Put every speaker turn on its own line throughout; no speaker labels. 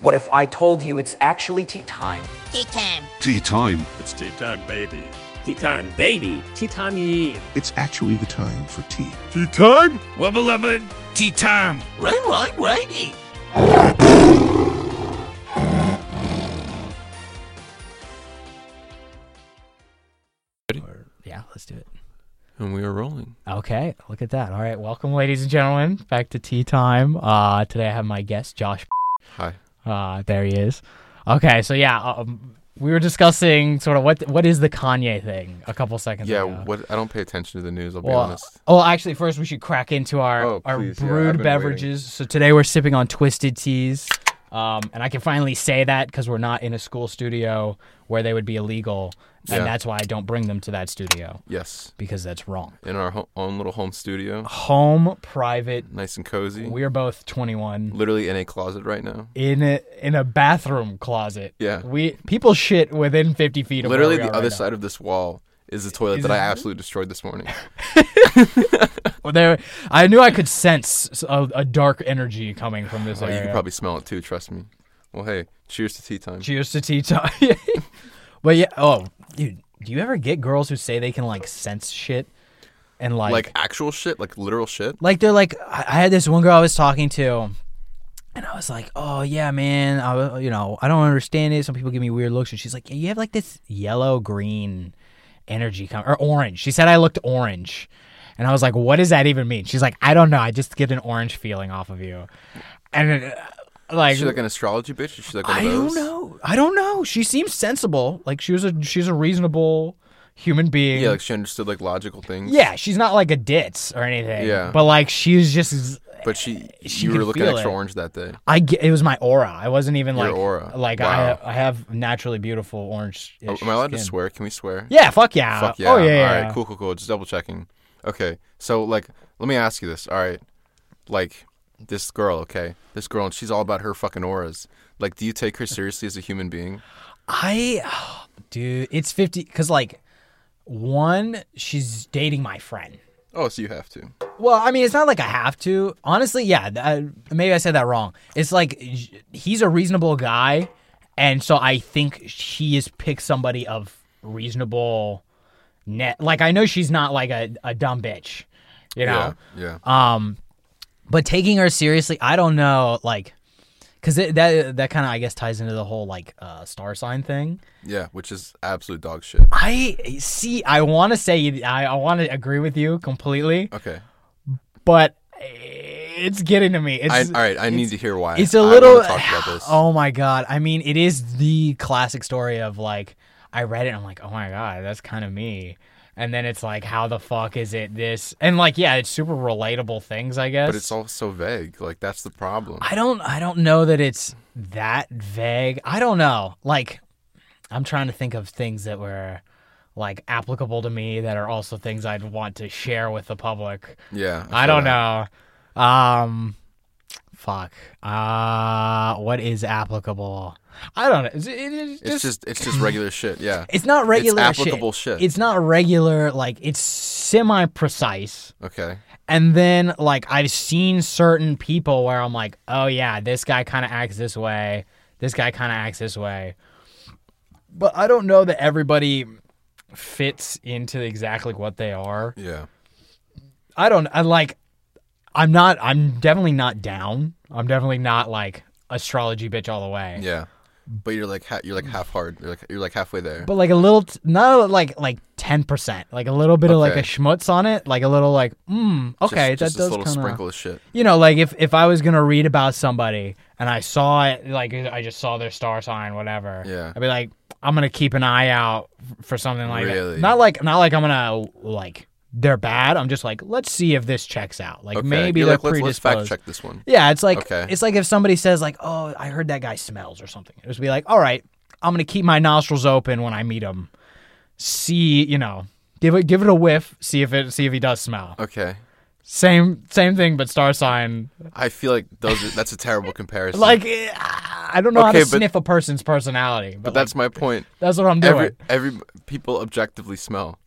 What if I told you it's actually tea time?
Tea time.
Tea time.
It's tea time, baby.
Tea time, baby. Tea time, ye.
It's actually the time for tea.
Tea time?
Well, beloved,
tea time.
Right, right, righty.
Yeah, let's do it.
And we are rolling.
Okay, look at that. All right, welcome, ladies and gentlemen, back to tea time. Uh, today I have my guest, Josh.
Hi.
Uh, there he is. Okay, so yeah, um, we were discussing sort of what what is the Kanye thing a couple seconds
Yeah,
ago.
what I don't pay attention to the news, I'll be
Well,
honest.
Oh, actually, first we should crack into our
Oh,
our
please, yeah, I've
brewed
been
beverages. So today we're sipping on Twisted Teas, um, and I can finally say that because we're not in a school studio where they would be illegal, and
Yeah.
that's why I don't bring them to that studio
Yes.
because that's wrong.
In our ho- own little home studio.
Home private.
Nice and cozy.
We're both 21
Literally in a closet right now.
in a in a bathroom closet.
Yeah.
we people shit within 50 feet of where
Literally
we
the
are
other
right now.
side of this wall is the toilet
Is
that I
it-
absolutely destroyed this morning.
Well, there, I knew I could sense a, a dark energy coming from this
Oh, you
area.
can probably smell it too, trust me. Well, hey, cheers to tea time.
Cheers to tea time. but yeah, oh, dude, do you ever get girls who say they can like sense shit and like
like
like,
actual shit, like literal shit.
they're like I I had this one girl I was talking to. And I was like, "Oh yeah, man. I, wa- you know, I don't understand it. Some people give me weird looks." And she's like, "You have like this yellow green energy com- or orange." She said I looked orange, and I was like, "What does that even mean?" She's like, "I don't know. I just get an orange feeling off of you." And uh,
Is she like an astrology bitch? Is she like one
I
of
don't
those?
know. I don't know. She seems sensible. Like she was a she's a reasonable human being.
Yeah, like she understood like logical things.
Yeah, she's not like a ditz or anything.
Yeah.
But like she's just
But she,
She
you were
could
looking
feel
extra
it.
orange that day.
I get, it was my aura. I wasn't even
Your
like
aura.
Like
Wow. Oh,
I I have naturally beautiful orange.
Am I allowed to swear? Can we swear?
Yeah, fuck yeah.
Fuck yeah.
Oh yeah. yeah.
All right, cool, cool, cool. Just double checking. Okay. So like let me ask you this. All right. Like this girl, okay? This girl and she's all about her fucking auras. Like do you take her seriously as a human being?
I dude, it's 50 cuz like one she's dating my friend.
Oh, so you have to.
Well, I mean, it's not like I have to. Honestly, yeah, th- I, maybe I said that wrong. It's like sh- he's a reasonable guy, and so I think she has picked somebody of reasonable net. Like I know she's not like a, a dumb bitch, you know.
Yeah. Yeah.
Um, But taking her seriously, I don't know, like, because that that kind of I guess ties into the whole like uh, star sign thing.
yeah, which is absolute dog shit.
I see. I want to say I, I want to agree with you completely,
Okay.
but. It's getting to me. It's,
I, all right, I need to hear why.
It's
a
a little.
I wanna talk about this.
Oh my god! I mean, it is the classic story of like I read it. and I'm like, oh my god, that's kind of me. And then it's like, how the fuck is it this? And like, yeah, it's super relatable things, I guess.
But it's all so vague. Like that's the problem.
I don't. I don't know that it's that vague. I don't know. Like, I'm trying to think of things that were like applicable to me that are also things I'd want to share with the public.
yeah.
I
feel
don't
that.
know. Um, fuck. Uh, what is applicable? I don't know. It's, it- it's
It's
just,
just it's just regular shit. Yeah.
it's not regular.
applicable shit.
It's not regular. Like it's semi-precise.
Okay.
And then like I've seen certain people where I'm like, oh yeah, this guy kind of acts this way. This guy kind of acts this way. But I don't know that everybody fits into exactly what they are.
Yeah.
I don't I like I'm not I'm definitely not down. I'm definitely not like astrology bitch all the way.
Yeah. But you're like ha- you're like half hard. You're like you're like halfway there.
But like a little t- not like like 10%, like a little bit of like
Okay.
a schmutz on it, like a little like mm, okay,
just, just
that
this
does
little
kind of
sprinkle of shit.
You know, like if if I was going to read about somebody and I saw it like I just saw their star sign whatever.
Yeah.
I'd be like I'm going to keep an eye out f- for something like
Really?
that. Not like not like I'm going to like they're bad. I'm just like let's see if this checks out. Like
Okay.
maybe
You're
they're
like, let's, let's
predisposed.
fact check this one.
Yeah, it's like
Okay.
it's like if somebody says like, "Oh, I heard that guy smells" or something. It would be like, "All right, I'm gonna keep my nostrils open when I meet him. See, you know, give it give it a whiff. See if it see if he does smell.
Okay.
Same same thing, but star sign.
I feel like those are, that's a terrible comparison.
Like eh, I don't know how
Okay,
to
but-
sniff a person's personality, but, that's
that's my point.
that's what I'm doing.
Every every people objectively smell.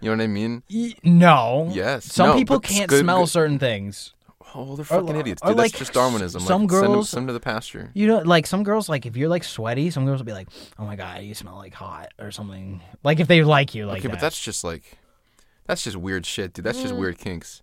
You know what I mean?
Y- no.
Yes.
Some
No,
people
but it's
can't
good-
smell
good-
certain things.
Oh, they're fucking
or
idiots, dude.
like
that's just Darwinism.
some
like, send them,
girls-
send 'em to the pasture.
You know, like some girls, like if you're like sweaty, some girls will be like, "Oh my god, you smell like hot" or something. Like if they like you, like
okay,
that.
but that's just like, that's just weird shit, dude. That's
Mm.
just weird kinks.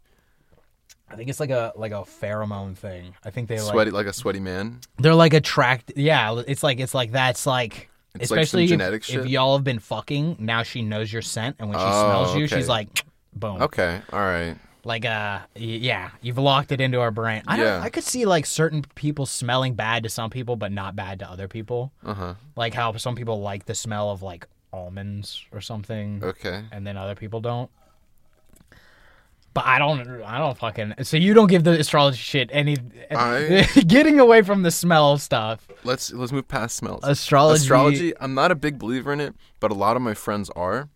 I think it's like a like a pheromone thing. I think they like
Sweaty, like a sweaty man.
they're like attract. Yeah, it's like it's like that's like.
It's like some
especially if-
genetic
if,
shit?
y'all have been fucking, now she knows your scent, and when she
Oh,
smells you,
okay.
she's like, boom.
Okay, all right.
Like uh, y- yeah, you've locked it into our brain. I
Yeah.
don't, I could see like certain people smelling bad to some people, but not bad to other people.
Uh huh.
Like how some people like the smell of like almonds or something,
Okay.
and then other people don't. But I don't, I don't fucking. So you don't give the astrology shit any.
I-
getting away from the smell stuff.
Let's let's move past smells.
Astrology-
Astrology. I'm not a big believer in it, but a lot of my friends are,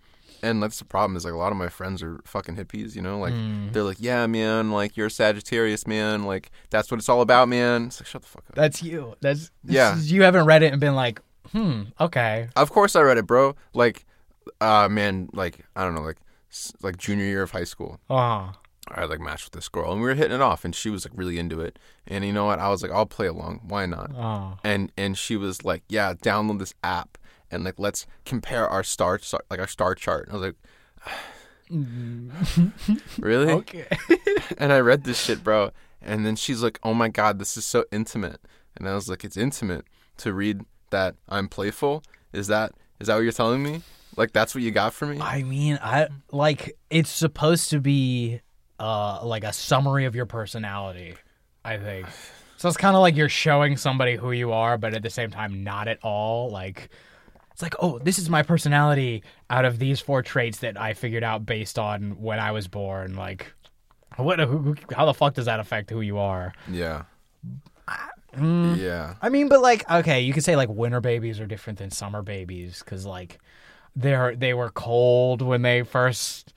and that's the problem. Is like a lot of my friends are fucking hippies. You know, like they're like, yeah, man, like you're a Sagittarius, man, like that's what it's all about, man. It's like shut the fuck up.
That's you. That's
Yeah.
You haven't read it and been like, hmm, okay.
Of course I read it, bro. Like, uh, man, like I don't know, like s- like junior year of high school.
Uh-huh.
I like matched with this girl, and we were hitting it off, and she was like really into it. And you know what? I was like, I'll play along. Why not?
Oh.
And and she was like, Yeah, download this app, and like let's compare our star, star like our star chart. And I was like, Really?
Mm-hmm. Okay.
And I read this shit, bro. And then she's like, Oh my god, this is so intimate. And I was like, It's intimate to read that I'm playful. Is that is that what you're telling me? Like that's what you got for me?
I mean, I like it's supposed to be uh like a summary of your personality, I think. So it's kind of like you're showing somebody who you are, but at the same time not at all. Like it's like, "Oh, this is my personality out of these four traits that I figured out based on when I was born." Like what who, who, how the fuck does that affect who you are?
Yeah.
mm.
Yeah.
I mean, but like, okay, you could say like winter babies are different than summer babies because like they're they were cold when they first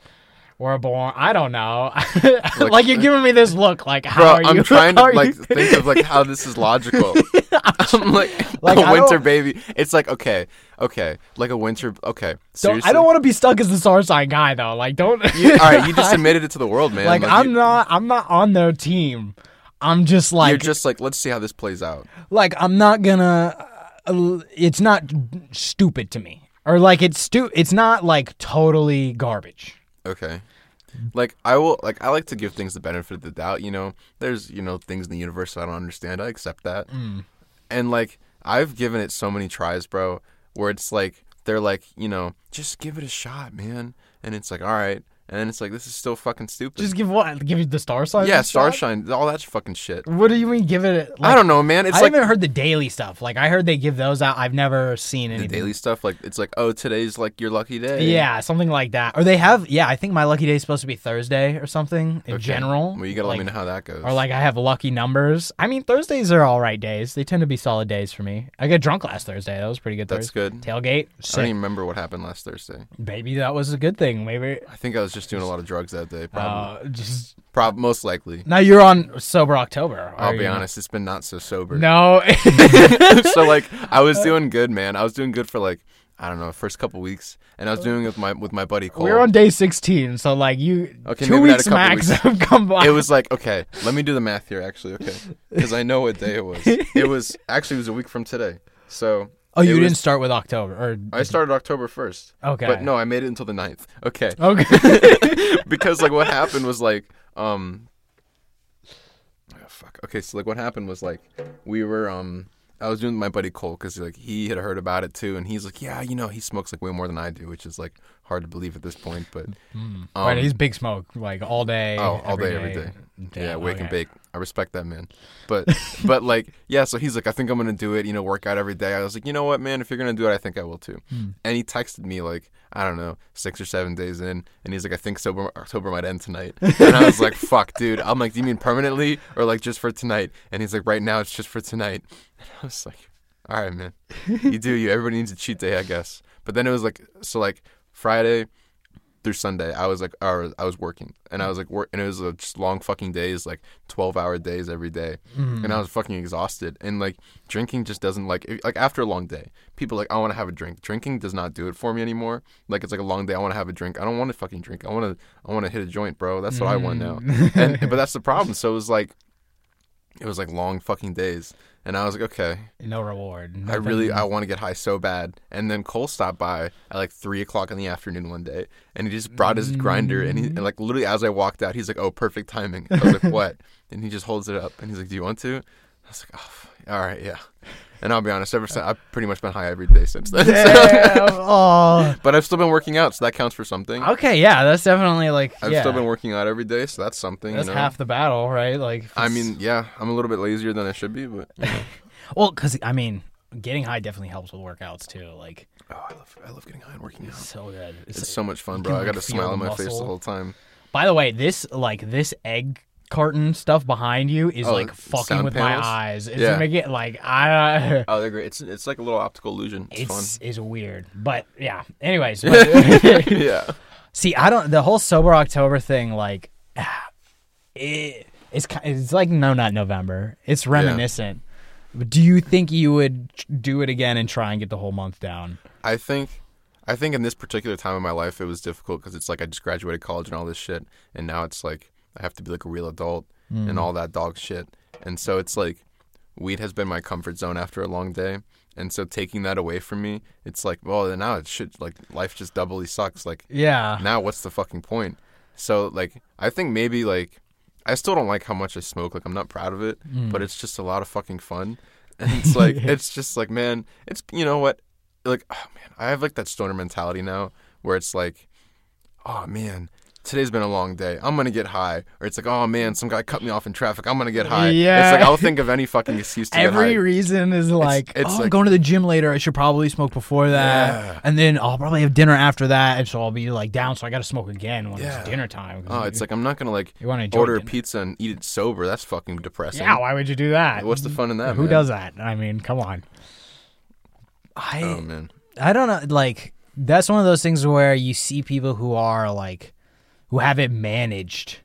were born. I don't know. like, you're giving me this look. Like, how
Bro,
are you?
I'm trying to
how are
like
you-
think of like how this is logical. I'm like,
Like,
a
I
winter
don't-
baby. It's like okay, okay, like a winter. Okay,
Don't-
seriously.
I don't want to be stuck as the star sign guy though. Like, don't.
All right, you just admitted it to the world, man.
like, I'm
you-
not. I'm not on their team. I'm just like
You're just like, let's see how this plays out.
like I'm not gonna. Uh, it's not stupid to me, or like it's stu. It's not like totally garbage.
Okay. Like I will like I like to give things the benefit of the doubt, you know. There's, you know, things in the universe that I don't understand. I accept that.
Mm.
And like I've given it so many tries, bro, where it's like they're like, you know, just give it a shot, man. And it's like, all right. And then it's like this is still fucking stupid.
Just give what? Give it the star sign?
yeah,
and stuff?
Starshine, all that fucking shit.
What do you mean? Give it? a- Like,
I don't know, man. It's
I
like
haven't heard the daily stuff. Like I heard they give those out. I've never seen
the
anything.
daily stuff like it's like, "Oh, today's like your lucky day."
Yeah, something like that. Or they have. Yeah, I think my lucky day is supposed to be Thursday or something in general.
Well, you got to
like,
let me know how that goes.
Or like I have lucky numbers. I mean Thursdays are all right days. They tend to be solid days for me. I got drunk last Thursday. That was a pretty good.
That's
Thursday.
good.
Tailgate.
I don't
Sick.
even remember what happened last Thursday.
Maybe that was a good thing. Maybe.
I think I was just doing a lot of drugs that day, probably.
Uh, just
Prob most likely.
now you're on sober October.
I'll
are
be
you?
honest, it's been not so sober.
No.
so like I was doing good, man. I was doing good for like I don't know, first couple weeks, and I was doing it with my with my buddy Cole.
We're on day 16, so like you
Okay,
two
maybe not a
weeks
couple
max
weeks.
have come by.
it was like okay, let me do the math here. Actually, okay, because I know what day it was. It was actually it was a week from today. So
oh,
it
you
was-
didn't start with October or
I started October first.
Mm-hmm. Okay.
But no, I made it until the 9th. Okay.
okay.
because like what happened was like um oh, fuck okay so like what happened was like we were um i was doing my buddy cole because like he had heard about it too and he's like yeah you know he smokes like way more than i do which is like hard to believe at this point but um,
Hmm. right, he's big smoke like all day.
Oh, all day, every day. yeah, wake and bake. I respect that man. But but like yeah, so he's like, I think I'm gonna do it. You know, work out every day. I was like, you know what, man, if you're gonna do it, I think I will too. And he texted me like, I don't know, six or seven days in, and he's like, I think sober October might end tonight. And I was like, fuck, dude. I'm like, do you mean permanently or like just for tonight? And he's like, right now it's just for tonight. And I was like, all right, man, you do you. Everybody needs a cheat day, I guess. But then it was like so like Friday through Sunday, I was like, or I was working, and I was like, work, and it was uh, just long fucking days, like twelve hour days every day. and I was fucking exhausted. And like drinking just doesn't like if- like after a long day, people are like I want to have a drink. Drinking does not do it for me anymore. Like it's like a long day, I want to have a drink. I don't want to fucking drink. I want to I want to hit a joint, bro. That's what I want now. and but that's the problem. So it was like It was like long fucking days, and I was like, okay,
No reward.
I really I want to get high so bad. And then Cole stopped by at like three o'clock in the afternoon one day, and he just brought his grinder, and he and like literally as I walked out, he's like, "Oh, perfect timing." I was like, "What?" And he just holds it up, and he's like, "Do you want to?" I was like, "Oh, f- all right, yeah." And I'll be honest, ever since I've pretty much been high every day since then.
Damn, oh.
but I've still been working out, so that counts for something.
Okay, yeah, that's definitely like
I've
yeah,
still been working out every day, so that's something.
that's
you know?
half the battle, right? Like, if
I
it's-
mean, yeah, I'm a little bit lazier than I should be, but you know.
well, because I mean, getting high definitely helps with workouts too. Like,
oh, I love I love getting high and working out.
so good. It's-
It's so much fun, bro.
can,
I
like,
got a
feel
smile
the
on my face the
muscle.
whole time.
By the way, this like this egg carton stuff behind you is
Oh,
like
it's
fucking
sound
with
panels?
my eyes. It's
Yeah.
making it like I.
Oh, they're great. It's it's like a little optical illusion. It's,
It's is weird, but yeah. Anyways, but-
fun. yeah.
See, I don't. The whole sober October thing, like, ah, it, it's ki- it's like no, not November. It's reminiscent. Do you think you would tr- do it again and try and get the whole month down?
I think I think in this particular time of my life it was difficult because it's like I just graduated college and all this shit, and now it's like I have to be like a real adult
Mm.
and all that dog shit, and so it's like weed has been my comfort zone after a long day, and so taking that away from me, it's like well then now it should like life just doubly sucks like
Yeah.
now what's the fucking point? So like I think maybe like I still don't like how much I smoke. Like I'm not proud of it,
Hmm.
but it's just a lot of fucking fun. And it's like it's just like man, it's you know what? Like oh man, I have like that stoner mentality now where it's like oh man, today's been a long day. I'm gonna get high. Or it's like oh man, some guy cut me off in traffic. I'm gonna get high.
Yeah.
It's like I'll think of any fucking excuse to get high.
Every reason is like,
it's
oh, I'm
like-
going to the gym later. I should probably smoke before that,
Yeah.
and then I'll probably have dinner after that, and so I'll be like down. So I got to smoke again when
Yeah.
it's dinner time. 'cause
oh, it's like I'm not gonna like
You wanna enjoy
order a
dinner.
pizza and eat it sober. That's fucking depressing.
yeah. Why would you do that?
What's the fun in that?
Who
man?
does that? I mean, come on. I
Oh man.
I don't know. Like that's one of those things where you see people who are like, who have it managed,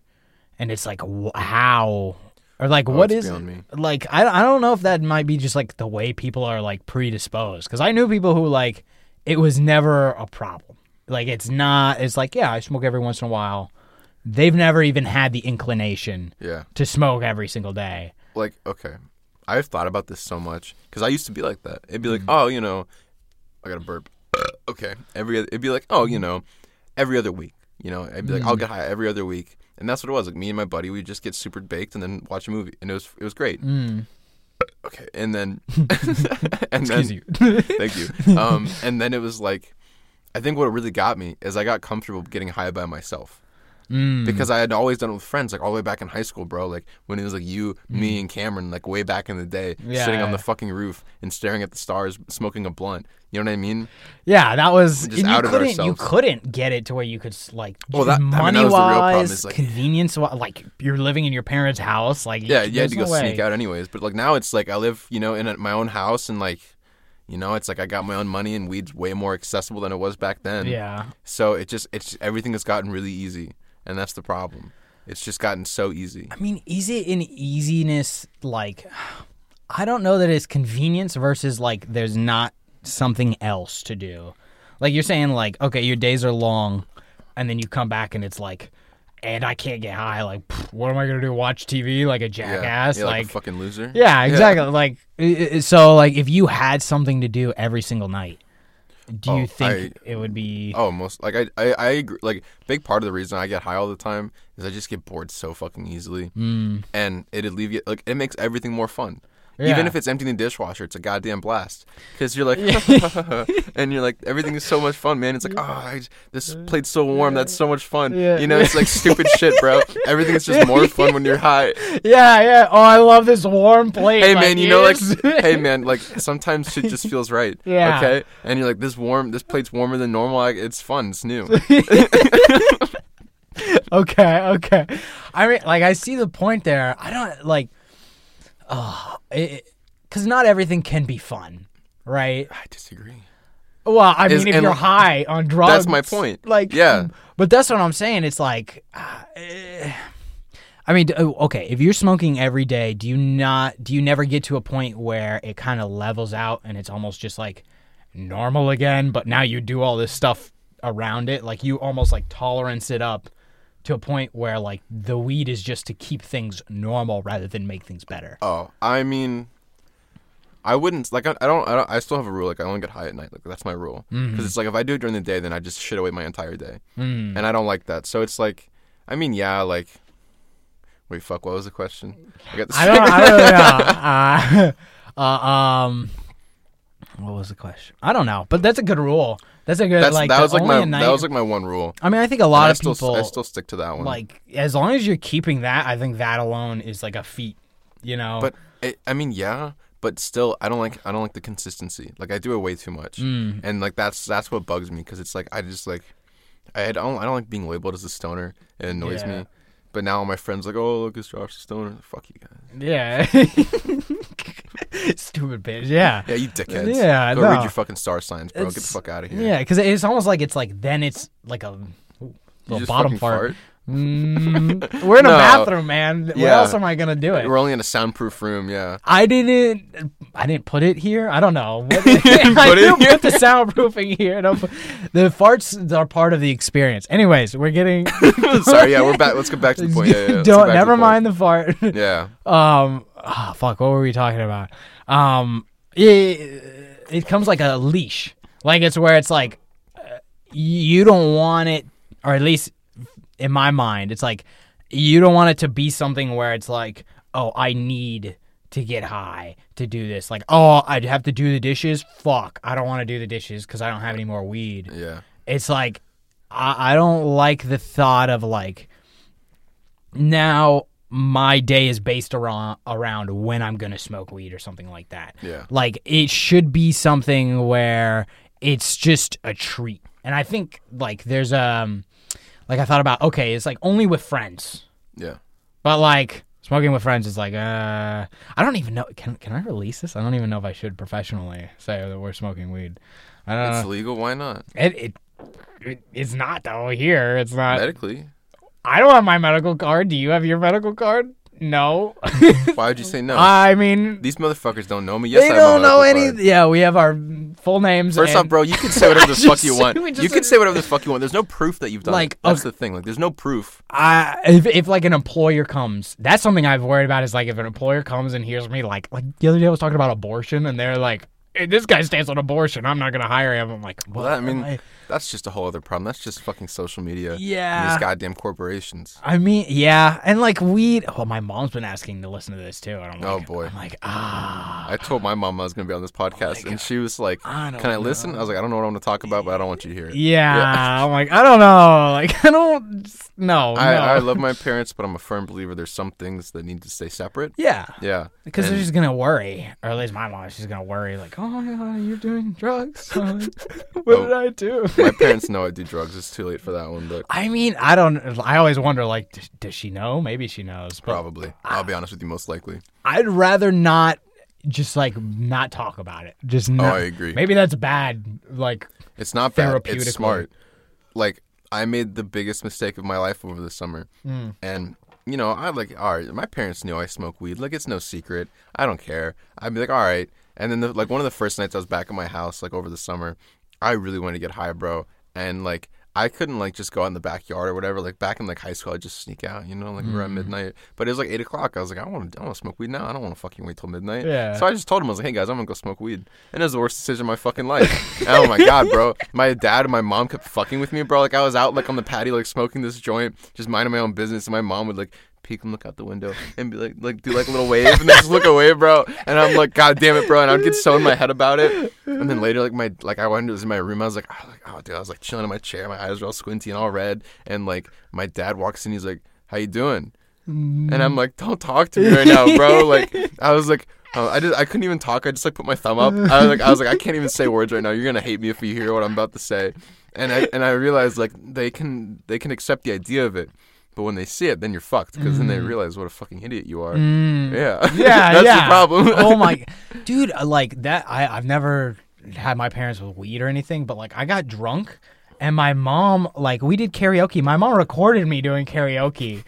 and it's like wh- how or like what
Oh, it's
is
beyond me.
like I I don't know if that might be just like the way people are like predisposed because I knew people who like it was never a problem. Like it's not. It's like yeah, I smoke every once in a while. They've never even had the inclination
Yeah.
to smoke every single day.
like okay i've thought about this so much because i used to be like that it'd be like oh you know i gotta burp okay every oth- it'd be like oh you know every other week you know i'd be like i'll get high every other week and that's what it was like me and my buddy we'd just get super baked and then watch a movie and it was it was great okay and then and then
Excuse
thank you um and then it was like i think what really got me is i got comfortable getting high by myself
Mm.
because I had always done it with friends, like all the way back in high school, bro. Like when it was like you, me, and Cameron, like way back in the day,
Mm. Yeah,
sitting on
yeah.
the fucking roof and staring at the stars, smoking a blunt. You know what I mean?
Yeah, that was
just
and you
out of
couldn't, You
ourselves.
couldn't get it to where you could s- like
Well, that- I mean, that was the
money
real problem,
wise,
is, like-
convenience wise, like you're living in your parents' house. Like
Yeah, you had
there's
to
no
go
way.
sneak out anyways. But like now, it's like I live, you know, in a, my own house, and like, you know, it's like I got my own money, and weed's way more accessible than it was back then.
Yeah,
So it just, it's everything has gotten really easy, and that's the problem. It's just gotten so easy.
I mean, is it an easiness? Like, I don't know that it's convenience versus like there's not something else to do. Like you're saying, like okay, your days are long, and then you come back and it's like, and I can't get high. Like, pfft, what am I gonna do? Watch TV like a jackass?
yeah, like, a fucking loser.
Yeah, exactly. Like i- i- so like if you had something to do every single night, do you
Oh,
think it would be
Oh, most like I, I I agree. Like big part of the reason I get high all the time is I just get bored so fucking easily, mm. and it alleviates like it makes everything more fun.
Yeah.
Even if it's emptying the dishwasher, it's a goddamn blast because you're like, and you're like, everything is so much fun, man. It's like, oh, I j- this plate's so warm, that's so much fun.
Yeah.
You know, it's like stupid shit, bro. Everything is just more fun when you're high.
Yeah, yeah. Oh, I love this warm plate.
Hey
Like,
man, you know, like,
yes.
hey man, like sometimes shit just feels right.
Yeah.
Okay, and you're like, this warm, this plate's warmer than normal. Like, it's fun. It's new.
okay, okay. I mean, like I see the point there. I don't like oh, cuz not everything can be fun, right?
I disagree.
Well, I mean,
Is-
if
and-
you're high on drugs,
That's my point.
Like,
Yeah.
but that's what I'm saying. It's like, uh, eh. I mean, d- oh, okay, if you're smoking every day, do you not? Do you never get to a point where it kind of levels out and it's almost just like normal again? But now you do all this stuff around it, like you almost like tolerance it up to a point where like the weed is just to keep things normal rather than make things better.
Oh, I mean, I wouldn't like. I, I don't. I don't. I still have a rule. Like I only get high at night. Like that's my rule. Because
Mm-hmm.
it's like if I do it during the day, then I just shit away my entire day, mm. and I don't like that. So it's like, I mean, yeah, like. Wait, fuck. What was the question? I got the
I don't. I don't really know. Uh, uh, um, what was the question? I don't know, but that's a good rule. That's a good
That's,
like.
that
the
was like
only
my
a night-
that was like my one rule.
I mean, I think a lot
I
of
still
people
I still stick to that one.
like as long as you're keeping that. I think that alone is like a feat. You know.
but it, I mean, yeah, but still, I don't like I don't like the consistency. Like I do it way too much,
Mm.
and like that's that's what bugs me because it's like I just like I don't I don't like being labeled as a stoner. It annoys
Yeah.
me. But now my friends like, oh look, it's Josh the stoner. Fuck you guys.
yeah. Stupid bitch. Yeah.
Yeah, you dickheads.
Yeah,
go
no.
read your fucking star signs, bro. Get the
It's-
fuck out of here.
Yeah, because it's almost like it's like then it's like a
You
little
just
bottom
fucking
part. Mm, we're in a
No.
bathroom, man. What
Yeah.
else am I gonna do it?
We're only in a soundproof room. Yeah.
I didn't. I didn't put it here. I don't know. What- I
put it
do
here?
put the soundproofing here. and I'll put- the farts are part of the experience. Anyways, we're getting.
Sorry. Yeah, we're back. Let's get back to the point. Yeah, yeah, yeah. Let's get
don't.
back to
Never
the point.
mind the fart.
Yeah.
Um. ah, fuck. What were we talking about? Um. It, it comes like a leash. Like it's where it's like uh, you don't want it, or at least in my mind, it's like you don't want it to be something where it's like, oh, I need to get high to do this. Like, oh, I have to do the dishes. Fuck, I don't want to do the dishes because I don't have any more weed
Yeah.
it's like I, I don't like the thought of like now my day is based around around when I'm gonna smoke weed or something like that.
Yeah.
Like it should be something where it's just a treat. And I think like there's um like I thought about okay, it's like only with friends.
Yeah.
But like smoking with friends is like, uh, I don't even know. Can can I release this? I don't even know if I should professionally say that we're smoking weed. I don't.
It's legal. Why not?
It, it, it it's not though here. It's not.
Medically.
I don't have my medical card. Do you have your medical card? No.
Why would you say no?
I mean,
These motherfuckers don't know me. Yes,
they
I
don't know
anything.
any. Yeah, we have our full names.
First
and,
off, bro, you can say whatever the
just
fuck you
said-
want.
we just
You can
said-
say whatever the fuck you want. There's no proof that you've done.
Like,
Like, that's
okay.
the thing. Like, there's no proof.
I, if, if like an employer comes, that's something I've worried about. Is like if an employer comes and hears me, like like the other day I was talking about abortion, and they're like, "Hey, "This guy stands on abortion. I'm not gonna hire him." I'm like,
Well,
"What
that, I mean,
am I-"
that's just a whole other problem. That's just fucking social media. and
Yeah.
these goddamn corporations.
I mean, yeah, and like weed. Oh, my mom's been asking to listen to this too. And I'm like,
Oh, boy.
I'm like, ah,
I told my mom I was gonna be on this podcast, and she was like,
I don't
"Can I listen?" I was like, "I don't know what I'm gonna talk about, but I don't want you to hear it."
Yeah, I'm like, I don't know. Like, I don't. just- No,
I,
no.
I love my parents, but I'm a firm believer there's some things that need to stay separate.
yeah,
Yeah,
because they're
And-
just gonna worry, or at least my mom. She's gonna worry, like, oh my god, you're doing drugs. what did I do?
my parents know I do drugs. It's too late for that one, but
I mean, I don't. I always wonder, like, d- does she know? Maybe she knows. But
probably. I'll be honest with you, most likely.
I'd rather not. Just like not talk about it. Just not.
Oh, I agree.
Maybe that's bad. Like,
It's not bad.
therapeutically.
It's smart. Like I made the biggest mistake of my life over the summer, and you know I like all right. My parents knew I smoke weed. Like it's no secret. I don't care. I'd be like all right. And then the, like one of the first nights I was back at my house like over the summer, I really wanted to get high, bro. And like I couldn't like just go out in the backyard or whatever. Like back in like high school, I'd just sneak out, you know, like around midnight. But it was like eight o'clock. I was like, I want to, I want to smoke weed now. I don't want to fucking wait till midnight.
Yeah.
So I just told him, I was like, hey guys, I'm gonna go smoke weed. And it was the worst decision of my fucking life. And, oh my god, bro. My dad and my mom kept fucking with me, bro. Like I was out like on the patio, like smoking this joint, just minding my own business, and my mom would like peek and look out the window and be like like do like a little wave and then just look away, bro. And I'm like, God damn it, bro. And I'd get so in my head about it. And then later like my like I went into my room, I was like, oh, like, oh dude, I was like chilling in my chair, my eyes were all squinty and all red. And like my dad walks in, he's like, How you doing? and
Mm.
I'm like, don't talk to me right now, bro. like, I was like, uh, I just, I couldn't even talk. I just like put my thumb up. I was like, I was like, I can't even say words right now. You're gonna hate me if you hear what I'm about to say. And I, and I realized like they can, they can accept the idea of it, but when they see it, then you're fucked because then they realize what a fucking idiot you are. Yeah,
Mm. Yeah,
that's
yeah.
the problem.
oh my, dude, uh, like that. I I've never had my parents with weed or anything, but like I got drunk, and my mom like we did karaoke. My mom recorded me doing karaoke.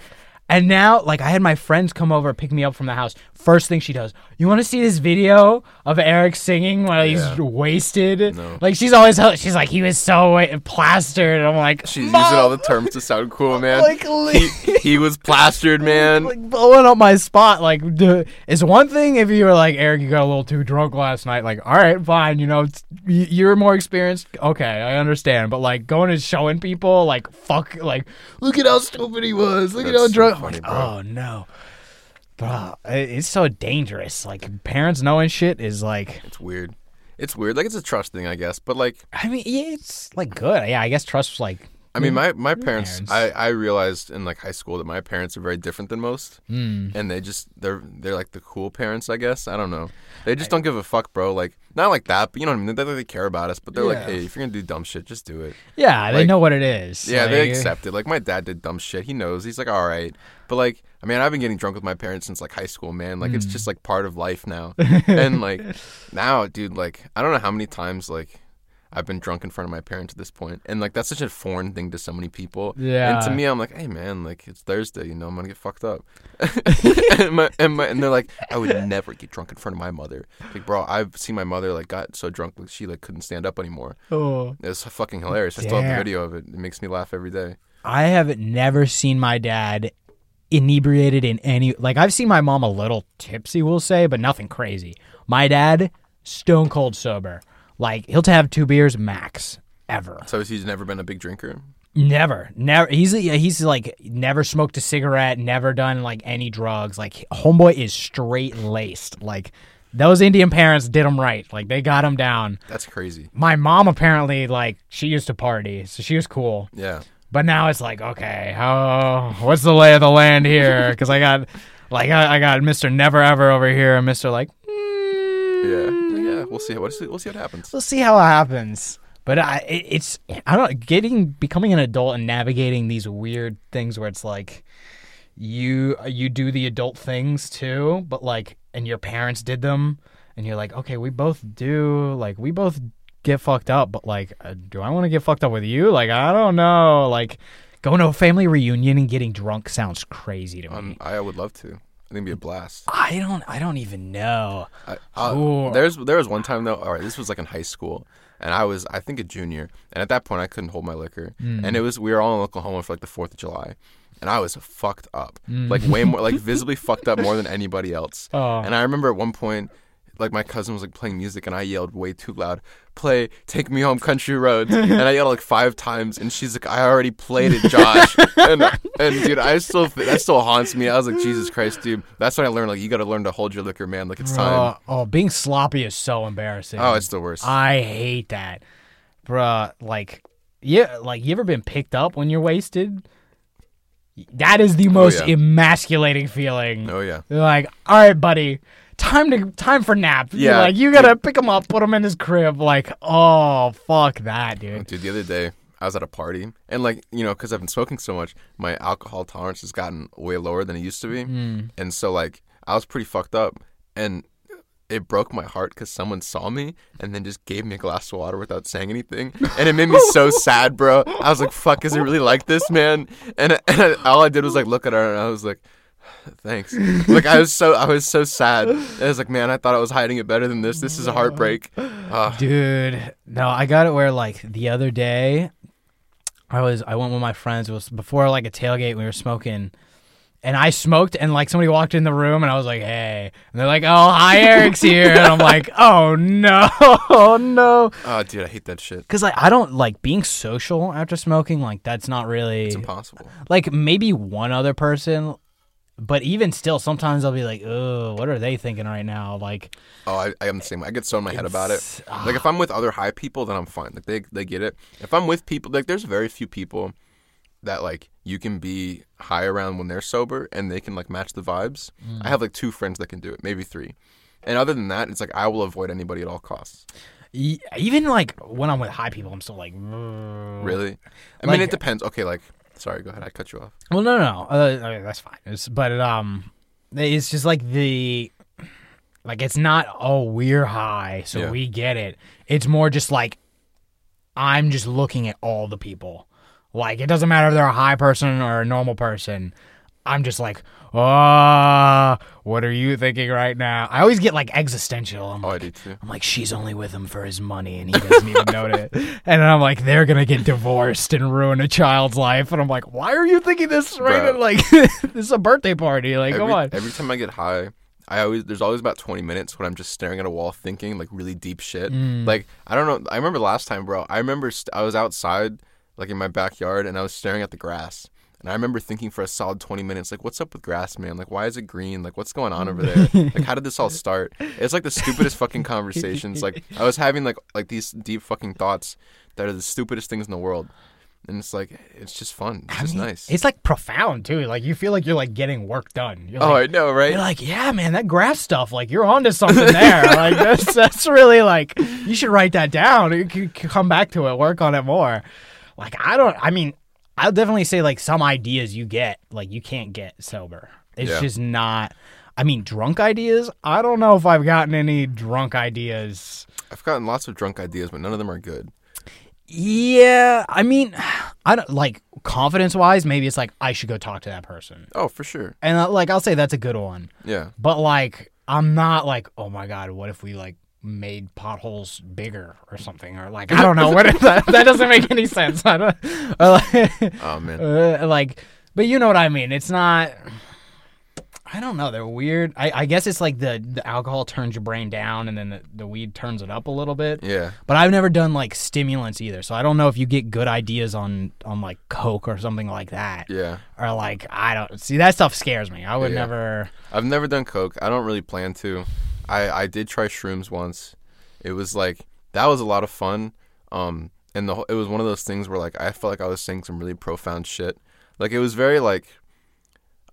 And now, like, I had my friends come over, pick me up from the house. First thing she does, You want to see this video of Eric singing while he's
Yeah.
wasted?
No.
Like she's always she's like he was so wa- plastered, and I'm like
She's
"Mom,
using all the terms to sound cool, man.
Like,
he, he was plastered, man.
like blowing up my spot. Like, duh. it's one thing if you were like Eric, you got a little too drunk last night. Like, all right, fine, you know, it's, y- you're more experienced. Okay, I understand. But like going and showing people, like, fuck, like, look at how stupid he was. Look at how
That's so
drunk.
funny,
like,
bro.
oh no, bro, it- it's so dangerous. Like parents knowing shit is like.
It's weird. It's weird. Like it's a trust thing, I guess. But like,
I mean, yeah, it's like good. Yeah, I guess trust was like.
I mean, my my parents.
parents.
I I realized in like high school that my parents are very different than most, mm. and they just they're they're like the cool parents, I guess. I don't know. They just don't give a fuck, bro. Like not like that, but you know what I mean. They, they care about us, but they're like, hey, if you're gonna do dumb shit, just do it.
Yeah, they
Like-
know what it is.
Yeah, they
Like,
accept it. Like my dad did dumb shit. He knows. He's like, all right. But like, I mean, I've been getting drunk with my parents since like high school, man. Like it's just like part of life now. and like now, dude, like I don't know how many times like I've been drunk in front of my parents at this point, and like that's such a foreign thing to so many people. And to
Yeah.
me, I'm like, hey man, like it's Thursday, you know, I'm gonna get fucked up. and, my, and, my, and they're like, I would never get drunk in front of my mother. Like, bro, I've seen my mother like got so drunk like she like couldn't stand up anymore.
Oh.
It's fucking hilarious. I still have
Damn.
the video of it. It makes me laugh every day.
I have never seen my dad inebriated in any like I've seen my mom a little tipsy, we'll say, but nothing crazy. My dad, stone cold sober. Like he'll have two beers max ever.
So he's never been a big drinker.
Never, never. He's yeah, he's like never smoked a cigarette, never done like any drugs. Like homeboy is straight laced. Like those Indian parents did him right. Like they got him down.
That's crazy.
My mom apparently like she used to party, so she was cool.
Yeah.
But now it's like, okay, how? What's the lay of the land here? Because I got, like, I, I got Mister Never Ever over here, and Mister like, hmm,
Yeah. Yeah. We'll see. We'll see, we'll see what happens.
we'll see how it happens. But I, it, it's, I don't getting becoming an adult and navigating these weird things where it's like, you you do the adult things too, but like, and your parents did them, and you're like, okay, we both do, like, we both get fucked up, but like, uh, do I want to get fucked up with you? Like, I don't know, like. Going to a family reunion and getting drunk sounds crazy to me.
Um, I would love to. I think it'd be a blast.
I don't. I don't even know.
I, uh,
Sure.
there's there was one time though. All right, this was like in high school, and I was I think a junior, and at that point I couldn't hold my liquor,
Hmm.
and it was we were all in Oklahoma for like the Fourth of July, and I was fucked up, like way more, like visibly fucked up more than anybody else.
Hmm. Oh.
And I remember at one point. Like my cousin was like playing music and I yelled way too loud, play "Take Me Home Country Roads," and I yelled like five times, and she's like, "I already played it, Josh." and and dude, I still that still haunts me. I was like, "Jesus Christ, dude!" That's when I learned like you got to learn to hold your liquor, man. Like it's time.
Uh, oh, being sloppy is so embarrassing.
Oh, it's the worst.
I hate that, bruh. Like, yeah, like you ever been picked up when you're wasted? That is the most
Oh, yeah.
emasculating feeling.
oh yeah.
They're like, all right, buddy, time to time for nap. You're
Yeah.
like you gotta pick him up, put him in his crib. Like, oh fuck that, dude.
Dude, the other day I was at a party and like, you know, cuz I've been smoking so much, my alcohol tolerance has gotten way lower than it used to be. And so like I was pretty fucked up and it broke my heart because someone saw me and then just gave me a glass of water without saying anything, and it made me so sad, bro. I was like, "Fuck, is it really like this, man?" And, and I, all I did was like look at her, and I was like, thanks. Like I was so I was so sad. I was like, man, I thought I was hiding it better than this. This is a heartbreak. Ah,
Dude, no, I got it where like the other day I was I went with my friends. It was before like a tailgate we were smoking. And I smoked and like somebody walked in the room and I was like, "Hey." And they're like, "Oh, hi, Eric's here." and I'm like, "Oh no. Oh no."
oh, dude, I hate that shit.
Cuz like I don't like being social after smoking, like that's not really
It's impossible.
like maybe one other person but even still, sometimes I'll be like, "Oh, what are they thinking right now?" Like,
Oh, I, I am the same. way. I get so in my head about it. Like if I'm with other high people, then I'm fine. Like they they get it. If I'm with people, like there's very few people that like you can be high around when they're sober and they can like match the vibes. I have like two friends that can do it, maybe three. And other than that, it's like I will avoid anybody at all costs.
e- even like when I'm with high people, I'm still like, "Mm."
Really? I
Like-
mean, it depends. Okay, like sorry, go ahead. I cut you off.
Well, no, no, no. Uh, I mean, that's fine. It's, but um, it's just like the, like it's not oh we're high, so
Yeah.
we get it. It's more just like, I'm just looking at all the people. Like it doesn't matter if they're a high person or a normal person. I'm just like, ah, what are you thinking right now? I always get like existential. I'm
Oh, I
like,
do too.
I'm like, she's only with him for his money, and he doesn't even know it. And then I'm like, they're gonna get divorced and ruin a child's life. And I'm like, why are you thinking this right?
Bro.
at, Like, this is a birthday party. Like,
Every,
come on.
every time I get high, I always there's always about 20 minutes when I'm just staring at a wall thinking like really deep shit.
Mm.
Like I don't know. I remember last time, bro. I remember st- I was outside, like in my backyard, and I was staring at the grass. And I remember thinking for a solid 20 minutes, like, what's up with grass, man? Like, why is it green? Like, what's going on over there? like, how did this all start? It's like the stupidest fucking conversations. Like, I was having like like these deep fucking thoughts that are the stupidest things in the world. And it's like, it's just fun. It's just nice.
It's like profound too. Like you feel like you're like getting work done. You're
oh,
like,
I know, right?
You're like, yeah, man, that graph stuff, like, you're onto something there. like, that's, that's really like, you should write that down. You can can come back to it, work on it more. Like, I don't, I mean, I'll definitely say, like, some ideas you get, like, you can't get sober. It's
Yeah.
just not, I mean, drunk ideas, I don't know if I've gotten any drunk ideas.
I've gotten lots of drunk ideas, but none of them are good.
Yeah, I mean, I don't, like, confidence wise, maybe it's like, I should go talk to that person.
Oh, for sure.
And, uh, like, I'll say that's a good one.
Yeah.
But like, I'm not like, oh my god, what if we like made potholes bigger or something, or like I don't know, what if that, that doesn't make any sense. I don't, or like,
Oh man.
uh, like, but you know what I mean. It's not. I don't know. They're weird. I, I guess it's like the, the alcohol turns your brain down, and then the, the weed turns it up a little bit.
Yeah.
But I've never done like stimulants either, so I don't know if you get good ideas on on like coke or something like that.
Yeah.
Or like I don't see that stuff scares me. I would
Yeah.
never.
I've never done coke. I don't really plan to. I I did try shrooms once. It was like that was a lot of fun. Um, and the whole- it was one of those things where like I felt like I was saying some really profound shit. Like it was very like.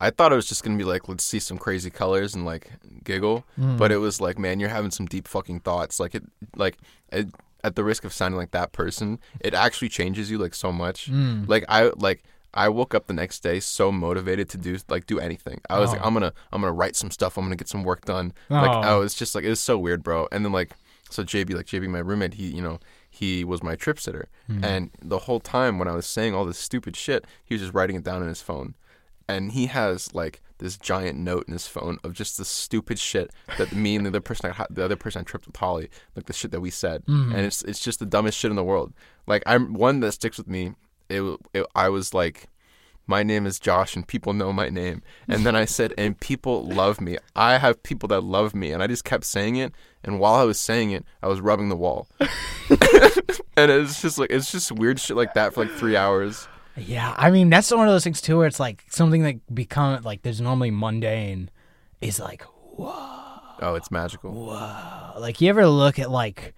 I thought it was just gonna be like, let's see some crazy colors and like giggle, but it was like, man, you're having some deep fucking thoughts. Like it, like it, at the risk of sounding like that person, it actually changes you like so much. Like I, like I woke up the next day so motivated to do like do anything. I was like, I'm gonna, I'm gonna write some stuff. I'm gonna get some work done. Like
Oh.
I was just like, it was so weird, bro. And then like, so JB, like JB, my roommate, he, you know. He was my trip sitter, and the whole time when I was saying all this stupid shit, he was just writing it down in his phone and he has like this giant note in his phone of just the stupid shit that me and the other person I, ha- the other person I tripped with Holly like the shit that we said and it's it's just the dumbest shit in the world like I'm one that sticks with me it, w- it I was like my name is Josh and people know my name and then I said and people love me I have people that love me and I just kept saying it and while I was saying it I was rubbing the wall and it's just like it's just weird shit like that for like 3 hours
Yeah, I mean that's one of those things too, where it's like something that become like there's normally mundane, is like
oh it's magical
like you ever look at like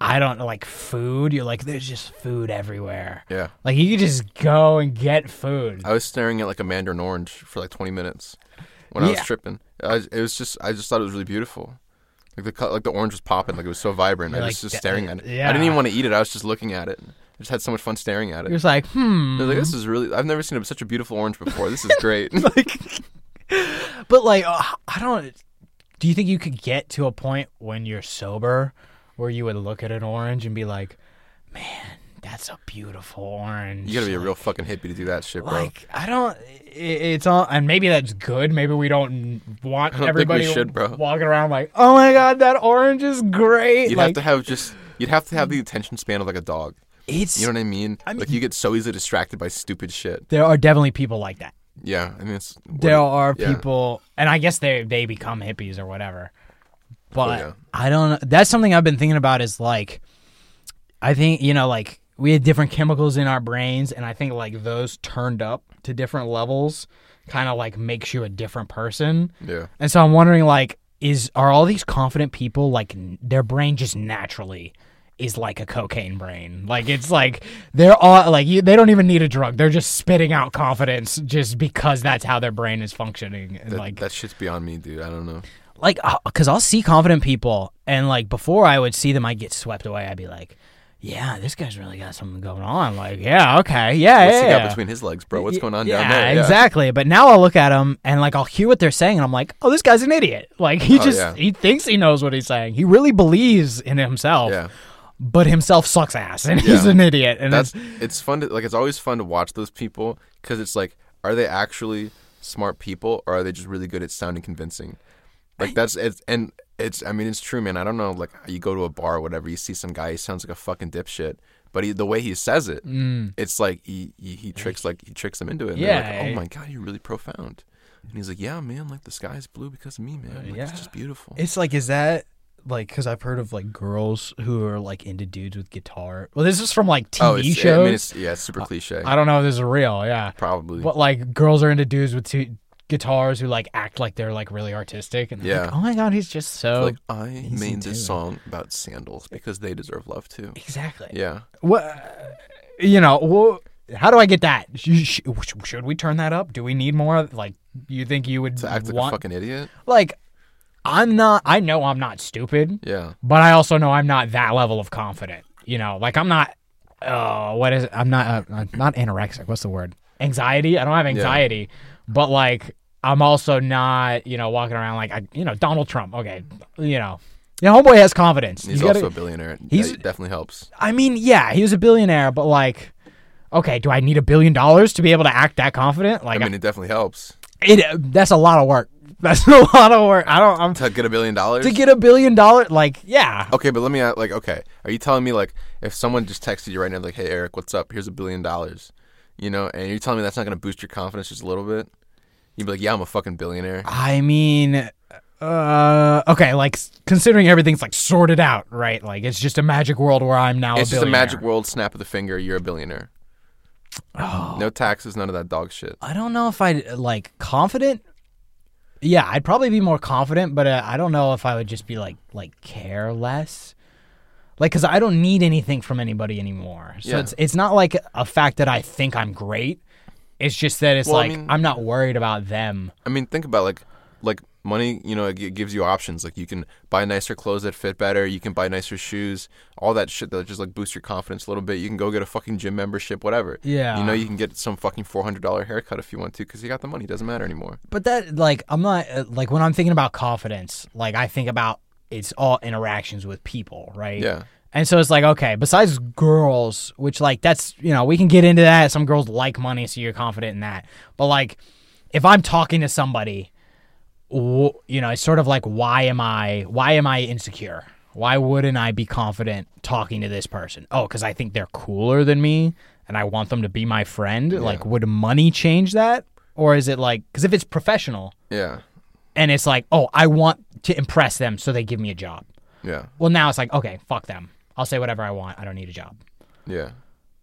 I don't know like food, you're like there's just food everywhere.
yeah
Like you could just go and get food.
I was staring at like a mandarin orange for like 20 minutes when I was
Yeah.
tripping. I, it was just I just thought it was really beautiful. Like the co- like the orange was popping, like it was so vibrant.
You're
I
like,
was just
"Th-
staring at it. I
yeah.
didn't even want to eat it. I was just looking at it. I just had so much fun staring at it.
You're just like, hmm.
I was like, this is really. I've never seen a, such a beautiful orange before. This is great.
But like uh, I don't. Do you think you could get to a point when you're sober, where you would look at an orange and be like, man, that's a beautiful orange.
you gotta be a real fucking hippie to do that shit, bro.
Like I don't. i it's all, and maybe that's good. Maybe we don't want
think we
everybody
should, bro.
walking around like, oh my god, that orange is great.
you'd
like
have to have just. You'd have to have the attention span of like a dog.
it's
You know what I mean?
mean-
like you get so easily distracted by stupid shit.
there are definitely people like that.
Yeah, I mean it's. what-
There are
yeah.
people, and I guess they they become hippies or whatever. But
Oh, yeah.
I don't. That's something I've been thinking about. Is like, I think you know, like we had different chemicals in our brains, and I think like those turned up to different levels, kind of like makes you a different person.
Yeah.
And so I'm wondering, like, is are all these confident people like n- their brain just naturally is like a cocaine brain? Like it's like they're all like you, they don't even need a drug; they're just spitting out confidence just because that's how their brain is functioning. And
That,
like,
that shit's beyond me, dude. I don't know.
like because I'll see confident people, and like before I would see them, I'd get swept away. I'd be like. Yeah, this guy's really got something going on. Like, yeah, okay, yeah,
What's
yeah.
he got
yeah.
between his legs, bro? What's
Y-
going on
yeah,
down there?
exactly. But now I'll look at him and like I'll hear what they're saying, and I'm like, oh, this guy's an idiot. Like he
Oh,
just
yeah.
he thinks he knows what he's saying. He really believes in himself,
Yeah.
but himself sucks ass, and he's
Yeah.
an idiot. And
that's
it's-
it's fun to like it's always fun to watch those people because it's like are they actually smart people, or are they just really good at sounding convincing? Like that's it's and it's I mean it's true, man. I don't know. Like you go to a bar or whatever, you see some guy, he sounds like a fucking dipshit. But he, the way he says it,
Mm.
it's like he, he, he tricks like he tricks them into it. And
Yeah,
yeah, like,
I-
oh my god, you're really profound. And he's like, yeah, man, like the sky's blue because of me, man. Like,
yeah.
It's just beautiful.
It's like, is that like because I've heard of like girls who are like into dudes with guitar. Well, this is from like TV
oh, it's,
shows.
I mean, it's yeah, it's super cliche.
I don't know if this is real. Yeah,
probably.
but like girls are into dudes with two guitars who like act like they're like really artistic and they're
Yeah.
like, oh my god, he's just so
like I made
into it.
this song about sandals because they deserve love too.
exactly.
Yeah.
What uh, you know? wha- how do I get that? Sh- sh- Should we turn that up? Do we need more? Like, you think you would
To act like
want?
a fucking idiot.
like, I'm not. I know I'm not stupid.
Yeah.
but I also know I'm not that level of confident. You know, like I'm not. Uh, what is it? I'm not. Uh, not anorexic. What's the word? Anxiety. I don't have anxiety, but like I'm also not. You know, walking around like I. You know, Donald Trump. Okay. You know, you know, homeboy has confidence.
He's
You gotta-
also a billionaire.
he's-
that definitely helps.
I mean, yeah, he was a billionaire, but like. Okay, do I need a billion dollars to be able to act that confident?
I
Like,
mean, it definitely helps
it, that's a lot of work. That's a lot of work. I don't. I'm
to get a billion dollars.
to get a billion dollar. Like, yeah,
okay, but let me ask, like, okay, are you telling me like if someone just texted you right now, like, hey Eric, what's up? Here's a billion dollars, you know, and you're telling me that's not gonna boost your confidence just a little bit? You'd be like, yeah, I'm a fucking billionaire.
I mean, uh, okay, like s- considering everything's like sorted out, right? Like it's just a magic world where I'm now
It's
a
just a
billionaire.
magic world snap of the finger. You're a billionaire.
Oh.
No taxes, none of that dog shit.
I don't know if I would like confident. Yeah, I'd probably be more confident, but uh, I don't know if I would just be like like care less. Like, cause I don't need anything from anybody anymore. So
Yeah.
it's it's not like a fact that I think I'm great. It's just that it's
Well, I
like
mean-
I'm not worried about them.
I mean, think about like like money. You know, it gi- gives you options. Like you can buy nicer clothes that fit better. You can buy nicer shoes. All that shit that just like boosts your confidence a little bit. You can go get a fucking gym membership, whatever.
Yeah.
You know, you can get some fucking four hundred dollar haircut if you want to, because you got the money. It doesn't matter anymore.
but that like i'm not uh, like when i'm thinking about confidence like i think about it's all interactions with people right
Yeah.
and so it's like okay besides girls which like that's you know we can get into that some girls like money so you're confident in that but like if i'm talking to somebody w- you know it's sort of like why am i why am i insecure why wouldn't i be confident talking to this person oh because i think they're cooler than me and i want them to be my friend like would money change that or is it like because if it's professional
Yeah.
and it's like oh i want to impress them so they give me a job
Yeah.
well now it's like okay fuck them i'll say whatever i want i don't need a job
Yeah.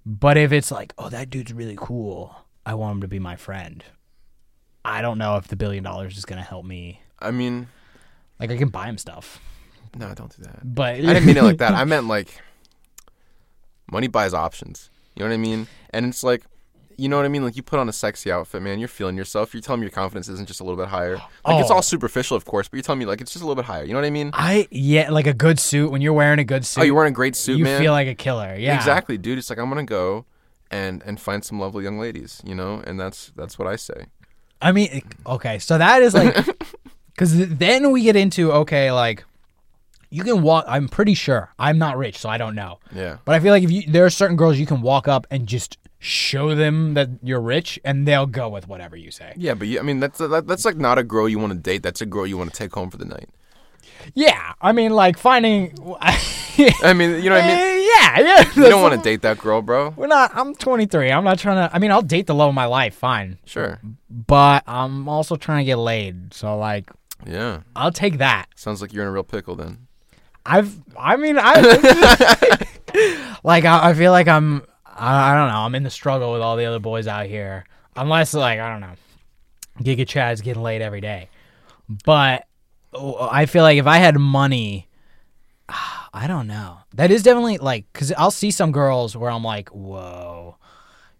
but if it's like oh that dude's really cool i want him to be my friend i don't know if the billion dollars is going to help me
I mean,
like i can buy him stuff
no, don't do that.
but
I didn't mean it like that. I meant like money buys options. You know what I mean? And it's like, you know what I mean? Like you put on a sexy outfit, man. You're feeling yourself. You're telling me your confidence isn't just a little bit higher. Like it's
Oh.
all superficial, of course, but you're telling me like it's just a little bit higher. You know what I mean?
I yeah, like a good suit. When you're wearing a good suit,
oh, you're wearing a great suit,
you
man.
feel like a killer. Yeah,
Exactly, dude. It's like I'm gonna go and and find some lovely young ladies, you know. And that's that's what I say.
I mean, it- okay, so that is like, because then we get into okay, like you can walk. I'm pretty sure I'm not rich, so I don't know.
Yeah.
But I feel like if you there are certain girls you can walk up and just show them that you're rich, and they'll go with whatever you say.
Yeah, but you, I mean that's that, that's like not a girl you want to date. That's a girl you want to take home for the night.
Yeah, I mean, like finding.
I mean, you know what I mean?
yeah, yeah.
You don't want to date that girl, bro.
We're not. I'm 23. I'm not trying to. I mean, I'll date the love of my life. Fine.
Sure.
but I'm also trying to get laid. So like,
Yeah.
I'll take that.
Sounds like you're in a real pickle then.
I've, I mean, I, like, I, I feel like I'm, I, I don't know, I'm in the struggle with all the other boys out here. Unless like, I don't know, Giga Chad's getting laid every day, but oh, I feel like if I had money. ah, I don't know. That is definitely like, cause I'll see some girls where I'm like, whoa,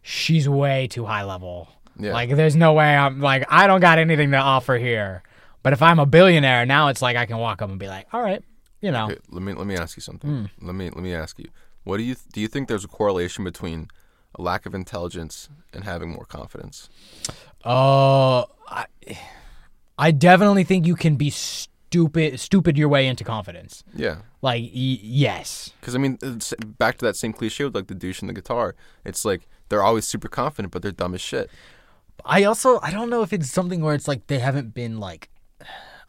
she's way too high level.
Yeah.
Like, there's no way I'm like, I don't got anything to offer here. But if I'm a billionaire, now it's like I can walk up and be like, all right, you know.
Okay, let me let me ask you something.
Hmm.
Let me let me ask you. What do you th- do you think there's a correlation between a lack of intelligence and having more confidence?
Oh, I, I definitely think you can be stupid, stupid your way into confidence.
Yeah.
Like, y- yes,
Cuz I mean it's back to that same cliche with like the douche and the guitar. It's like they're always super confident but they're dumb as shit.
I also I don't know if it's something where it's like they haven't been like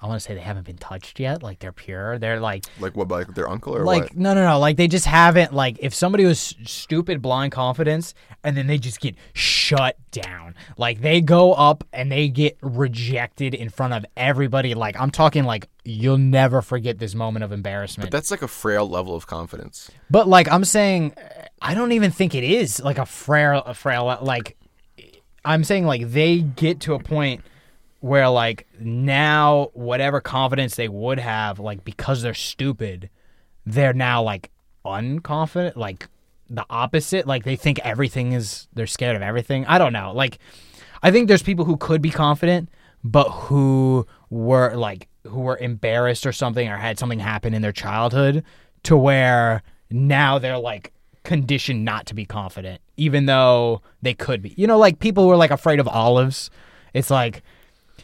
I want to say they haven't been touched yet. Like they're pure. They're like
Like what? by, Like their uncle or
like
what?
no no no like they just haven't like if somebody was s- stupid blind confidence and then they just get shut down like they go up and they get rejected in front of everybody like i'm talking like you'll never forget this moment of embarrassment
That's like a frail level of confidence.
but like I'm saying, I don't even think it is like a frail, a frail. Like I'm saying, like they get to a point where like now whatever confidence they would have, like because they're stupid, they're now like unconfident, like the opposite. Like they think everything is. They're scared of everything. I don't know. Like I think there's people who could be confident, but who were like who were embarrassed or something or had something happen in their childhood to where now they're like conditioned not to be confident, even though they could be. You know, like people who are like afraid of olives. It's like,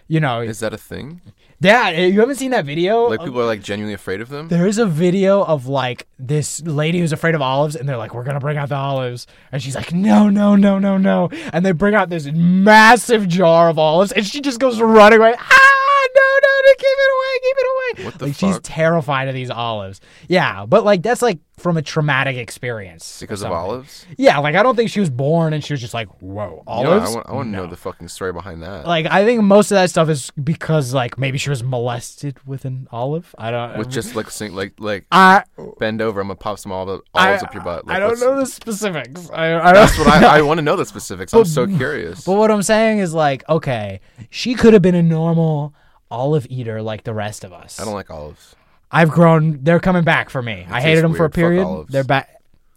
you know,
Is that a thing?
Dad, you haven't seen that video?
Like people are like genuinely afraid of them.
There is a video of like this lady who's afraid of olives, and they're like, "We're gonna bring out the olives," and she's like, "No, no, no, no, no!" And they bring out this massive jar of olives, and she just goes running away. Ah, no, no, no, keep it away, keep it away!
What the
like she's
fuck?
terrified of these olives. Yeah, but like that's like from a traumatic experience.
Because of
something.
olives?
Yeah, like I don't think she was born and she was just like, "Whoa,
You know,
olives."
I want, I want to know the fucking story behind that.
like I think most of that stuff is because like maybe she was molested with an olive. I don't.
With just like sing, like like
I
bend over, I'm gonna pop some olive,
I-
olives up your butt. Like,
I don't
what's-
know the specifics. I, I don't.
That's what I, I want to know the specifics. I'm so curious.
But what I'm saying is like, okay, she could have been a normal olive eater like the rest of us.
I don't like olives.
I've grown. They're coming back for me. I hated
tastes
them for a
weird. Fuck
period.
olives.
They're back.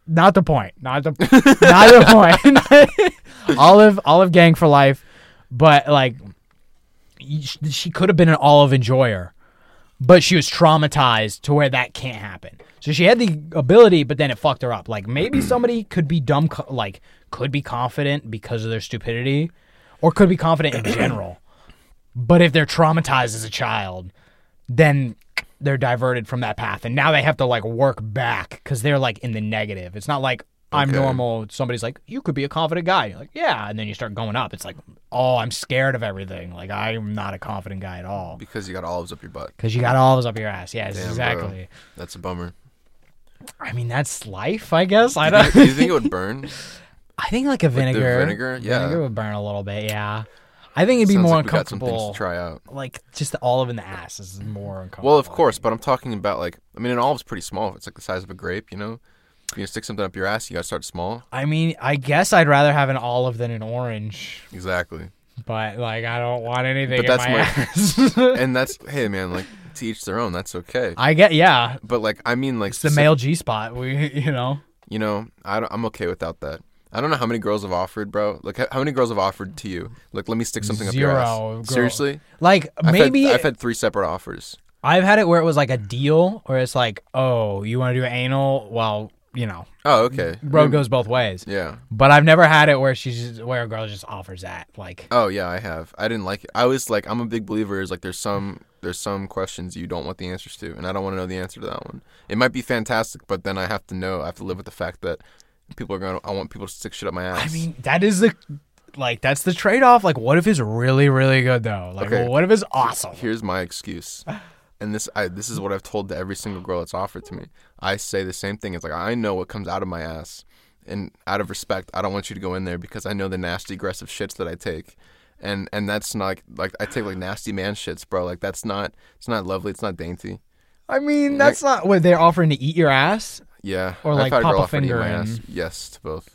Not the point. Not the. not the point. olive, olive gang for life. But like, y- sh- she could have been an olive enjoyer, but she was traumatized to where that can't happen. So she had the ability, but then it fucked her up. Like maybe somebody could be dumb, co- like could be confident because of their stupidity, or could be confident in general. But if they're traumatized as a child, then they're diverted from that path and now they have to like work back because they're like in the negative it's not like i'm normal somebody's like you could be a confident guy You're like yeah and then you start going up it's like oh i'm scared of everything like i'm not a confident guy at all
Because you got olives up your butt.
because you got all this up your ass yes
Damn, bro.
exactly
That's a bummer.
i mean that's life i guess i
Do
don't
you think it would burn?
i think like a
the
vinegar
vinegar? Yeah.
vinegar would burn a little bit yeah i think it'd be
Sounds
more
like we got some things
uncomfortable
to try out.
like just the olive in the ass is more uncomfortable
Well, of course, but I'm talking about like I mean, an olive's pretty small. It's like the size of a grape, you know. If you stick something up your ass, you gotta start small.
i mean i guess i'd rather have an olive than an orange
Exactly.
but like I don't want anything
But
in
that's
my,
my-
ass.
and that's hey, man, like to each their own. That's okay.
I get yeah,
But like I mean, like
it's the male G spot. We you know
You know, I don't, I'm okay without that. I don't know how many girls have offered, bro. Like, h- how many girls have offered to you? Like, let me stick something up your ass.
Zero girl-
Seriously,
like
I've had-
maybe
I've had,
I've had,
three separate offers.
it where it was like a deal, where it's like oh you want to do anal, well you know
Oh, okay. I
road
mean,
goes both ways.
Yeah.
But I've never had it where she's just, where a girl just offers that like
Oh, yeah. I have. I didn't like it. I was like, I'm a big believer. Is like, there's some there's some questions you don't want the answers to, and I don't want to know the answer to that one. It might be fantastic, but then I have to know. I have to live with the fact that people are gonna. I want people to stick shit up my ass.
I mean that is the like that's the trade off. Like what if it's really really good though? Like
Okay.
what if it's awesome?
here's my excuse and this I this is what I've told to every single girl that's offered to me. I say the same thing. It's like I know what comes out of my ass and out of respect, I don't want you to go in there because I know the nasty aggressive shits that I take. And and that's not like, like I take like nasty man shits, bro. Like that's not it's not lovely, it's not dainty.
I mean that's not what they're offering to eat your ass.
Yeah.
Or,
I've
like,
had
pop
girl
a
offer to eat
finger
my ass.
in.
Yes, to both.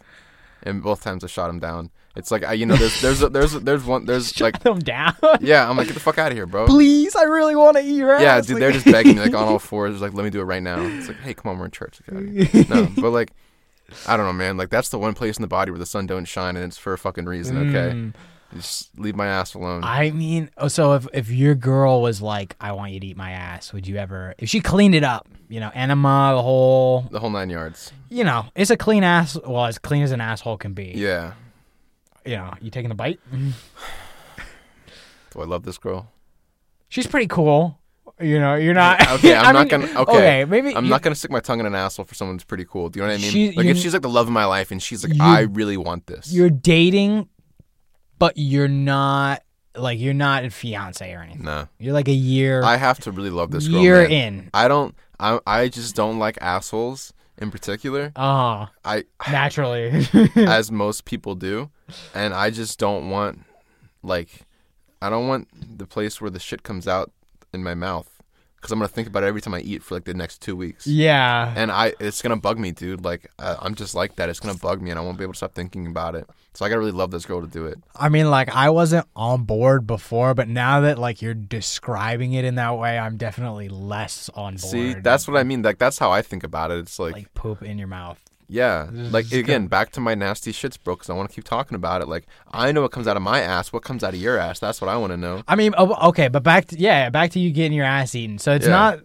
And both times I shot him down. It's like I you know there's there's a, there's a, there's one there's like
Them down.
yeah, I'm like get the fuck out of here, bro.
please, I really want to eat your ass.
Yeah, dude, they're just begging like on all fours, like let me do it right now. It's like, hey, come on, we're in church. Like, outta here. no, but like, I don't know, man. Like that's the one place in the body where the sun don't shine, and it's for a fucking reason. Okay, just leave my ass alone.
Mm. I mean, oh, so if if your girl was like, "I want you to eat my ass," would you ever? If she cleaned it up, you know, enema, the whole,
the whole nine yards.
you know, it's a clean ass. Well, as clean as an asshole can be.
Yeah.
You know, you taking a bite. Mm-hmm.
Do I love this girl?
She's pretty cool. You know, you're not.
Okay, I'm
I
not
mean,
gonna. Okay,
maybe
I'm
you-
not gonna stick my tongue in an asshole for someone that's pretty cool. Do you know what I mean?
She-
like
you-
if she's like the love of my life and she's like,
you-
I really want this.
You're dating, but you're not like you're not a fiance or anything.
No.
You're like a year.
I have to really love this girl.
You're
man.
in.
I don't. I I just don't like assholes in particular.
oh,
I
naturally.
as most people do, and I just don't want like I don't want the place where the shit comes out in my mouth because I'm gonna think about it every time I eat for like the next two weeks.
yeah.
And I, it's gonna bug me, dude. Like I, I'm just like that. It's gonna bug me, and I won't be able to stop thinking about it. So I gotta really love this girl to do it.
I mean, like I wasn't on board before, but now that like you're describing it in that way, I'm definitely less on board.
See, that's what I mean. Like that's how I think about it. It's like,
like poop in your mouth.
yeah, like
is
again, back to my nasty shits, bro. Because I want to keep talking about it. Like I know what comes out of my ass. What comes out of your ass? That's what I want to know.
I mean, oh, okay, but back to yeah, back to you getting your ass eaten. So it's
Yeah.
not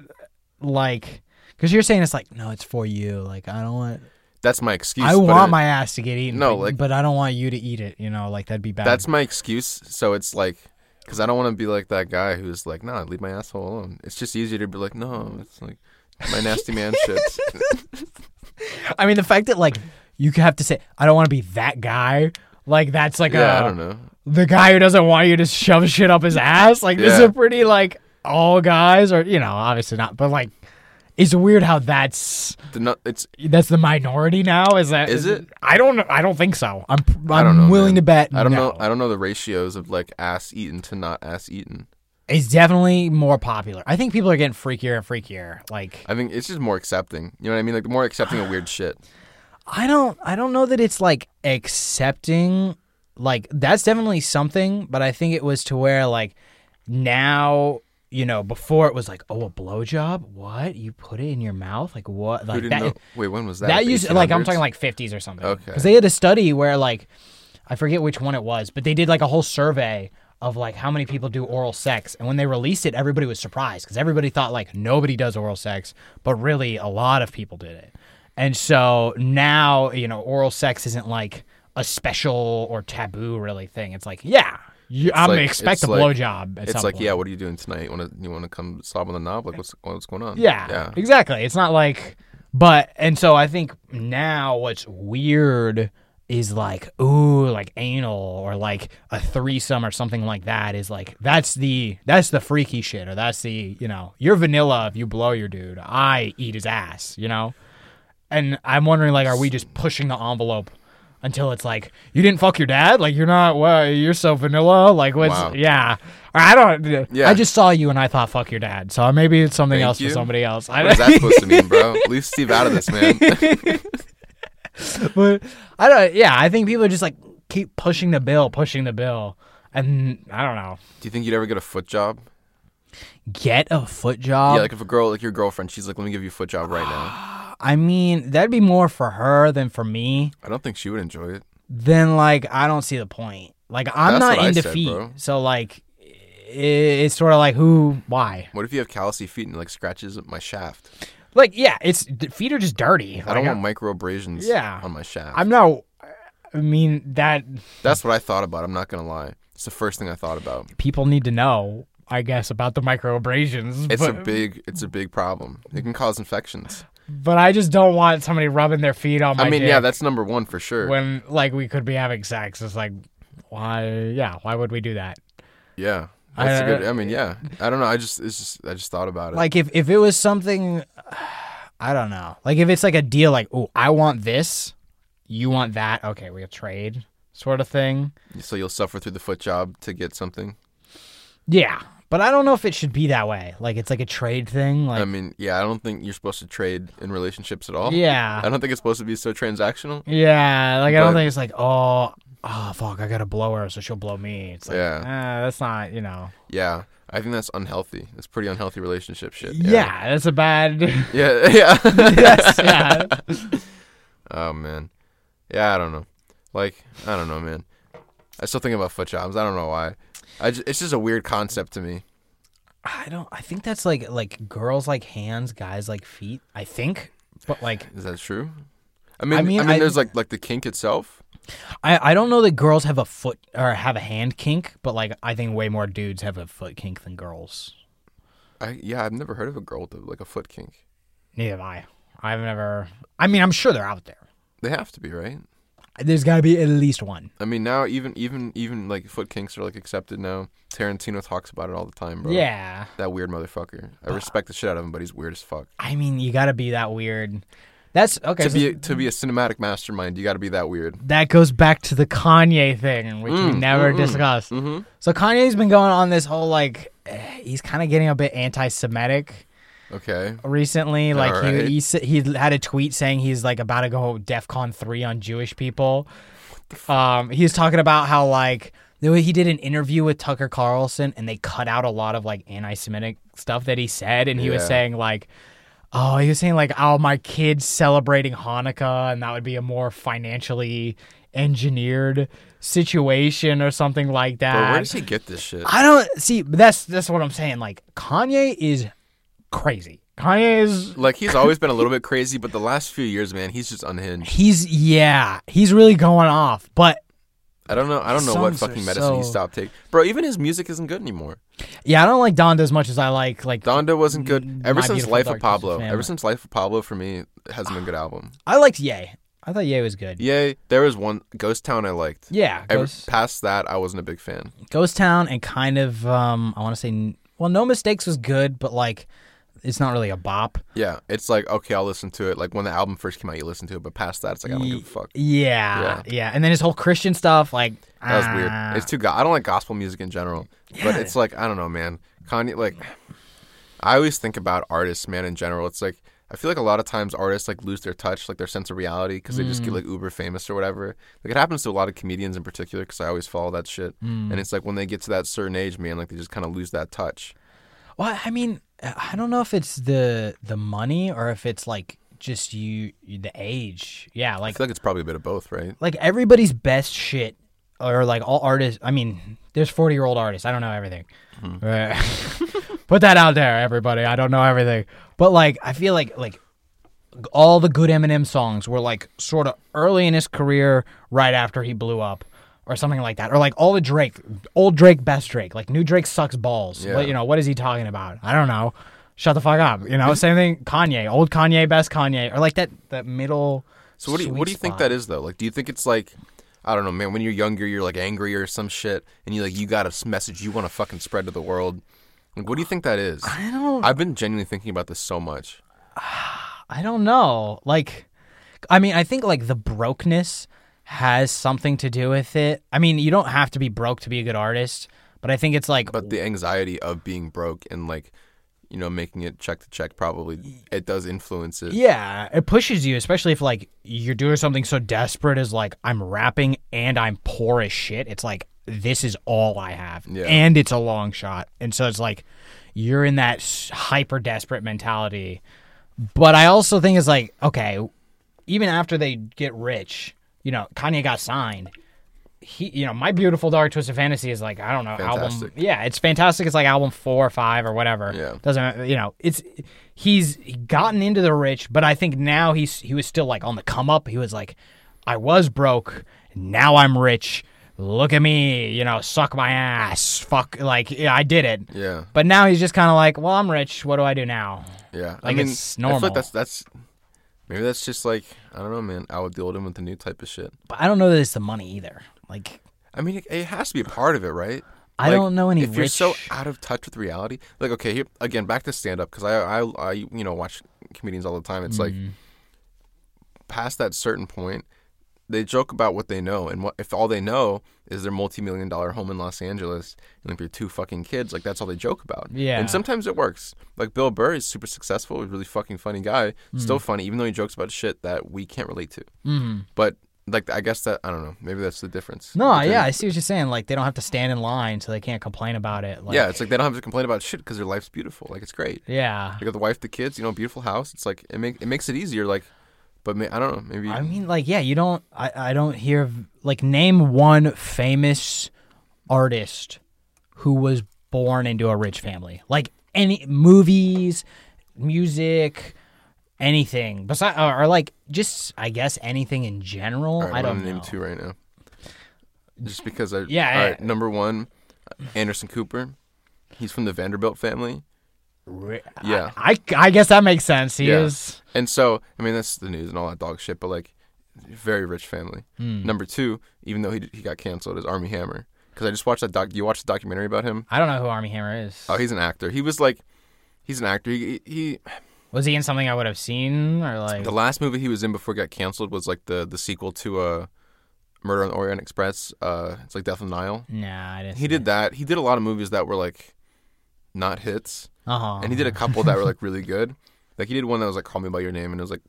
like because you're saying it's like no, it's for you. Like I don't want.
That's my excuse.
I
but
want
it-
my ass to get eaten.
No,
but,
like-
but I don't want you to eat it. You know, like that'd be bad.
That's my excuse. So it's like, because I don't want to be like that guy who's like, nah, leave my asshole alone. It's just easier to be like, no, it's like my nasty man shits.
I mean, the fact that like you have to say, I don't want to be that guy. Like that's like
yeah,
a
I don't know.
the guy who doesn't want you to shove shit up his ass. Like this is
Yeah.
a pretty like all guys or you know obviously not, but like it's weird how that's
The no- it's
that's the minority now. Is that
Is it?
I don't know. I don't think so. I'm I'm
I don't know.
willing
man.
to bet.
I don't
no.
know. I don't know the ratios of like ass eaten to not ass eaten.
It's definitely more popular. I think people are getting freakier and freakier. Like
I think it's just more accepting. You know what I mean? Like more accepting of weird shit.
I don't I don't know that it's like accepting like that's definitely something, but I think it was to where like now you know before it was like oh a blowjob what you put it in your mouth like what
Who
like
didn't
that
know? Wait, when was that?
that
The
used like I'm
1800s?
talking like 50s or something.
Okay.
Because they did a study where like I forget which one it was, but they did like a whole survey of like how many people do oral sex, and when they released it, everybody was surprised because everybody thought like nobody does oral sex, but really a lot of people did it, and so now you know oral sex isn't like a special or taboo really thing. It's like yeah. You, I'm
like-
gonna expect
it's
a
like-
blowjob. At
It's
some
like,
point.
yeah, what are you doing tonight? You want to you want to come slob on the knob? Like what's what's going on?
Yeah,
yeah.
exactly. It's not like, but and so I think now what's weird is like, ooh, like anal or like a threesome or something like that is like that's the that's the freaky shit or that's the you know you're vanilla if you blow your dude. I eat his ass, you know. And I'm wondering like, are we just pushing the envelope? Until it's like you didn't fuck your dad, like you're not. Well, you're so vanilla. Like what's
Wow.
yeah? Or I don't.
Yeah.
I just saw you and I thought fuck your dad. So maybe it's something
Thank
else
you.
for somebody else. I
What is that supposed to mean, bro? Leave Steve out of this, man.
but I don't. Yeah, I think people just like keep pushing the bill, pushing the bill, and I don't know.
Do you think you'd ever get a foot job?
Get a foot job.
yeah, like if a girl, like your girlfriend, she's like, "Let me give you a foot job right now."
I mean, that'd be more for her than for me.
I don't think she would enjoy it.
Then like, I don't see the point. Like, I'm
That's
not
what I
into
said,
feet,
bro.
so like, i it's sort of like who, why?
What if you have callousy feet and like scratches up my shaft?
Like, yeah, it's the feet are just dirty.
I don't
Like,
want micro abrasions
Yeah.
on my shaft.
I'm not. I mean, that
That's what I thought about. I'm not gonna lie. It's the first thing I thought about.
people need to know, I guess, about the microabrasions.
It's
but,
a big, it's a big problem. It can cause infections.
but I just don't want somebody rubbing their feet on my.
I mean,
dick.
yeah, that's number one for sure.
when like we could be having sex. It's like, why? Yeah, why would we do that?
yeah, that's a
I- uh,
good. I mean, yeah. I don't know. I just, it's just, I just thought about it.
Like if if it was something, I don't know. Like if it's like a deal, like oh, I want this, you want that. Okay, we'll trade, sort of thing.
so you'll suffer through the foot job to get something.
Yeah, but I don't know if it should be that way. Like it's like a trade thing. Like
I mean, yeah, I don't think you're supposed to trade in relationships at all.
Yeah.
I don't think it's supposed to be so transactional.
yeah, like I don't
But-
think it's like oh. Oh fuck! I gotta blow her, so she'll blow me. It's like,
Yeah.
ah, that's not, you know.
Yeah, I think that's unhealthy. That's pretty unhealthy relationship shit.
Yeah, that's a bad.
Yeah, yeah.
yeah,
oh man. Yeah, I don't know. Like, I don't know, man. I still think about foot jobs. I don't know why. I ju- it's just a weird concept to me.
I don't. I think that's like like girls like hands, guys like feet. I think, but like
Is that true? I mean, I
mean,
mean,
I-
there's like like the kink itself.
I I don't know that girls have a foot or have a hand kink, but like I think way more dudes have a foot kink than girls.
I yeah, I've never heard of a girl with a- like a foot kink.
Neither have I. I've never. I mean, I'm sure they're out there.
They have to be right.
There's got to be at least one.
I mean, now even even even like foot kinks are like accepted now. Tarantino talks about it all the time, bro.
Yeah.
That weird motherfucker. I respect the shit out of him, but he's weird as fuck.
I mean, you got to be that weird. That's okay.
To
so
be a, to be a cinematic mastermind, you got to be that weird.
that goes back to the Kanye thing, which
Mm,
we never discussed.
Mm-hmm.
So Kanye's been going on this whole like, eh, he's kind of getting a bit anti-Semitic
Okay.
recently. Like
Alright.
he, he s- he had a tweet saying he's like about to go DefCon three on Jewish people. Um, he was talking about how like the way he did an interview with Tucker Carlson and they cut out a lot of like anti-Semitic stuff that he said, and he was
Yeah.
saying like. Oh, he was saying like, oh, my kid's celebrating Hanukkah, and that would be a more financially engineered situation or something like that.
But where does he get this shit?
I don't see. but That's that's what I'm saying. Like Kanye is crazy. Kanye is
Like he's always been a little bit crazy, but the last few years, man, he's just unhinged.
he's yeah he's really going off. But
I don't know. I don't know what
Songs are
fucking medicine he
so-
stopped taking, bro. Even his music isn't good anymore.
yeah, I don't like Donda as much as I like like
Donda wasn't good. Ever
Mm, My
since
Beautiful
Life
Dark Twisted
of Pablo.
Family.
Ever since Life of Pablo for me it hasn't been a good album.
I liked Ye. I thought Ye was good.
Yay, there was one Ghost Town I liked.
Yeah,
Ever,
Ghost,
past that, I wasn't a big fan.
Ghost Town and kind of um I want to say n- well No Mistakes was good, but like it's not really a bop.
Yeah, it's like okay, I'll listen to it. Like when the album first came out, you listen to it, but past that, it's like I don't give a fuck.
Yeah, yeah, and then his whole Christian stuff like
That was
ah.
weird. It's too. Go- I don't like gospel music in general, but it's like I don't know, man. Kanye, like, I always think about artists, man. In general, it's like I feel like a lot of times artists like lose their touch, like their sense of reality, because they
Mm.
just get like uber famous or whatever. Like it happens to a lot of comedians in particular, because I always follow that shit.
Mm.
And it's like when they get to that certain age, man, like they just kind of lose that touch.
Well, I mean, I don't know if it's the the money or if it's like just you the age. Yeah,
I
like
feel like it's probably a bit of both, right?
like everybody's best shit or like all artists. I mean, there's 40 year old artists. I don't know everything.
Mm-hmm.
Uh, Put that out there, everybody. I don't know everything, but like I feel like like all the good Eminem songs were like sort of early in his career, right after he blew up. Or something like that, or like all the Drake, old Drake, best Drake, like new Drake sucks balls. But you know what is he talking about? I don't know. Shut the fuck up. You know, same thing. Kanye, old Kanye, best Kanye, or like that that middle.
So what do you, what do you think that is though? Like, do you think it's like, I don't know, man. When you're younger, you're like angry or some shit, and you like you got a s- message you want to fucking spread to the world. Like, what do you think that is? I don't. I've been genuinely thinking about this so much.
I don't know. Like, I mean, I think like the brokenness has something to do with it. I mean, you don't have to be broke to be a good artist, but I think it's like,
But the anxiety of being broke and like, you know, making it check to check probably it does influence it.
yeah, it pushes you, especially if like you're doing something so desperate as like I'm rapping and I'm poor as shit. It's like this is all I have,
Yeah.
and it's a long shot, and so it's like you're in that hyper desperate mentality. But I also think it's like okay, even after they get rich, you know, Kanye got signed. He, you know, my beautiful dark twisted fantasy is like I don't know album.
Fantastic.
Yeah, it's fantastic. It's like album four or five or whatever.
Yeah.
doesn't you know? It's he's gotten into the rich, but I think now he's he was still like on the come up. He was like, I was broke, now I'm rich. Look at me, you know, suck my ass, fuck, like yeah, I did it.
Yeah.
But now he's just kind of like, well, I'm rich. What do I do now?
Yeah, I
Like,
mean,
it's
I feel
normal.
like that's that's maybe that's just like I don't know, man. I would deal with him with the new type of shit.
But I don't know that it's the money either. Like
I mean, it, it has to be a part of it, right?
I don't know any
If you're so
rich-
out of touch with reality, like okay, here, again, back to stand up because I, I, I, you know, watch comedians all the time. It's
Mm.
like past that certain point, they joke about what they know, and what if all they know is their multi-million dollar home in Los Angeles, and if you're two fucking kids, like that's all they joke about.
Yeah.
and sometimes it works. Like Bill Burr is super successful, a really fucking funny guy,
Mm.
still funny, even though he jokes about shit that we can't relate to. Mm-hmm. But like, I guess that I don't know. Maybe that's the difference.
No,
between-
yeah, I see what you're saying. Like they don't have to stand in line, so they can't complain about it. Like,
yeah, it's like they don't have to complain about shit because their life's beautiful. Like it's great.
yeah.
You got the wife, the kids, you know, beautiful house. It's like it make, it makes it easier. Like, but ma- I don't know. Maybe
I mean, like, yeah, you don't. I, I don't hear of- like name one famous artist who was born into a rich family. Like any movies, music, anything. Besides, or, or like just I guess anything in general.
All right,
I don't
I'm gonna
know.
name two right now, just because I.
Yeah,
All
yeah.
right, number one, Anderson Cooper. He's from the Vanderbilt family.
Ri-
Yeah.
I, I guess that makes sense. He
Yeah.
is.
And so, I mean, that's the news and all that dog shit. But like, very rich family.
Hmm.
Number two, even though he he got canceled, is Army Hammer because I just watched that doc. You watched the documentary about him?
I don't know who Army Hammer is.
Oh, he's an actor. He was like, he's an actor. He, he
Was he in something I would have seen or like?
the last movie he was in before he got canceled was like the the sequel to uh, Murder on the Orient Express. Uh, it's like Death on the Nile.
nah, I didn't.
He did that. He did a lot of movies that were like not hits.
Uh huh.
and he did a couple that were like really good. Like he did one that was like "Call Me by Your Name," and it was like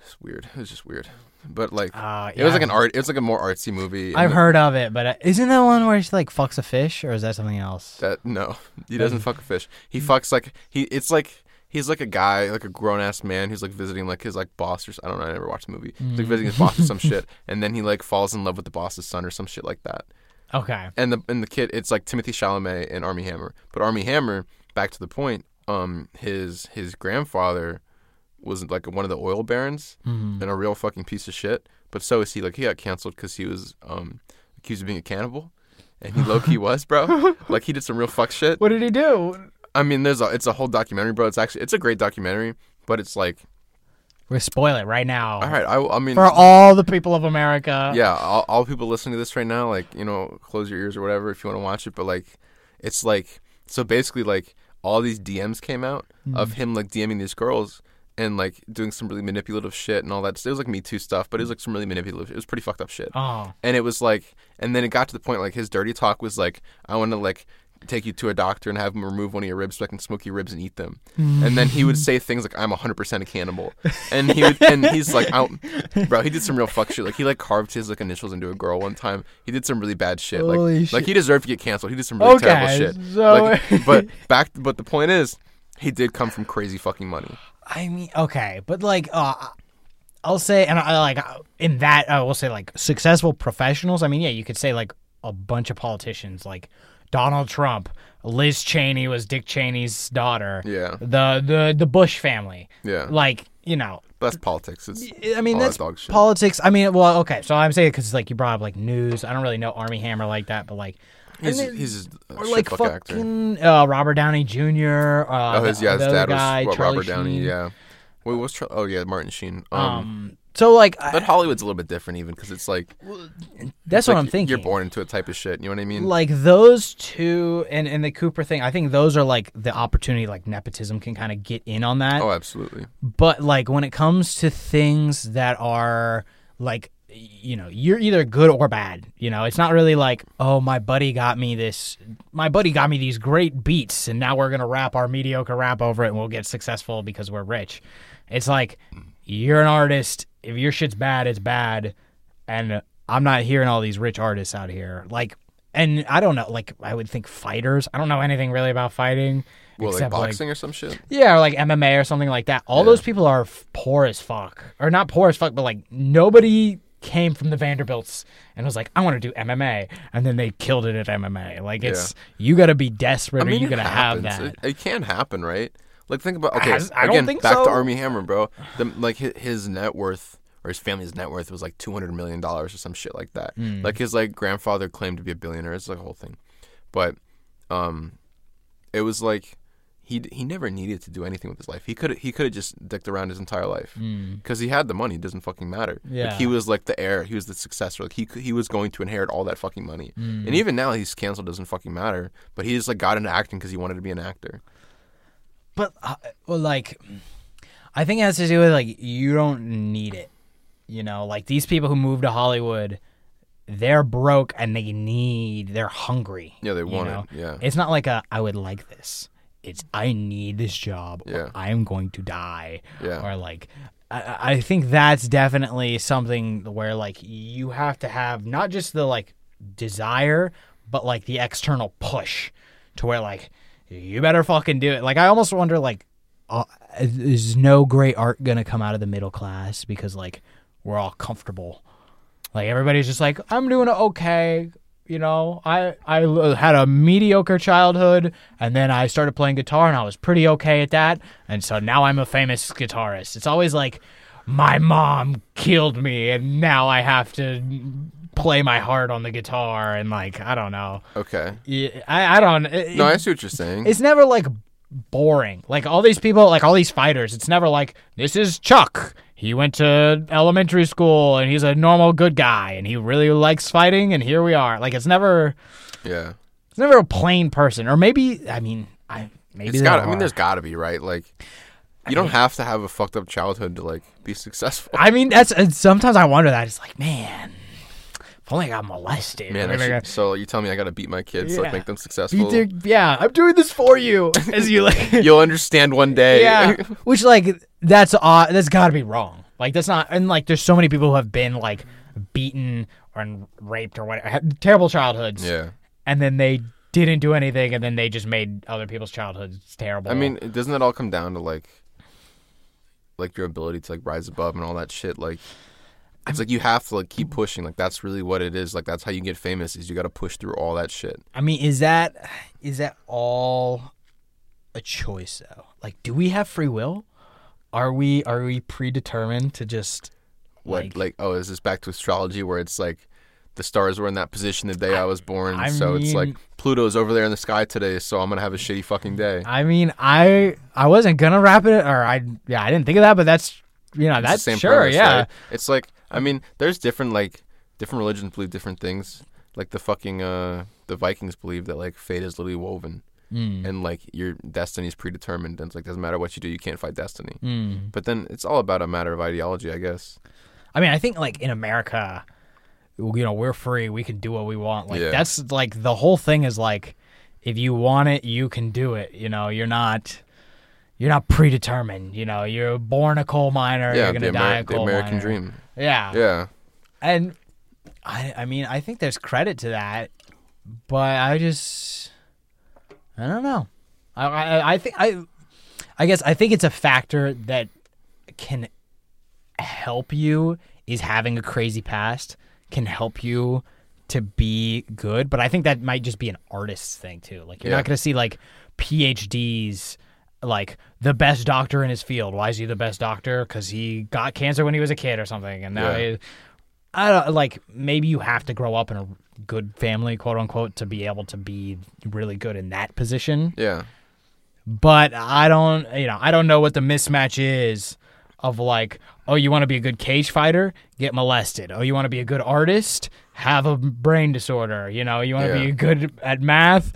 it's weird. It was just weird, but like
Uh,
it was
yeah.
like an art. It was like a more artsy movie. and
I've heard of it, but uh, isn't that one where she like fucks a fish, or is that something else?
that no, he doesn't fuck a fish. He fucks like he. It's like he's like a guy, like a grown ass man who's like visiting like his like boss or s- I don't know. I never watched the movie. He's like visiting his boss or some shit, and then he like falls in love with the boss's son or some shit like that.
Okay.
and the and the kid it's like Timothy Chalamet and Army Hammer. But Army Hammer, back to the point, um, his his grandfather was like one of the oil barons
Mm-hmm.
and a real fucking piece of shit. But so is he. Like he got canceled because he was um accused of being a cannibal, and he low key was, bro. Like he did some real fuck shit.
What did he do?
I mean, there's a it's a whole documentary, bro. It's actually it's a great documentary, but it's like
We're spoil it right now
all right. I, I mean,
for all the people of America.
yeah, all, all people listening to this right now, like you know, close your ears or whatever if you want to watch it. But like, it's like so basically like all these DMs came out of him like DMing these girls and like doing some really manipulative shit and all that. It was like Me Too stuff, but it was like some really manipulative. It was pretty fucked up shit.
Oh.
And it was like, and then it got to the point like his dirty talk was like, I want to like take you to a doctor and have him remove one of your ribs so I can smoke your ribs and eat them.
Mm.
and then he would say things like, I'm 100% a cannibal. And he would, and he's like, I don't- bro, he did some real fuck shit. Like he like carved his like initials into a girl one time. He did some really bad shit. Like,
Holy
like
shit.
he deserved to get canceled. He did some really terrible
Okay,
shit.
so-
Like, but back, but the point is, he did come from crazy fucking money.
I mean, okay, but like, uh, I'll say, and I like uh, in that, I will say like successful professionals. I mean, yeah, you could say like a bunch of politicians, like Donald Trump, Liz Cheney was Dick Cheney's daughter.
Yeah.
The the the Bush family.
Yeah.
Like you know,
But that's politics. It's,
I mean
all that
that's
dog shit.
politics. I mean, well, okay, so I'm saying because like you brought up like news. I don't really know Army Hammer like that, but like.
he's,
and then-
he's a
or
shit
like
fuck actor.
fucking uh, Robert Downey Jr. Uh,
Oh, his
the-
yeah, his
the other
dad
guy,
was what,
Charlie
Robert Downey.
Sheen.
Yeah. Wait, what's Char- oh yeah, Martin Sheen. Um,
Um, so like, I-
but Hollywood's a little bit different even because it's like
that's
like,
what I'm
y-
thinking.
You're born into a type of shit. You know what I mean?
like those two and and the Cooper thing, I think those are like the opportunity like nepotism can kind of get in on that.
oh, absolutely.
But like when it comes to things that are like you know, you're either good or bad. You know, it's not really like, oh, my buddy got me this, my buddy got me these great beats, and now we're gonna rap our mediocre rap over it, and we'll get successful because we're rich. It's like you're an artist. If your shit's bad, it's bad, and I'm not hearing all these rich artists out here. Like, and I don't know. Like, I would think fighters. I don't know anything really about fighting.
Well, like
except
boxing or some shit.
yeah, or like MMA or something like that. All those people are f- poor as fuck, or not poor as fuck, but like nobody came from the Vanderbilts and was like, "I want to do MMA," and then they killed it at MMA. Like it's you got to be desperate, or you
it
got to have
happens.
that.
It, it can happen, right? Like think about okay.
Has- I don't
again,
think
back
so.
to Army Hammer, bro. The, like hi- his net worth or his family's net worth was like two hundred million dollars or some shit like that.
Hmm.
Like his like grandfather claimed to be a billionaire. It's like a whole thing, but um, it was like. He, d- he never needed to do anything with his life. He could he could have just dicked around his entire life because he had the money. It doesn't fucking matter.
Hmm. Yeah.
Like he was like the heir. He was the successor. Like he c- he was going to inherit all that fucking money.
Hmm.
And even now he's canceled. Doesn't fucking matter. But he just like got into acting because he wanted to be an actor.
But uh, well, like, I think it has to do with like you don't need it. You know, like these people who move to Hollywood, they're broke and they need. They're hungry.
Yeah, they
you
want it,
know?
yeah.
it's not like a I would like this. It's I need this job.
Yeah.
or I am going to die.
Yeah.
or like. I- I I think that's definitely something where like you have to have not just the like desire, but like the external push to where like you better fucking do it. Like I almost wonder like uh, is no great art gonna come out of the middle class because like we're all comfortable. Like everybody's just like I'm doing okay. You know, I I l- had a mediocre childhood, and then I started playing guitar, and I was pretty okay at that, and so now I'm a famous guitarist. It's always like, my mom killed me, and now I have to play my heart on the guitar, and like I don't know,
Okay.
Yeah, I I don't. it-
No, I see what you're saying.
it's never like boring. Like all these people, like all these fighters, it's never like this is Chuck. he went to elementary school and he's a normal good guy and he really likes fighting and here we are. Like it's never
Yeah.
it's never a plain person or maybe I mean I maybe
It's
there
got.
are.
I mean, there's got to be right. Like, you don't have to have a fucked up childhood to like be successful.
I mean that's and sometimes I wonder that it's like man if only I got molested.
Man, I
Maybe I got-
should, so you tell me I gotta beat my kids to
Yeah.
like make them
You
successful.
think- yeah, I'm doing this for you as you like
You'll understand one day.
Yeah, which like that's odd. That's got to be wrong. Like that's not. And like there's so many people who have been like beaten or raped or whatever, had terrible childhoods.
yeah.
and then they didn't do anything, and then they just made other people's childhoods terrible.
I mean, it- doesn't it all come down to like, like your ability to like rise above and all that shit? Like, it's like you have to like keep pushing. Like that's really what it is. Like that's how you get famous. Is you got to push through all that shit.
I mean, is that is that all a choice though? Like, do we have free will? Are we are we predetermined to just
What
Like-
like, oh, is this back to astrology where it's like the stars were in that position the day I, was born?
I
so it's like
mean- Mm,
Pluto's over there in the sky today. So I'm gonna have a shitty fucking day.
I mean, I I wasn't gonna wrap it, or I yeah, I didn't think of that, but that's you know
It's the
that's
same
sure,
premise,
yeah.
right? It's like I mean, there's different like different religions believe different things. Like the fucking uh the Vikings believe that like fate is literally woven.
Mm.
And like your destiny is predetermined, and it's like doesn't matter what you do, you can't fight destiny. Mm. But then it's all about a matter of ideology, I guess.
I mean, I think like in America, you know, we're free. We can do what we want. Like
Yeah.
that's like the whole thing is like, if you want it, you can do it. You know, you're not, you're not predetermined. You know, you're born a coal miner.
yeah,
you're gonna
the,
die
Ameri-
a
the
coal
American
miner.
dream.
Yeah.
Yeah,
and I, I mean, I think there's credit to that, but I just, I don't know. I, I, I think I, I guess I think it's a factor that can help you is having a crazy past can help you to be good, but I think that might just be an artist's thing too. Like you're
Yeah.
not gonna see like PhDs. Like the best doctor in his field. Why is he the best doctor? Because he got cancer when he was a kid or something, and now
Yeah.
he, I don't like maybe you have to grow up in a good family, quote unquote, to be able to be really good in that position.
yeah.
But I don't, you know, I don't know what the mismatch is of like, oh, you want to be a good cage fighter, get molested. Oh, you want to be a good artist, have a brain disorder. You know, you want to
Yeah.
be good at math,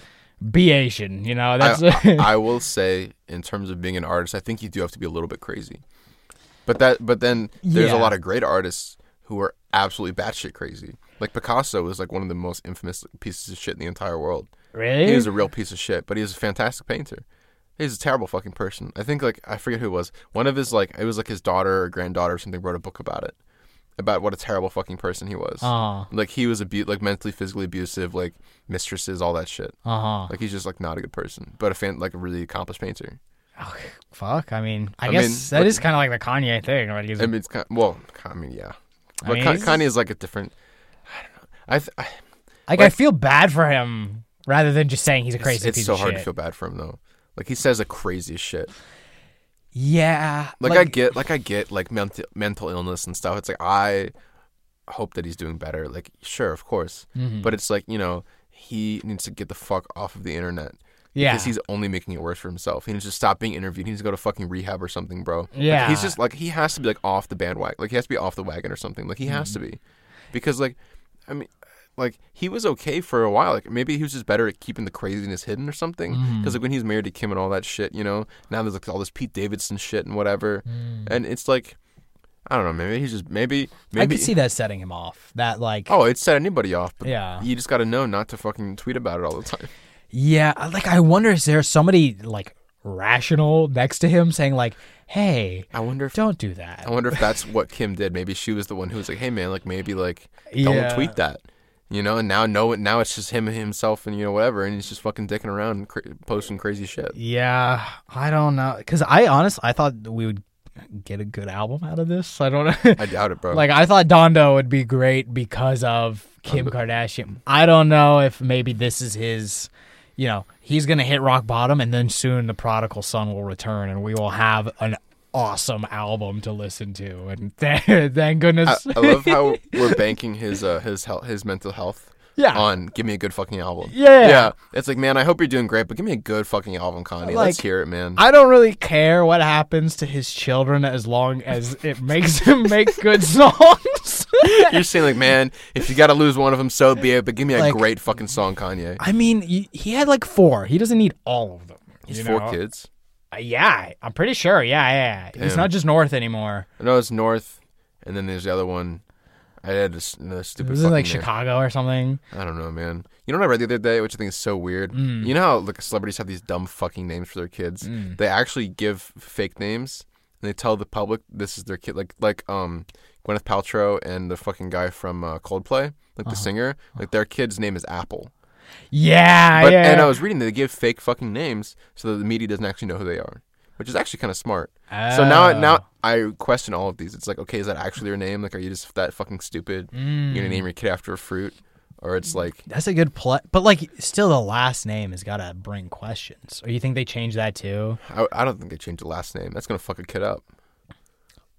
be Asian. You know, that's
I, I will say, in terms of being an artist, I think you do have to be a little bit crazy. But that, but then there's
Yeah.
a lot of great artists who are absolutely batshit crazy. Like Picasso is like one of the most infamous pieces of shit in the entire world.
really
He was a real piece of shit, but he was a fantastic painter. He's a terrible fucking person. I think like I forget who it was. One of his like it was like his daughter or granddaughter or something wrote a book about it, about what a terrible fucking person he was.
Uh-huh.
Like he was abu- like mentally, physically abusive, like mistresses, all that shit.
uh huh.
Like he's just like not a good person, but a fan like a really accomplished painter.
fuck. I mean, I,
I
guess
mean,
that
look-
is kind of like the Kanye thing, right? He's
I mean, it's kind well, I mean, yeah, but
mean,
Ka-
he's-
Kanye is like a different. I don't know. I, th- I
Like, I
Like-
feel bad for him rather than just saying he's a
it's,
crazy
it's
piece
so
of
hard
shit.
to feel bad for him though. Like he says the craziest shit.
yeah,
Like, I get, like I get, like mental mental illness and stuff. It's like I hope that he's doing better. Like sure, of course,
Mm-hmm.
but it's like you know he needs to get the fuck off of the internet.
Yeah.
Because he's only making it worse for himself. He needs to stop being interviewed. He needs to go to fucking rehab or something, bro. Like,
Yeah.
he's just like he has to be like off the bandwagon. Like he has to be off the wagon or something. Like he has to
Mm-hmm.
be. Because like I mean like he was okay for a while. Like maybe he was just better at keeping the craziness hidden or something.
Mm-hmm.
Because like when he was married to Kim and all that shit, you know, now there's like all this Pete Davidson shit and whatever. And it's like I don't know, maybe he's just maybe
Mm. I
maybe
could see that setting him off. That like,
Oh, it set anybody off, but
Yeah.
you just gotta know not to fucking tweet about it all the time.
yeah, I- like I wonder is there somebody like rational next to him saying like, "Hey,
I wonder if
don't do that."
I wonder if that's what Kim did. Maybe she was the one who was like, "Hey, man, like maybe like don't
Yeah.
tweet that," you know. And now no, one- now it's just him and himself, and you know whatever, and he's just fucking dicking around, and cra- posting crazy shit.
yeah, I don't know, because I honestly I thought we would get a good album out of this. I don't know.
I doubt it, bro.
Like I thought Dondo would be great because of Kim Kardashian. I don't know if maybe this is his you know, he's gonna hit rock bottom and then soon the prodigal son will return and we will have an awesome album to listen to and th- thank
I,
goodness
I love how we're banking his uh his health, his mental health
Yeah.
on give me a good fucking album.
Yeah.
Yeah. It's like, man, I hope you're doing great, but give me a good fucking album, Kanye. Let's
Like,
hear it, man.
I don't really care what happens to his children as long as it makes him make good songs.
you're saying like, man, if you got to lose one of them, so be it. But give me a
Like-
great fucking song, Kanye.
I mean, y- he had like four. He doesn't need all of them.
He's
you
four
know?
kids.
Uh, yeah, I'm pretty sure. Yeah, yeah. yeah. It's
Damn.
not just North anymore.
I know it's North, and then there's the other one. I had this another stupid.
This is like
fucking name.
Chicago or something.
I don't know, man. You know what I read the other day, which I think is so weird.
Mm.
You know how like celebrities have these dumb fucking names for their kids. They actually give fake names and they tell the public this is their kid. Like like um Gwyneth Paltrow and the fucking guy from uh, Coldplay, like
Uh-huh.
the singer, like their kid's name is Apple.
Yeah,
But
Ah, yeah.
and
yeah.
I was reading that they give fake fucking names so that the media doesn't actually know who they are, which is actually kind of smart. So now
Oh.
now I question all of these. It's like, okay, is that actually their name? Like, are you just that fucking stupid? You're gonna
Mm.
name your kid after a fruit, or it's like.
That's a good play, but like, still, the last name has got to bring questions. Or you think they changed that too?
I, I don't think they changed the last name. That's gonna fuck a kid up,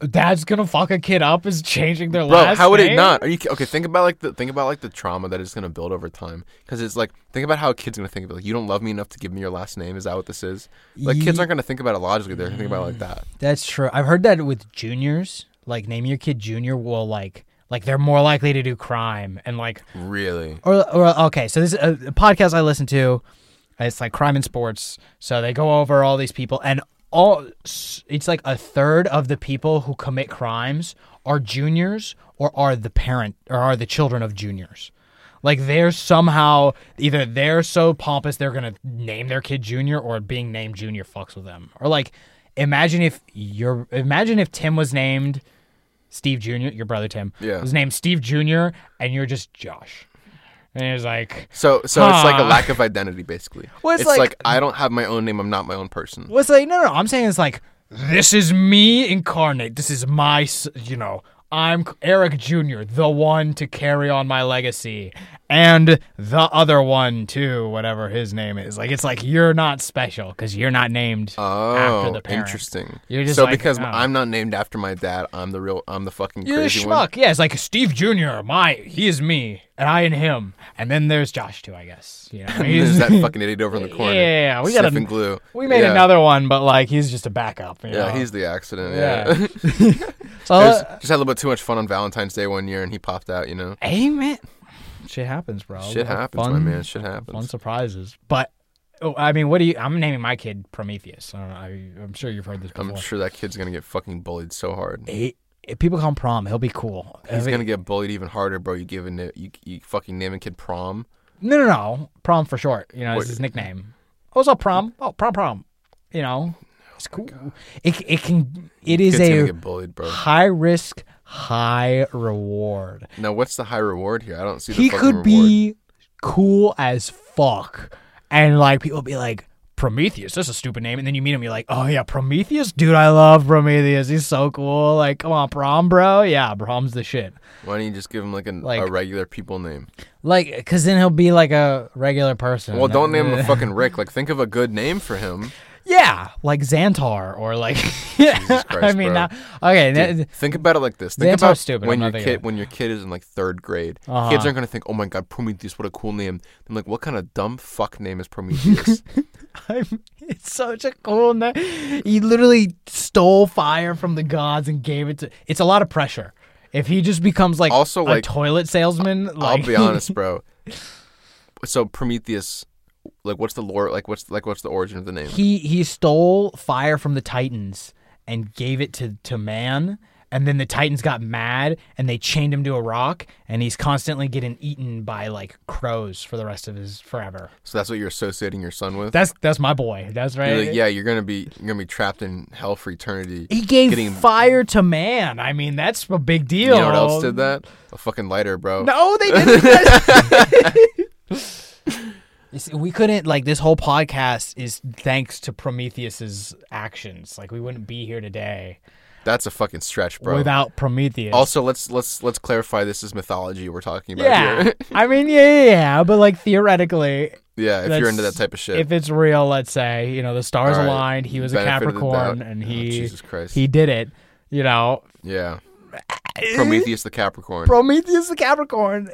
Dad's gonna fuck a kid up is changing their
bro.
last.
how would it
name?
not? Are you ki- okay? Think about like the think about like the trauma that it's gonna build over time. Because it's like think about how a kid's gonna think of it. Like you don't love me enough to give me your last name. Is that what this is? Like kids aren't gonna think about it logically. They're gonna think about it like that.
That's true. I've heard that with juniors, like naming your kid junior will like like they're more likely to do crime and like
Really?
or or okay. So this is a, a podcast I listen to. It's like crime and sports. So they go over all these people and all s- it's like a third of the people who commit crimes are juniors or are the parent or are the children of juniors. Like they're somehow either they're so pompous they're gonna name their kid junior or being named junior fucks with them. Or like imagine if your imagine if Tim was named Steve Junior, your brother Tim.
Yeah.
Was named Steve Junior and you're just Josh. And it was like
So so it's like a
Huh.
lack of identity, basically.
Well, it's
it's
like-
like, I don't have my own name. I'm not my own person.
Well, it's like no, no, no. I'm saying it's like this is me incarnate. This is my, s- you know, I'm Eric Jr., the one to carry on my legacy, and the other one too, whatever his name is. Like it's like you're not special because you're not named after
Oh,
the parent.
interesting.
You're just
so
like,
because
oh.
I'm not named after my dad, I'm the real. I'm the fucking
You're a
crazy one.
schmuck. Yeah, it's like Steve Jr. My, he is me, and I and him, and then there's Josh too, I guess. You know,
There's that fucking idiot over in the corner.
Yeah, yeah, yeah. We got a-
sniffing glue.
we made
Yeah.
another one, but like he's just a backup. you
Yeah,
know?
he's the accident.
Yeah.
Yeah.
So,
I just, just had a little bit too much fun on Valentine's Day one year, and he popped out. You know,
Amen. Shit happens, bro.
shit happens, my
Fun-
man. Shit
Fun
happens.
surprises. But oh, I mean, what do you? I'm naming my kid Prometheus. I don't know, I, I'm sure you've heard this before.
I'm sure that kid's gonna get fucking bullied so hard.
He- if people call him Prom. He'll be cool.
He's
If it-
gonna get bullied even harder, bro. You giving it? You, you fucking naming kid prom?
no, no, no. Prom for short. You know, it's
Wait.
his nickname. Oh, it's all Prom. Oh, Prom, Prom. You know, it's
Oh,
cool. It it can. It is
Kid's gonna
a
get bullied, bro.
high risk, high reward.
Now, what's the high reward here? I don't see. The
he
fucking
could
reward.
be cool as fuck and like people be like prometheus that's a stupid name and then you meet him you're like oh yeah prometheus dude i love prometheus he's so cool like come on prom bro yeah prom's the shit
Why don't you just give him like, an,
Like-
a regular people name?
like because then he'll be like a regular person
Well, don't name him a fucking Rick. Like, think of a good name for him.
yeah like xantar or like yeah i
Christ,
mean
bro.
now, okay that,
Think about it like this. Think
Xantar's
about
stupid, I'm
when
not
your
thinking of
kid
it.
when your kid is in like third grade.
Uh-huh.
Kids aren't gonna think, "Oh my god, Prometheus, what a cool name." I'm like, "What kind of dumb fuck name is Prometheus?"
I'm, it's such a cool name. He literally stole fire from the gods and gave it to. It's a lot of pressure. If he just becomes like
Also,
a
like,
toilet salesman, like,
I'll be honest, bro. So Prometheus, like, what's the lore? Like, what's like what's the origin of the name?
he he stole fire from the Titans and gave it to to man. And then the Titans got mad and they chained him to a rock, and he's constantly getting eaten by like crows for the rest of his forever.
So that's what you're associating your son with.
That's that's my boy. That's right.
You're like, yeah, you're gonna be you're gonna be trapped in hell for eternity.
He gave
getting-
fire to man. I mean, that's a big deal.
You know what else did that? A fucking lighter, bro.
No, they didn't. You see, we couldn't like this whole podcast is thanks to Prometheus's actions. Like we wouldn't be here today
That's a fucking stretch, bro.
without Prometheus.
also, let's let's let's clarify. This is mythology we're talking about
yeah.
here.
I mean, yeah, yeah, yeah, but like theoretically,
yeah, if you're into
that's-
that type of shit.
If it's real, let's say you know the stars
All right.
aligned. He was a
Benefit of the
Capricorn,
doubt.
and
Oh,
he
Jesus Christ.
he did it. You know,
Yeah.
Eh?
Prometheus the Capricorn.
Prometheus the Capricorn.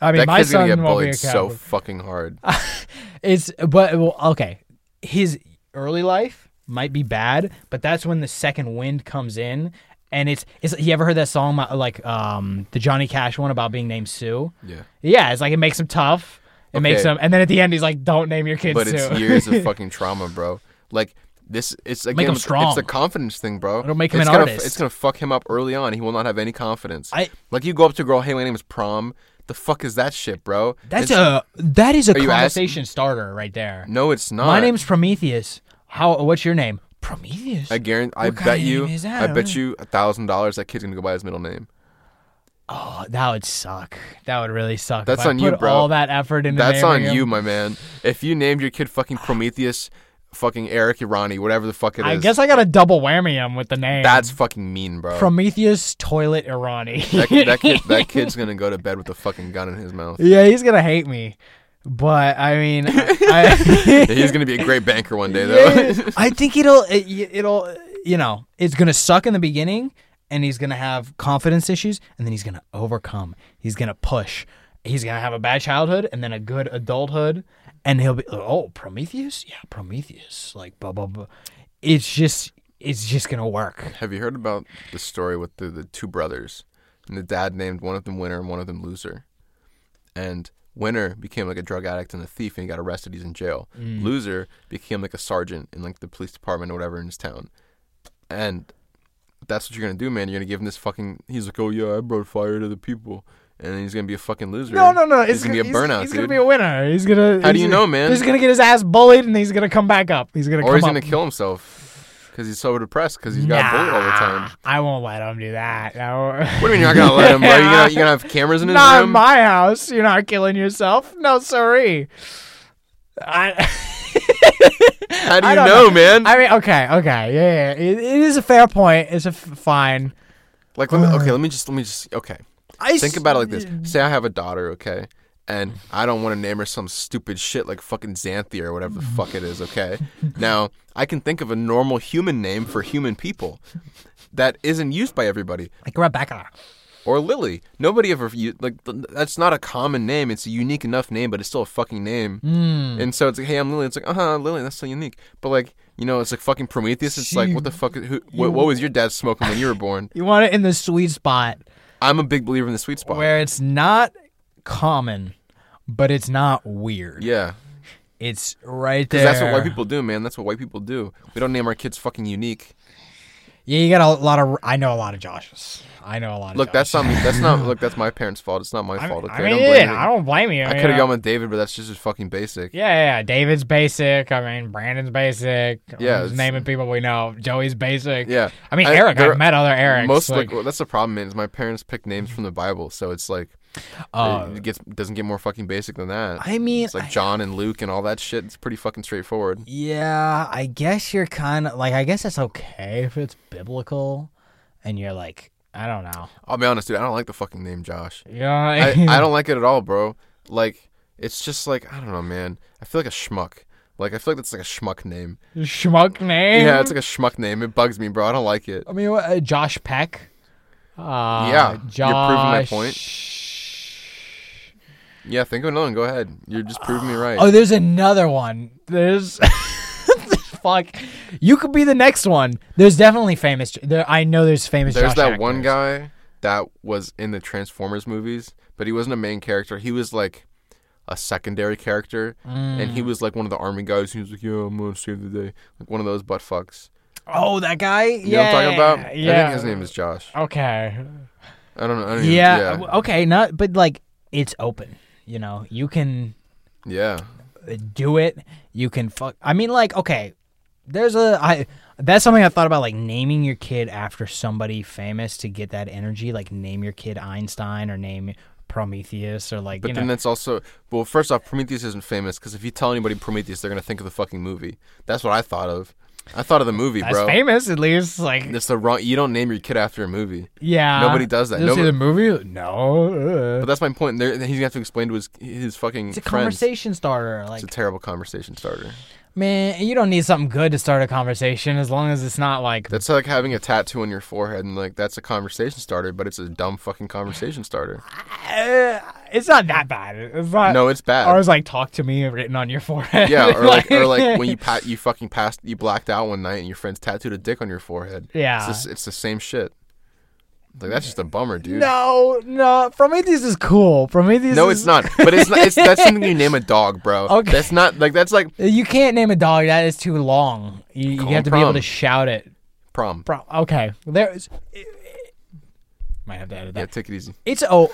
I mean,
that
my
kid's
son
gonna get
won't be a
bullied so
Capricorn.
fucking hard.
it's but well, okay. His early life might be bad, but that's when the second wind comes in, and it's it's. You ever heard that song about, like um the Johnny Cash one about being named Sue?
Yeah.
Yeah, it's like it makes him tough. It makes
Okay.
him, and then at the end he's like, "Don't name your kids
But
Sue."
it's years of fucking trauma, bro. Like this, it's again,
him
it's-
strong.
it's the confidence thing, bro.
It'll make him
it's
an
gonna,
artist.
It's gonna fuck him up early on. He will not have any confidence.
I-
like you go up to a girl, hey, my name is Prom. The fuck is that shit, bro?
That's
It's-
a that is a
you ask-
conversation starter right there.
no, it's not.
My name's Prometheus. How? What's your name? Prometheus.
I guarantee. I
What kind
bet
of
you.
name is that?
I
I
bet
don't-
you a thousand dollars that kid's gonna go by his middle name.
Oh, that would suck. That would really suck. if
That's
I
on you,
put
bro.
All that effort into
That's on
naming him.
you, my man. If you named your kid fucking Prometheus, fucking Eric Irani, whatever the fuck it is,
I guess I got a double whammy him with the name.
that's fucking mean, bro.
Prometheus Toilet Irani.
that, that, kid, that kid's gonna go to bed with a fucking gun in his mouth.
yeah, he's gonna hate me. But I mean, I,
He's gonna be a great banker one day, though.
I think it'll it, it'll you know it's gonna suck in the beginning, and he's gonna have confidence issues, and then he's gonna overcome. He's gonna push. He's gonna have a bad childhood, and then a good adulthood, and he'll be oh Prometheus, yeah Prometheus, like blah blah blah. It's just it's just gonna work.
Have you heard about the story with the, the two brothers? And the dad named one of them winner and one of them loser. And winner became like a drug addict and a thief, and he got arrested. He's in jail.
Mm.
Loser became like a sergeant in like the police department or whatever in his town. And that's what you're gonna do, man. You're gonna give him this fucking. He's like, oh yeah, I brought fire to the people, and then he's gonna be a fucking loser.
No, no, no. It's
He's gonna be a burnout,
He's,
dude.
gonna be a winner. He's gonna.
How do
he's-
you know, man?
He's gonna get his ass bullied, and he's gonna come back up. He's gonna.
or
come
he's
up.
gonna kill himself because he's so depressed because he's got bullied all the time.
I won't let him do that. I won't-
What do you mean you're not gonna let him, bro? You're gonna, you're gonna have cameras in his
not
room?
in my house. You're not killing yourself. No, sorry. I.
How do you
I don't
know, man?
I mean, okay, okay, yeah, yeah. It, it is a fair point. It's a f- fine.
Like, let me, okay, let me just, let me just, okay.
I
Think about it like this. Say I have a daughter, okay, and I don't want to name her some stupid shit like fucking Xanthia or whatever the fuck it is, okay. Now I can think of a normal human name for human people that isn't used by everybody.
Like Rebecca.
Or Lily. Nobody ever u- like th- that's not a common name. It's a unique enough name, but it's still a fucking name.
Hmm.
Mm. And so it's like, hey, I'm Lily. It's like, uh huh, Lily. That's so unique. But like, you know, it's like fucking Prometheus. It's like, what the fuck? Who, what, what was your dad smoking when you were born?
You want it in the sweet spot
I'm a big believer in the sweet spot.
where it's not common, but it's not weird.
Yeah.
It's right there.
Because that's what white people do, man. That's what white people do. We don't name our kids fucking unique.
Yeah, you got a lot of. I know a lot of Joshes. I know a lot.
Look,
of
that's not me. That's not. Look, that's my parents' fault. It's not my
I,
fault. Okay,
I mean,
don't blame
yeah,
you.
I don't blame you.
I
you
could have
know?
gone with David, but that's just as fucking basic.
Yeah, yeah, yeah. David's basic. I mean, Brandon's basic.
Yeah,
I'm just
it's-
naming people we know. Joey's basic.
Yeah.
I mean,
I-
Eric.
there-
I've met other Erics.
Most like,
like,
well, that's the problem, man. Is my parents pick names from the Bible, so it's like
Oh.
it gets doesn't get more fucking basic than that.
I mean,
it's like
I-
John and Luke and all that shit. It's pretty fucking straightforward.
yeah. I guess you're kind of like. I guess that's okay if it's biblical, and you're like, I don't know.
I'll be honest, dude. I don't like the fucking name Josh.
Yeah.
I, I don't like it at all, bro. Like it's just like I don't know, man. I feel like a schmuck. Like I feel like that's like a schmuck name.
schmuck name.
Yeah, it's like a schmuck name. It bugs me, bro. I don't like it.
I mean, what, uh, Josh Peck. Uh,
Yeah,
Josh.
you're proving my point. Yeah, think of another one. Go ahead. You're just proving me right.
Oh, there's another one. There's fuck. You could be the next one. There's definitely famous. There, I know there's famous.
There's
Josh
that
actors.
one guy that was in the Transformers movies, but he wasn't a main character. He was like a secondary character, and
Mm.
he was like one of the army guys. He was like, "Yeah, I'm gonna save the day," like one of those butt fucks.
Oh, that guy.
You
yeah,
know what I'm talking about? I
Yeah.
think his name is Josh.
Okay.
I don't know. I don't even-
Yeah.
yeah.
w- Okay. Not, but like, it's open. You know, you can
Yeah.
uh, do it. You can fuck. I mean, like, okay. There's a I. That's something I thought about, like naming your kid after somebody famous to get that energy. Like, name your kid Einstein or name Prometheus or like.
But
you know.
then that's also well. First off, Prometheus isn't famous because if you tell anybody Prometheus, they're gonna think of the fucking movie. That's what I thought of. I thought of the movie,
That's
bro.
famous, at least. Like,
It's the wrong. You don't name your kid after a movie.
yeah,
Nobody does that.
You see
Nobody-
the movie? No.
But that's my point. There, he's gonna have to explain to his his fucking
it's a
friends.
conversation starter. Like,
It's a terrible conversation starter.
Man, you don't need something good to start a conversation as long as it's not like
That's like having a tattoo on your forehead and like that's a conversation starter, but it's a dumb fucking conversation starter.
eh, it's not that bad. It's not
No, it's bad.
Or it's like talk to me written on your forehead.
Yeah, or like or like when you pat you fucking passed you blacked out one night and your friend's tattooed a dick on your forehead.
Yeah.
It's, just, it's the same shit. Like that's just a bummer, dude.
No, no. Prometheus is cool. Prometheus.
No,
is-
it's not. But it's not. It's that's something you name a dog, bro.
Okay.
That's not like that's like
You can't name a dog. That is too long. You, you
Call
have
him
to be able
Prom.
to shout it.
prom.
Pro- okay, there is. Might have to edit that.
Yeah, take it easy.
It's a.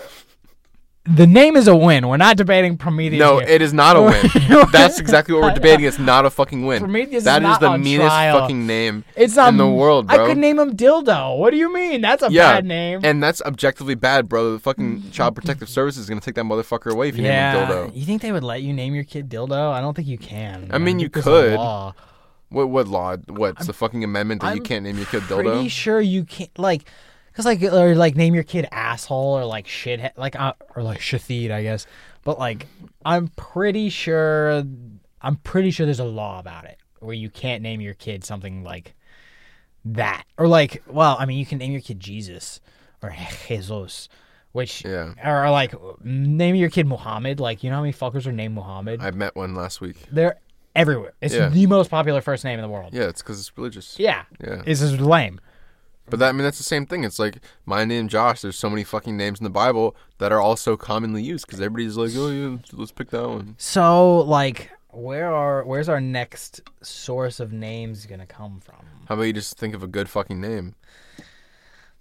The name is a win. We're not debating Prometheus.
No,
here.
it is not a win. that's exactly what we're debating. It's not a fucking win.
Prometheus is
That
not
the
on
meanest
trial.
fucking name
It's not
in the world, bro.
I could name him Dildo. What do you mean? That's a
yeah,
bad name. Mm.
and that's objectively bad, bro. The fucking Child Protective Services is gonna take that motherfucker away if you
yeah.
name him dildo.
You think they would let you name your kid Dildo? I don't think you can.
I mean, you
Because of
could.
law.
What what law? What's the fucking amendment that you can't name your kid
Pretty
dildo?
sure you can't. Like, cause like or like name your kid asshole or like shithead, like uh, or like shatheed, I guess. But like, I'm pretty sure. I'm pretty sure there's a law about it where you can't name your kid something like that or like. Well, I mean, you can name your kid Jesus or Jesus. Which
Yeah.
or like name your kid Muhammad, like you know how many fuckers are named Muhammad?
I met one last week.
They're everywhere. It's
Yeah.
the most popular first name in the world.
Yeah, it's because it's religious.
Yeah.
Yeah.
This is lame.
But that, I mean, that's the same thing. It's like my name, Josh. There's so many fucking names in the Bible that are all so commonly used because everybody's like, oh yeah, let's- let's pick that one.
So like where are where's our next source of names gonna come from?
How about you just think of a good fucking name?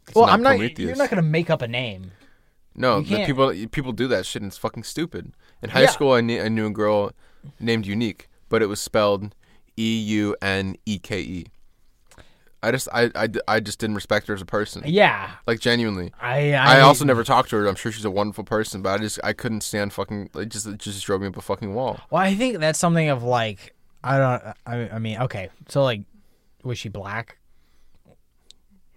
It's
well, I'm not you're
Prometheus.
not gonna make up a name.
No,
you
the
can't.
people people do that shit and it's fucking stupid. In high
Yeah.
school, I, knew, I knew a girl named Unique, but it was spelled E U N E K E. I just I, I, I just didn't respect her as a person.
Yeah.
Like genuinely.
I I,
I, also never talked to her. I'm sure she's a wonderful person, but I just I couldn't stand fucking. It just it just drove me up a fucking wall.
Well, I think that's something of like I don't I, I mean, okay. So like was she black?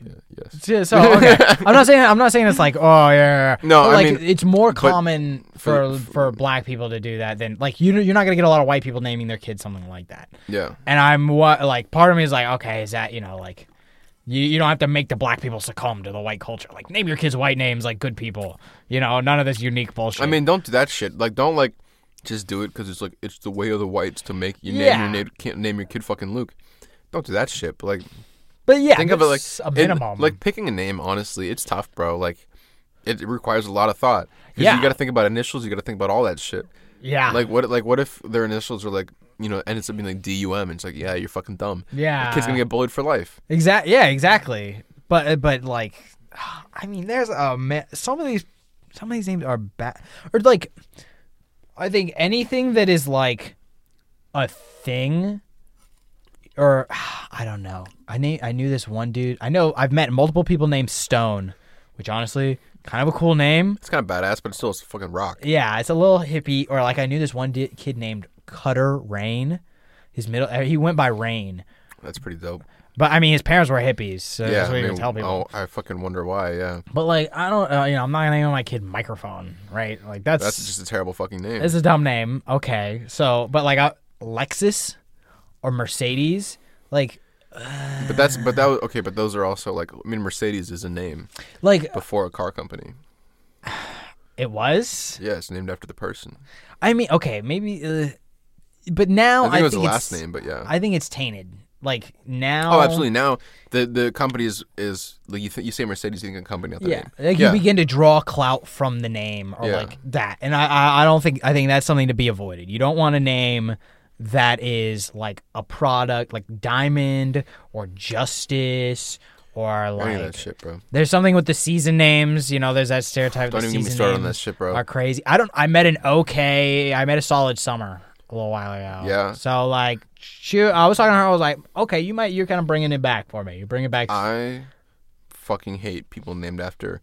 Yeah, yes.
So so, okay. I'm not saying I'm not saying it's like oh yeah, yeah, yeah.
No,
But,
I
like
mean,
it's more
but
common for,
for-
for black people to do that than like you you're not gonna get a lot of white people naming their kids something like that.
Yeah.
And I'm what like part of me is like okay is that you know like you you don't have to make the black people succumb to the white culture like name your kids white names like good people you know none of this unique bullshit.
I mean, don't do that shit. Like, don't like just do it because it's like it's the way of the whites to make you name
Yeah.
your name can't name your kid fucking Luke. Don't do that shit. But like,
but yeah,
think of it like
that's a
and,
minimum.
like picking a name, honestly, it's tough, bro. Like, it requires a lot of thought. 'Cause
Yeah.
You got to think about initials. You got to think about all that shit.
yeah,
Like what? Like what if their initials are like you know ends up being like D U M? And it's like yeah, you're fucking dumb.
Yeah.
The kid's gonna get bullied for life.
Exact. Yeah. Exactly. But uh, but like, I mean, there's a ma- some of these some of these names are bad or like, I think anything that is like a thing or I don't know. I knew I knew this one dude. I know I've met multiple people named Stone, which honestly kind of a cool name.
It's kind of badass, but it's still it's fucking rock.
Yeah, it's a little hippie. Or like I knew this one di- kid named Cutter Rain. His middle he went by Rain.
That's pretty dope.
But I mean, his parents were hippies, so
yeah.
that's what
I
you
mean,
can tell people.
Oh, I fucking wonder why. Yeah.
But like, I don't, uh, you know, I'm not gonna name my kid microphone, right? Like that's
That's just a terrible fucking name.
that's a dumb name. Okay, so but like uh, Lexus or Mercedes, like
But that's but that was okay. But those are also like I mean Mercedes is a name
like
before a car company.
it was.
Yeah, it's named after the person.
I mean, okay, maybe, uh, but now Oh,
I
I
think it was the
it's-
last name, but yeah.
I think it's tainted. Like now,
oh, absolutely. Now the the company is is like you th- you say Mercedes, you think a company. Not the
Yeah,
name.
like
yeah.
you begin to draw clout from the name or
Yeah.
like that, and I, I I don't think I think that's something to be avoided. You don't want a name that is like a product like Diamond or Justice or
I
like
hate that shit, bro.
there's something with the season names. You know, there's that stereotype.
Don't
that
even get me
season
started on
names
that shit, bro.
Are crazy. I don't. I met an okay. I met a solid summer a little while ago.
Yeah.
So like, she, I was talking to her. I was like, okay, you might. You're kind of bringing it back for me. You bring it back.
I fucking hate people named after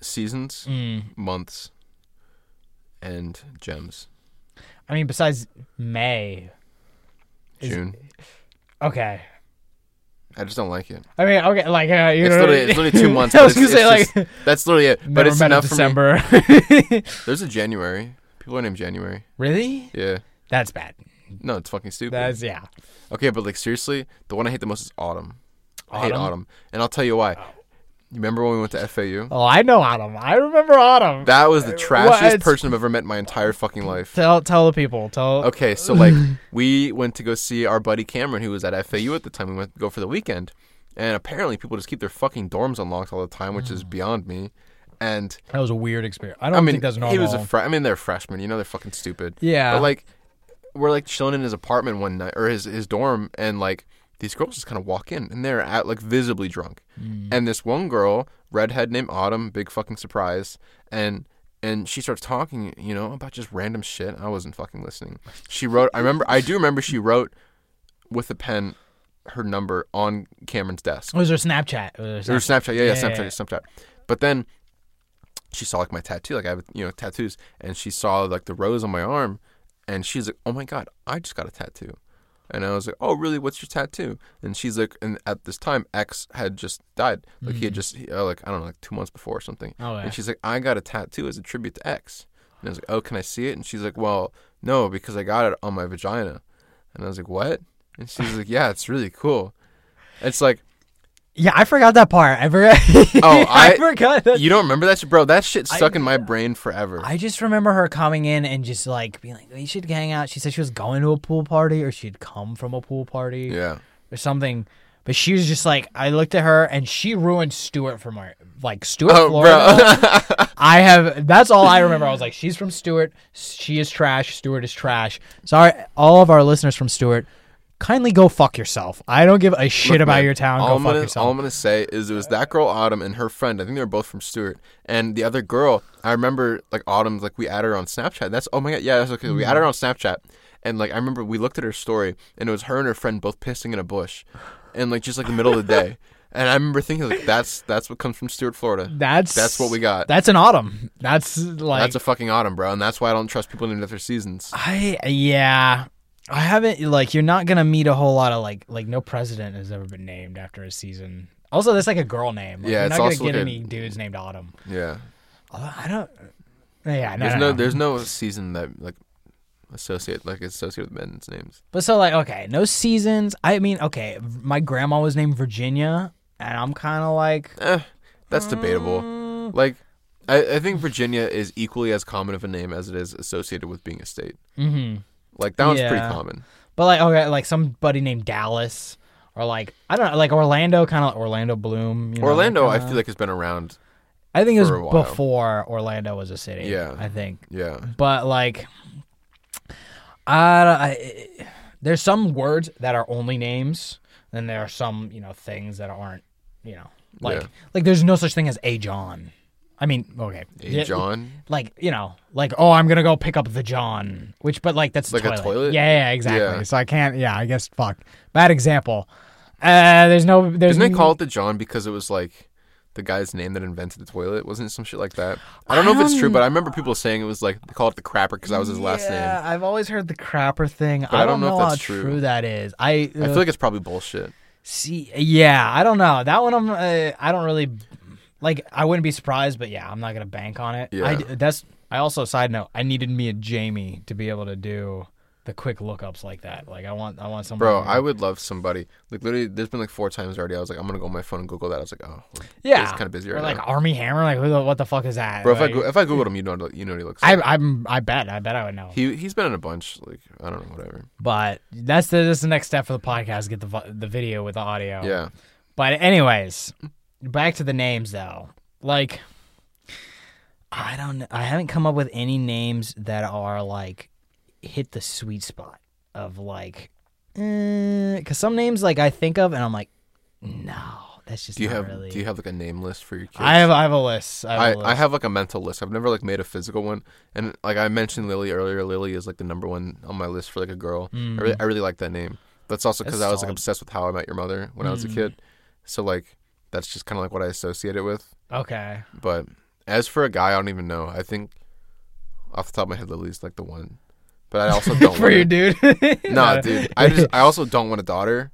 seasons,
Mm.
months, and gems.
I mean, besides May.
June.
Okay.
I just don't like it.
I mean, okay, like uh, you
It's
know,
literally, it's literally two months.
I
but
was gonna
it's-
say
it's
like,
just- that's literally it. But
never
it's
met in
enough for me.
December.
There's a January. People are named January.
really?
Yeah.
That's bad.
No, it's fucking stupid.
That's yeah.
Okay, but like seriously, the one I hate the most is autumn. I hate
Autumn?
autumn, and I'll tell you why. You remember when we went to FAU?
Oh, I know Autumn. I remember Autumn.
That was the trashiest
it's-
person I've ever met in my entire fucking life.
tell tell the people. Tell
Okay, so like we went to go see our buddy Cameron, who was at FAU at the time. We went to go for the weekend, and apparently people just keep their fucking dorms unlocked all the time, which is beyond me. And
that was a weird experience. I
I
don't
mean,
think that's normal.
he was a fr- I mean, they're freshmen. You know, they're fucking stupid.
Yeah.
But like, we're like chilling in his apartment one night or his his dorm, and like these girls just kind of walk in, and they're at like visibly drunk.
Mm.
And this one girl, redhead named Autumn, big fucking surprise, and. And she starts talking, you know, about just random shit. I wasn't fucking listening. She wrote. I remember. I do remember. She wrote with a pen her number on Cameron's desk.
was there Snapchat? Was
Or
there Snapchat?
Snapchat, yeah, yeah,
Yeah,
Snapchat,
yeah.
Snapchat. But then she saw like my tattoo, like I have you know tattoos, and she saw like the rose on my arm, and she's like, "Oh my god, I just got a tattoo," and I was like, "Oh really? What's your tattoo?" And she's like, and at this time X had just died, like he had just he- uh, like I don't know, like two months before or something.
Mm-hmm. Oh, yeah.
And she's like, "I got a tattoo as a tribute to X," and I was like, "Oh, can I see it?" And she's like, "Well, no, because I got it on my vagina," and I was like, "What?" And she's like, "Yeah, it's really cool." It's like
Yeah, I forgot that part. I forgot.
Oh, I,
forgot that.
You don't remember that shit, bro? That shit stuck in my brain forever.
I just remember her coming in and just like being like, "We should hang out." She said she was going to a pool party, or she'd come from a pool party,
yeah.
or something. But she was just like, I looked at her and she ruined Stewart from our like Stewart,
Oh,
Florida. I have that's all I remember. I was like, she's from Stewart. She is trash. Stewart is trash. Sorry, all of our listeners from Stewart, kindly go fuck yourself. I don't give a shit about
Man,
your town. Go
All I'm,
fuck
gonna,
yourself.
all I'm gonna say is it was that girl Autumn and her friend. I think they were both from Stewart. And the other girl, I remember like Autumn, like we added her on Snapchat. That's oh my god, yeah, that's okay. We added her on Snapchat, and like I remember we looked at her story, and it was her and her friend both pissing in a bush, and like just like the middle of the day. And I remember thinking like that's that's what comes from Stewart, Florida.
that's
that's what we got.
That's an autumn. That's like
that's a fucking autumn, bro, and that's why I don't trust people in their seasons.
I yeah. I haven't like you're not gonna meet a whole lot of like like no president has ever been named after a season. Also, that's like a girl name. Like,
Yeah,
you're
it's
not gonna
also
get
like a-
any dudes named Autumn.
Yeah.
Although, I don't. Yeah, no,
There's
no,
no,
no.
there's no season that like associate like it's associated with men's names.
But so like okay, no seasons. I mean, okay, v- my grandma was named Virginia, and I'm kind of like
Eh, that's debatable.
Mm.
Like, I, I think Virginia is equally as common of a name as it is associated with being a state. Mm-hmm. Like that one's pretty
Yeah.
common.
But like okay, like somebody named Dallas, or like I don't know, like Orlando, kind of Orlando Bloom. You know,
Orlando,
kinda-
I feel like has been around.
I think it
for a
was
while.
before Orlando was a city.
Yeah.
I think.
Yeah,
But like, I, don't- I there's some words that are only names, and there are some you know things that aren't you know like
Yeah.
like there's no such thing as a John. I mean, okay,
a
Yeah,
John.
like you know, like oh, I'm gonna go pick up the John, which but like that's
Like a toilet?
Yeah, yeah, exactly.
Yeah.
So I can't. Yeah, I guess fuck. Bad example. Uh, there's no. There's
Didn't they
n-
call it the John because it was like the guy's name that invented the toilet? Wasn't it some shit like that? I don't know if it's true, but I remember people saying it was like they called it the crapper because that was his last
Um, Yeah,
name.
I've always heard the crapper thing. I,
I
don't
don't know if
how
that's
true.
true.
that is. I,
I
uh,
feel like it's probably bullshit.
see. Yeah, I don't know that one. I'm. Uh, I don't really like. I wouldn't be surprised, but yeah, I'm not gonna bank on it. I,
Yeah.
that's. I also side note. I needed me a Jamie to be able to do the quick lookups like that. Like I want. I want someone.
Bro,
who-
I would love somebody. Like literally, there's been like four times already. I was like, I'm gonna go on my phone and Google that. I was like, oh, we're-
Yeah,
it's kind of busy
Or
right
like
now.
Army Hammer, like who the, what the fuck is that?
Bro, if I
Like,
go- if I googled him, you know what- you know what he looks like.
I, I'm, I bet, I bet I would know.
he he's been in a bunch. Like I don't know, whatever.
But that's the that's the next step for the podcast: get the vo- the video with the audio.
Yeah,
But anyways, back to the names though. Like I don't I haven't come up with any names that are like hit the sweet spot of like eh, cuz some names like I think of and I'm like no, that's just
do you
not
have
really.
do you have like a name list for your kids?
I have I have a list. I have,
I,
a
I
list.
have like a mental list. I've never like made a physical one. And like I mentioned Lily earlier, Lily is like the number one on my list for like a girl. I, really, I really like that name. That's also because
Mm-hmm. That's
I was like
solid. Mm-hmm.
obsessed with How I Met Your Mother when I was a kid. So like that's just kind of like what I associate it with.
Okay.
But as for a guy, I don't even know. I think off the top of my head, Lily's like the one. But I also don't
For
want
you,
a-
dude.
Nah, dude. I just I also don't want a daughter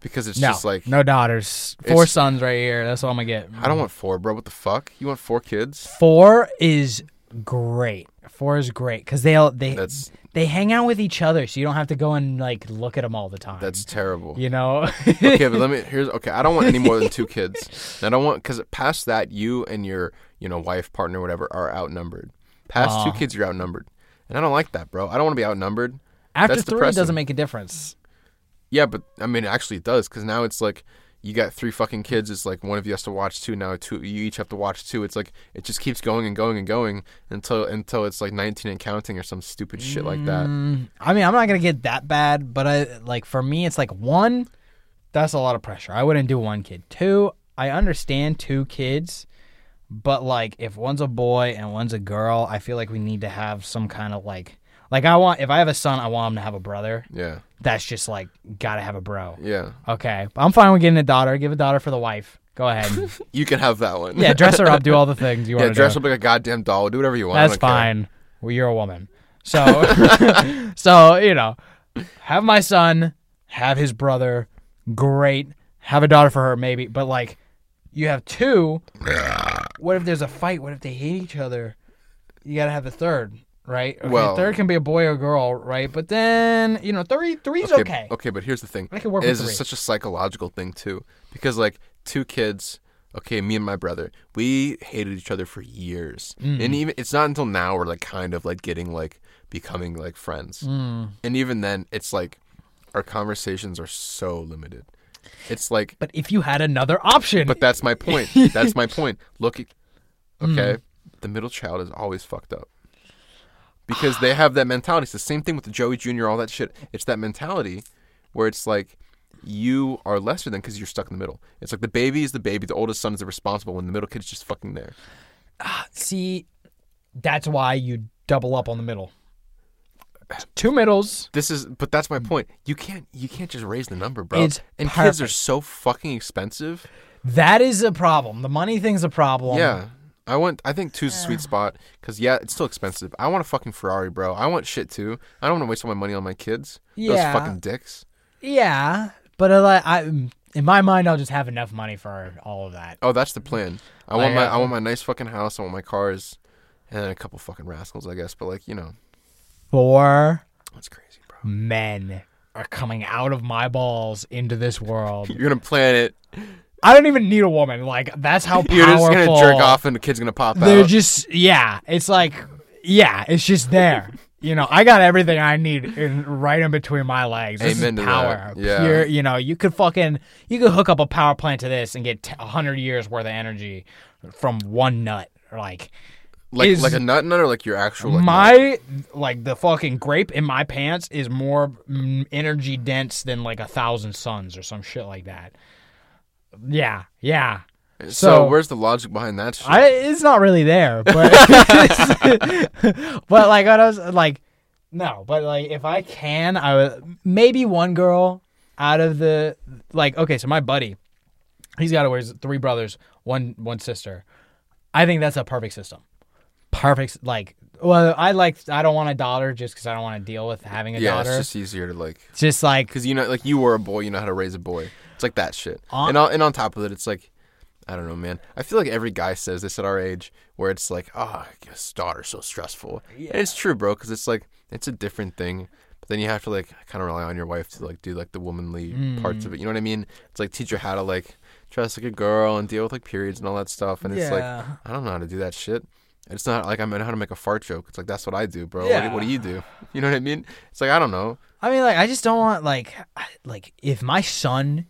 because it's
No,
just like
no daughters, four
It's-
sons right here. That's what I'm gonna get.
I don't want four, bro. What the fuck? You want four kids?
Four is great. Four is great because they'll they
That's-
they hang out with each other, so you don't have to go and like look at them all the time.
That's terrible.
you know.
okay, but let me. Here's okay. I don't want any more than two kids. And I don't want because past that, you and your you know wife, partner, whatever, are outnumbered. Past two kids, you're outnumbered, and I don't like that, bro. I don't want to be outnumbered.
After
That's
three,
depressing.
it doesn't make a difference.
Yeah, but I mean, actually, it does because now it's like you got three fucking kids. It's like one of you has to watch two. Now two, you each have to watch two. It's like it just keeps going and going and going until until it's like 19 and counting or some stupid shit like that.
I mean, I'm not gonna get that bad, but I like for me, it's like one. That's a lot of pressure. I wouldn't do one kid. Two, I understand two kids, but like if one's a boy and one's a girl, I feel like we need to have some kind of like, like I want if I have a son, I want him to have a brother.
Yeah,
That's just like gotta have a bro.
yeah.
Okay, I'm fine with getting a daughter. Give a daughter for the wife. Go ahead.
You can have that one.
yeah, dress her up. Do all the things you want
yeah.
to
Dress
do.
up like a goddamn doll. Do whatever you want. I
That's
don't care.
fine. Well, you're a woman. So, so you know, have my son, have his brother. Great. Have a daughter for her, maybe. But like, you have two. what if there's a fight? What if they hate each other? You gotta have the third, right? Okay,
Well-
third can be a boy or girl, right? But then you know, three, three's okay.
okay. but here's the thing.
I can work
It
with
is
three.
such a psychological thing too, because like two kids. Okay, me and my brother, we hated each other for years,
Hmm.
and even it's not until now we're like kind of like getting like becoming like friends,
Hmm.
and even then it's like our conversations are so limited. It's like,
But if you had another option,
but that's my point. that's my point. Look, at, okay,
Hmm.
the middle child is always fucked up. Because they have that mentality. It's the same thing with the Joey Jr., all that shit. It's that mentality where it's like you are lesser than because you're stuck in the middle. It's like the baby is the baby, the oldest son is the responsible one, the middle kid's just fucking there.
see, that's why you double up on the middle. Two middles.
This is, but that's my point. You can't, you can't just raise the number, bro.
Hmm. It's
and kids are
perfect.
so fucking expensive.
That is a problem. The money thing's a problem.
Yeah. I want. I think two's a sweet spot because yeah, it's still expensive. I want a fucking Ferrari, bro. I want shit too. I don't want to waste all my money on my kids.
Yeah.
Those fucking dicks.
Yeah. But I, li- I, in my mind, I'll just have enough money for all of that.
Oh, that's the plan. I want
I
my.
got
I want my nice fucking house. I want my cars, and then a couple fucking rascals, I guess. But like you know,
Four
that's crazy, bro.
men are coming out of my balls into this world.
You're gonna plan it.
I don't even need a woman. Like that's how powerful.
You're just gonna jerk off, and the kid's gonna pop
They're
out.
just yeah. It's like yeah. It's just there. You know, I got everything I need in, right in between my legs. This
Amen to
is
that.
power.
Yeah.
Pure, you know, you could fucking you could hook up a power plant to this and get t- 100 years worth of energy from one nut. Like
like
is-
like a nut nut or like your actual like, nut?
my like the fucking grape in my pants is more mm, energy dense than like a thousand suns or some shit like that. Yeah, yeah.
So,
so-
where's the logic behind that? Shit?
I, it's not really there, but but like what I was like, no, but like if I can, I would maybe one girl out of the like. Okay, so my buddy, he's got always three brothers, one one sister. I think that's a perfect system. Perfect, s- like well, I like I don't want a daughter just because I don't want to deal with having a
yeah,
daughter.
it's
Just,
just easier to like
like
because you know, like you were a boy, you know how to raise a boy. It's like that shit. and on, and on top of it, it's like, I don't know, man. I feel like every guy says this at our age, where it's like, ah, oh, his daughter's so stressful. And it's true, bro, because it's like it's a different thing. But then you have to like kind of rely on your wife to like do like the womanly parts
Mm.
of it. You know what I mean? It's like teach her how to like dress like a girl and deal with like periods and all that stuff. And it's like
Yeah.
I don't know how to do that shit. It's not like I know how to make a fart joke. It's like that's what I do, bro. What, do-
Yeah.
what do you do? You know what I mean? It's like I don't know.
I mean, like, I just don't want like, I- like if my son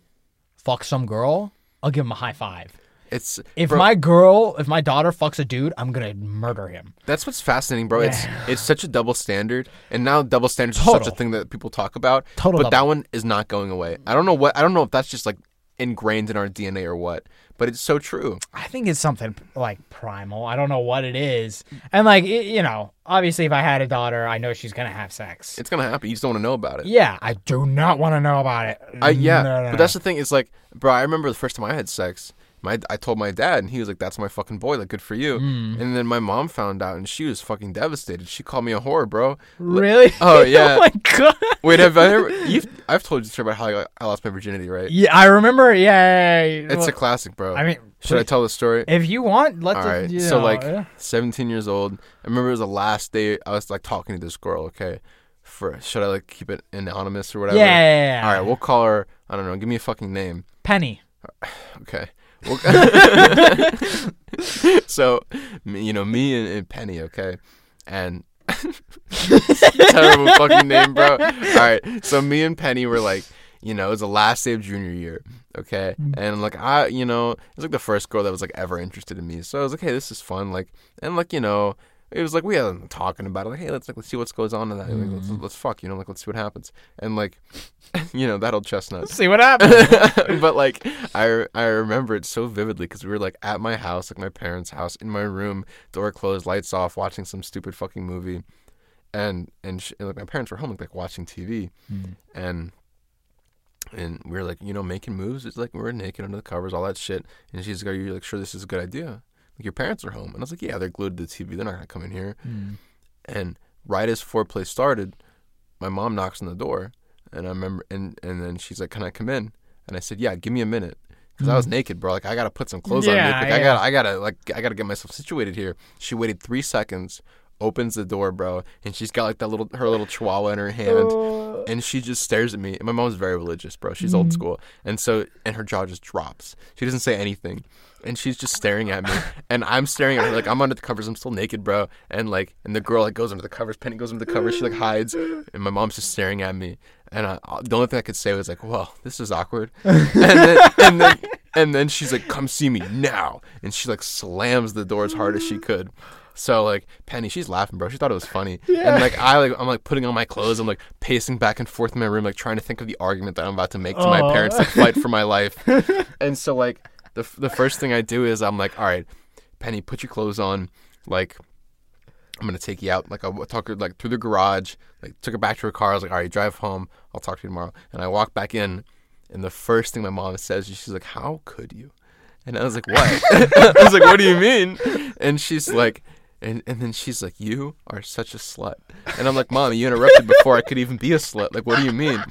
fucks some girl, I'll give him a high five.
It's
If
bro,
my girl, if my daughter fucks a dude, I'm gonna murder him.
That's what's fascinating, bro. It's it's such a double standard, and now double standards are such
Total.
a thing that people talk about.
Total
but that
double.
one is not going away. I don't know what. I don't know if that's just like ingrained in our DNA or what, but it's so true.
I think it's something like primal. I don't know what it is, and like, it, you know, obviously, if I had a daughter, I know she's gonna have sex.
It's gonna happen. You just don't want to know about it.
yeah, I do not want to know about it.
I, yeah,
No, no,
but that's the thing. It's like, bro. I remember the first time I had sex, my I told my dad, and he was like, "That's my fucking boy. Like, good for you."
Mm.
And then my mom found out, and she was fucking devastated. She called me a whore, bro. Li-
Really?
Oh, yeah.
oh my god.
Wait, have I ever? You've, I've told you the story about how I, I lost my virginity, right?
Yeah, I remember. Yeah. yeah, yeah.
It's
Well,
a classic, bro.
I mean,
should I
please-
tell the story?
If you want, let's.
All right.
you
so
know,
like
yeah.
17 years old. I remember it was the last day I was like talking to this girl. Okay, for should I like keep it anonymous or whatever?
Yeah, yeah, yeah, yeah.
All right, we'll call her. I don't know. Give me a fucking name.
Penny.
Okay. We'll- so, me- you know, me and, and Penny. Okay, and. terrible fucking name, bro. All right, so me and Penny were like, you know, it was the last day of junior year, okay, and like I, you know, it was like the first girl that was like ever interested in me, so I was like, hey, this is fun, like, and like you know, it was like we had been talking about it, like, hey, let's like let's see what's goes on in that, like, let's, let's fuck, you know, like let's see what happens, and like, you know, that old chestnut.
See what happens.
but like I I remember it so vividly because we were like at my house, like my parents' house, in my room, door closed, lights off, watching some stupid fucking movie, and and, sh- and like my parents were home, like, like watching TV,
Hmm.
and and we were like you know making moves. It's like we were naked under the covers, all that shit. And she's like, "Are you like sure this is a good idea? Like your parents are home?" And I was like, "Yeah, they're glued to the TV. They're not gonna come in here."
Hmm.
And right as foreplay started, my mom knocks on the door, and I remember, and and then she's like, "Can I come in?" And I said, "Yeah, give me a minute," because I was naked, bro. Like I gotta put some clothes on.
Hmm. Yeah,
Nick. Like,
yeah.
I gotta, I gotta, like I gotta get myself situated here. She waited three seconds, opens the door, bro, and she's got like that little her little chihuahua in her hand, and she just stares at me. And my mom's very religious, bro. She's old school, and so and her jaw just drops. She doesn't say anything. And she's just staring at me, and I'm staring at her like I'm under the covers. I'm still naked, bro. And like, and the girl like goes under the covers. Penny goes under the covers. She like hides, and my mom's just staring at me. And I, the only thing I could say was like, "Well, this is awkward." and then, and then, and then she's like, "Come see me now!" And she like slams the door as hard as she could. So like Penny, she's laughing, bro. She thought it was funny. And like I like I'm like putting on my clothes. I'm like pacing back and forth in my room, like trying to think of the argument that I'm about to make to my parents, like fight for my life. and so like the f- the first thing I do is I'm like, "All right, Penny, put your clothes on." Like I'm gonna take you out. Like I talk her like through the garage. Like took her back to her car. I was like, all right, drive home. I'll talk to you tomorrow. And I walk back in, and the first thing my mom says is, she's like, how could you? And I was like, what? I was like, what do you mean? And she's like, and and then she's like, you are such a slut. And I'm like, mom, you interrupted before I could even be a slut. Like, what do you mean?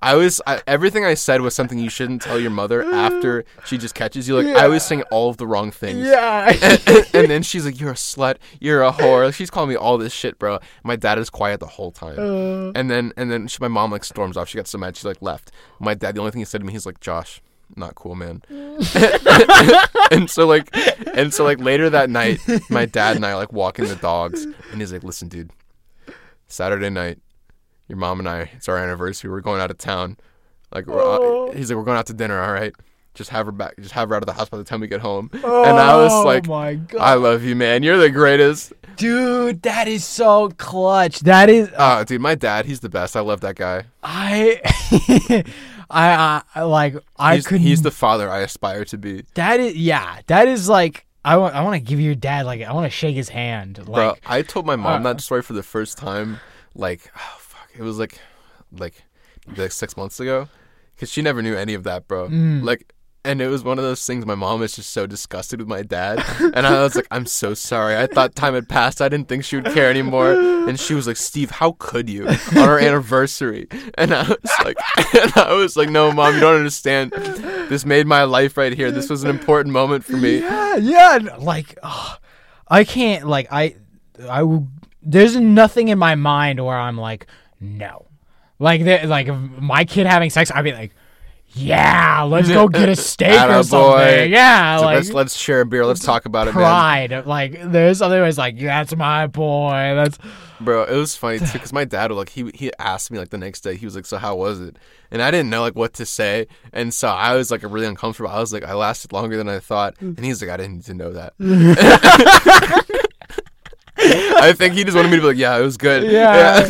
I was I, everything I said was something you shouldn't tell your mother after she just catches you. Like I was saying all of the wrong things
yeah.
and then she's like, "You're a slut. You're a whore." She's calling me all this shit, bro. My dad is quiet the whole time. and then and then she, my mom like storms off. She got so mad. She like left. My dad, the only thing he said to me, he's like, "Josh, not cool, man." and so like and so like later that night, my dad and I are like walking the dogs, and he's like, "Listen, dude, Saturday night, your mom and I, it's our anniversary. We're going out of town. Like, we're,
Oh.
he's like, we're going out to dinner. All right, just have her back. Just have her out of the house by the time we get home. and I was
Oh
like,
my God.
I love you, man. You're the greatest.
Dude, that is so clutch. That is
Ah, dude, my dad, he's the best. I love that guy.
I I, I I like I
He's,
couldn't
he's the father I aspire to be.
that is yeah, that is like I want I want to give your dad like I want to shake his hand. Like
Bro, I told my mom that story for the first time. Like, oh, fuck, it was like, like, maybe, like six months ago, because she never knew any of that, bro. Like, and it was one of those things. My mom is just so disgusted with my dad, and I was like, I'm so sorry. I thought time had passed. I didn't think she would care anymore. And she was like, Steve, how could you on our anniversary? And I was like, and I was like, No, mom, you don't understand. This made my life right here. This was an important moment for me.
yeah, yeah, and, like ugh, I can't like I I w- there's nothing in my mind where I'm like no. Like there, like if my kid having sex, I'd be like yeah, let's go get a steak or
Attaboy.
something. Yeah,
So
like
let's let's share a beer. Let's talk about it, man.
pride. Like there's something that's like that's my boy. That's
Bro, it was funny too because my dad would like he he asked me like the next day he was like so how was it and I didn't know like what to say and so I was like really uncomfortable I was like I lasted longer than I thought
Mm.
and he's like I didn't need to know that I think he just wanted me to be like yeah it was good
Yeah.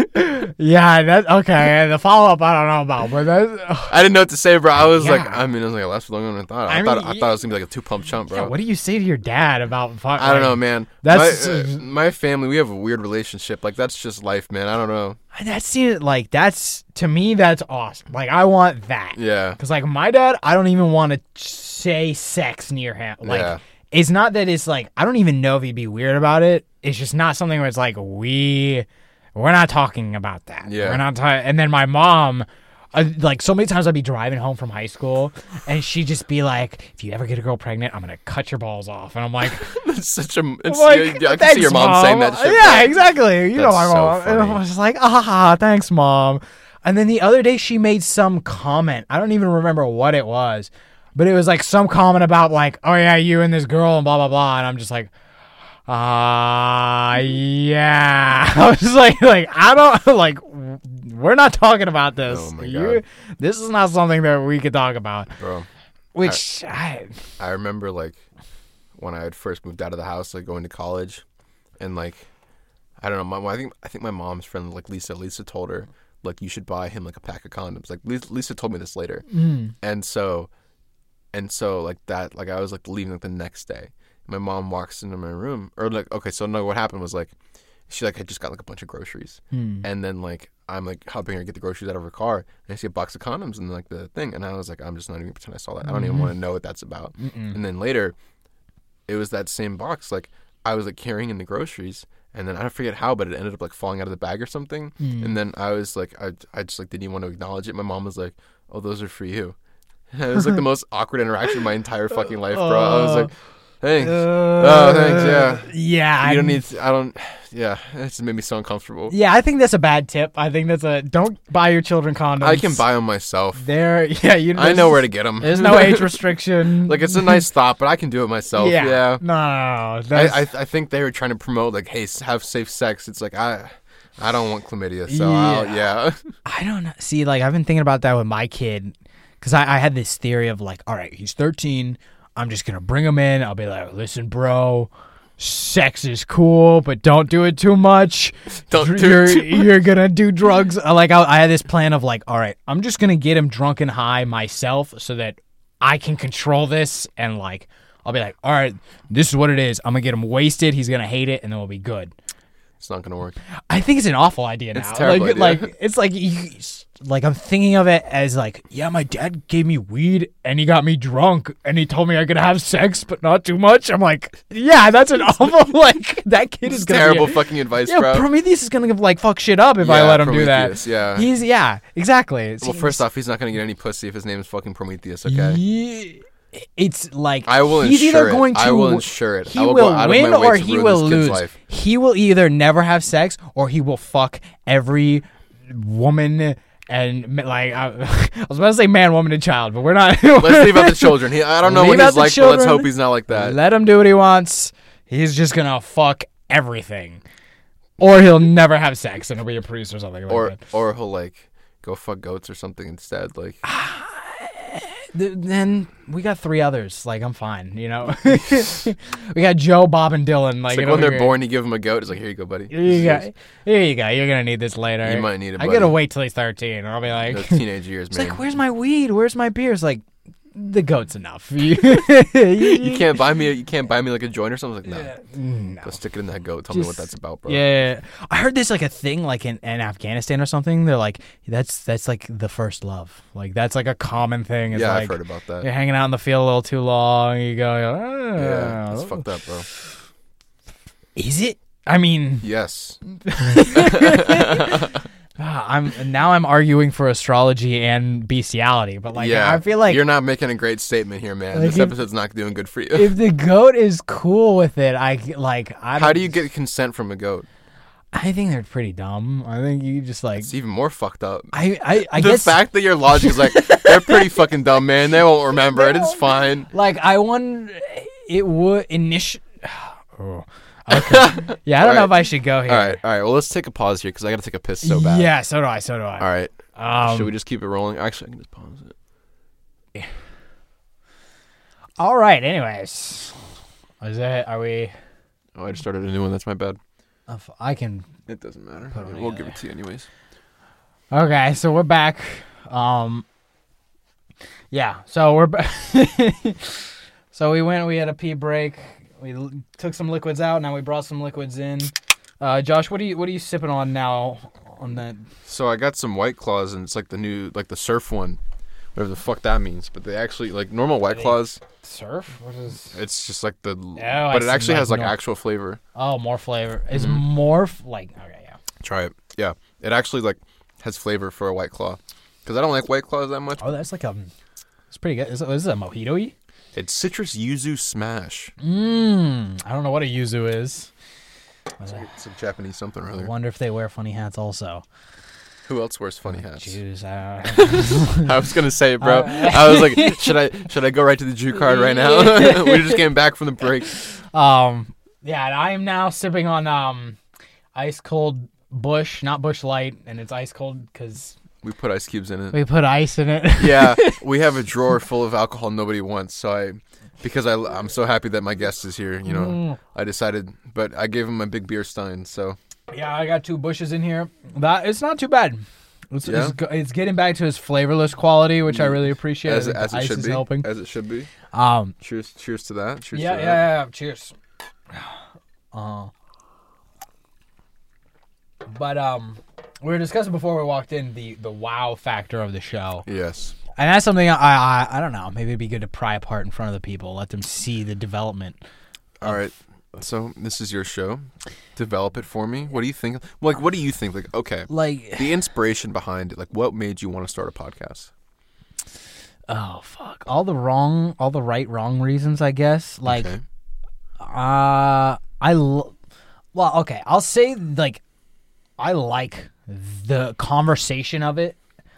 Yeah, that okay. The follow up, I don't know about, but that's.
I didn't know what to say, bro. I was like,
Yeah.
I mean, I was like, it lasted longer than I thought.
I
I, thought
mean,
I thought it was gonna be like a two pump chump, bro.
Yeah, what do you say to your dad about? fu-
Oh. I don't
like-
know, man.
That's-
That's my, uh, my family. We have a weird relationship. Like that's just life, man. I don't know.
That seems like that's to me. That's awesome. Like I want that.
Yeah.
Because like my dad, I don't even want to say sex near him. Like
Yeah.
it's not that it's like I don't even know if he'd be weird about it. It's just not something where it's like we we're not talking about that.
Yeah.
We're not talking. And then my mom. Uh, like so many times I'd be driving home from high school and she'd just be like, if you ever get a girl pregnant, I'm going to cut your balls off. And I'm like,
It's such a. It's,
like,
yeah, yeah, I can
"Thanks,
see your mom, saying that
Mom."
shit.
Yeah,
bro.
exactly. You know
That's
my
so
mom. And I
funny.
was just like, ah, thanks, mom. And then the other day she made some comment. I don't even remember what it was, but it was like some comment about like, oh yeah, you and this girl and blah blah blah. And I'm just like, ah, yeah. I was just like, like I don't like. We're not talking about this.
Oh my
You-
God.
this is not something that we could talk about.
Bro,
Which I,
I remember like when I had first moved out of the house, like going to college, and like I don't know. My, my- I think I think my mom's friend, like Lisa. Lisa told her like you should buy him like a pack of condoms. Like Lisa, Lisa told me this later,
Mm.
and so and so like that. Like I was like leaving like the next day. My mom walks into my room, or like okay, so no, what happened was like she like had just got like a bunch of groceries, and then like I'm like helping her get the groceries out of her car, and I see a box of condoms and like the thing, and I was like, I'm just not even gonna pretend I saw that. I don't even want to know what that's about. And then later, it was that same box. Like I was like carrying in the groceries, and then I don't forget how, but it ended up like falling out of the bag or something. And then I was like, I I just like didn't even want to acknowledge it. My mom was like, Oh, those are for you. it was like the most awkward interaction of my entire fucking life, bro. I was like, Thanks. oh, thanks. Yeah.
yeah,
You
I
don't need. To, I don't. Yeah, it just made me so uncomfortable.
Yeah, I think that's a bad tip. I think that's a don't buy your children condoms.
I can buy them myself.
There, yeah, you.
I know where to get them.
There's no age restriction.
like it's a nice thought, but I can do it myself.
yeah,
Yeah.
no, no, no,
I,
that's-
I I think they were trying to promote like, hey, s- have safe sex. It's like I I don't want chlamydia, so I'll, yeah.
I don't know. See, like I've been thinking about that with my kid, because I, I had this theory of like, all right, he's 13. I'm just gonna bring him in. I'll be like, listen, bro, sex is cool, but don't do it too much.
Don't do it
you're,
too
You're gonna do drugs. Uh, Like I, I had this plan of like, all right, I'm just gonna get him drunk and high myself, so that I can control this and like. I'll be like, all right, this is what it is. I'm gonna get him wasted. He's gonna hate it, and then we'll be good.
It's not gonna work.
I think it's an awful idea now.
terrible
like,
idea.
like it's like you, like I'm thinking of it as like, yeah, my dad gave me weed and he got me drunk and he told me I could have sex but not too much. I'm like, yeah, that's an awful like that kid is gonna be a-
Terrible fucking advice,
yeah,
bro.
Prometheus is gonna like fuck shit up if I
Yeah,
let him
Prometheus,
do that.
yeah.
he's yeah, exactly. It
well,
seems-
first off, he's not gonna get any pussy if his name is fucking Prometheus. Okay.
Ye- it's like
I will
he's either
ensure it.
going to
I will ensure it.
He
I
will,
will go out of my
win
way
or
to
he
ruin
will
this
lose.
kid's life.
He will either never have sex or he will fuck every woman and ma- like I, I was about to say man, woman, and child, but we're not.
Let's leave out the children. He, I don't know
Leave
what
out
he's
the
like, but let's
children.
hope he's not like that.
Let him do what he wants. He's just gonna fuck everything, or he'll never have sex and he'll be a priest or something like
or
that.
or he'll like go fuck goats or something instead. Like
Ah, Th- then we got three others. Like I'm fine, you know. we got Joe, Bob, and Dylan. Like,
It's like
it'll
when
be
they're
great.
born, you give them a goat. It's like, here you go, buddy.
Here you go. Here you go. You're gonna need this later.
You might need it,
I gotta
buddy.
wait till he's 13, or I'll be like,
Those
it's
teenage years, man.
like, where's my weed? Where's my beer? It's like, the goat's enough. yeah,
you can't buy me. You can't buy me like a joint or something. I was like, no,
Mm.
Go stick it in that goat. Tell me what
Just-
that's about, bro.
yeah. I heard there's like a thing like in, in Afghanistan or something. They're like, that's that's like the first love. Like that's like a common thing. It's
Yeah,
like,
I've heard about that.
You're hanging out in the field a little too long. You go,
Yeah, that's
oh.
fucked up, bro.
is it? I mean,
Yes,
ah, I'm now I'm arguing for astrology and bestiality, but like
yeah.
I feel like
you're not making a great statement here, man.
Like,
this
if-
episode's not doing good for you.
if the goat is cool with it, I like. I
How
don't-
do you get consent from a goat?
I think they're pretty dumb. I think you just like.
It's even more fucked up.
I I, I
the
guess
fact that your logic is like they're pretty fucking dumb, man. They won't remember it. It's fine.
like I wonder it would initial. Oh, okay. Yeah, I don't know if I should go here.
All right, all right. Well, let's take a pause here because I gotta take a piss so bad.
Yeah, so do I. So do I.
All right.
Um,
Should we just keep it rolling? Actually, I can just pause it.
All right. Anyways, is that are we?
Oh, I just started a new one. That's my bad.
if I can.
It doesn't matter. We'll give it to you anyways.
Okay, so we're back. Um, yeah, so we're back. so we went. We had a pee break. We l- took some liquids out. Now we brought some liquids in. Uh, Josh, what are you what are you sipping on now? On that,
So I got some White Claws, and it's like the new, like the surf one, whatever the fuck that means. But they actually like normal White Claws.
surf? What is?
It's just like the,
Oh, I
but it
see,
actually
like
has like
nor-
actual flavor.
Oh, more flavor. Is more f- like okay, yeah.
Try it. Yeah, it actually like has flavor for a White Claw, because I don't like White Claws that much.
Oh, that's like a. It's pretty good. Is, is it a mojito?
It's citrus yuzu smash.
Mmm. I don't know what a yuzu is.
It's a Japanese something or
I
other.
wonder if they wear funny hats also.
Who else wears funny hats?
Jews. Uh,
I was gonna say, it, bro. I was like, should I should I go right to the Jew card right now? we just came back from the break.
Um, yeah, and I am now sipping on um, ice cold Bush, not Bush Light, and it's ice cold because
We put ice cubes in it.
we put ice in it.
yeah, we have a drawer full of alcohol nobody wants. So I, because I, I'm so happy that my guest is here. You know,
Mm.
I decided, but I gave him a big beer stein. So
yeah, I got two bushes in here. That it's not too bad. It's,
Yeah? Mm.
it's, go- it's getting back to its flavorless quality, which I really appreciate.
as
I think
as
the
it
ice
should
is
be,
helping.
as it should be.
Um,
Cheers, cheers to that. Cheers
yeah,
to
yeah,
that.
yeah, yeah. Cheers. Uh, but um, we were discussing before we walked in the the wow factor of the show.
Yes.
And that's something I, I I don't know. Maybe it'd be good to pry apart in front of the people, let them see the development.
All right. So this is your show. Develop it for me. What do you think? Like, what do you think? Like, okay,
Like,
the inspiration behind it. Like, what made you want to start a podcast?
oh fuck, all the wrong, all the right, wrong reasons, I guess. Like,
Okay.
uh, I, l- well, okay, I'll say like, I like the conversation of it.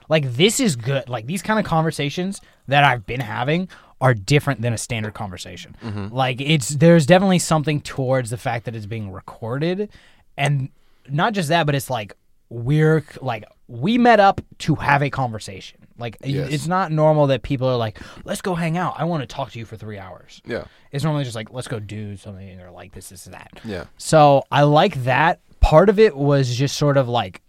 Like, this is good. Like these kind of conversations that I've been having are different than a standard conversation. Like it's there's definitely something towards the fact that it's being recorded, and not just that, but it's like we're like we met up to have a conversation. Like it-
Yes.
it's not normal that people are like, let's go hang out. I want to talk to you for three hours.
Yeah.
It's normally just like, let's go do something, or like this, this, that.
Yeah.
So I like that. Part of it was just sort of like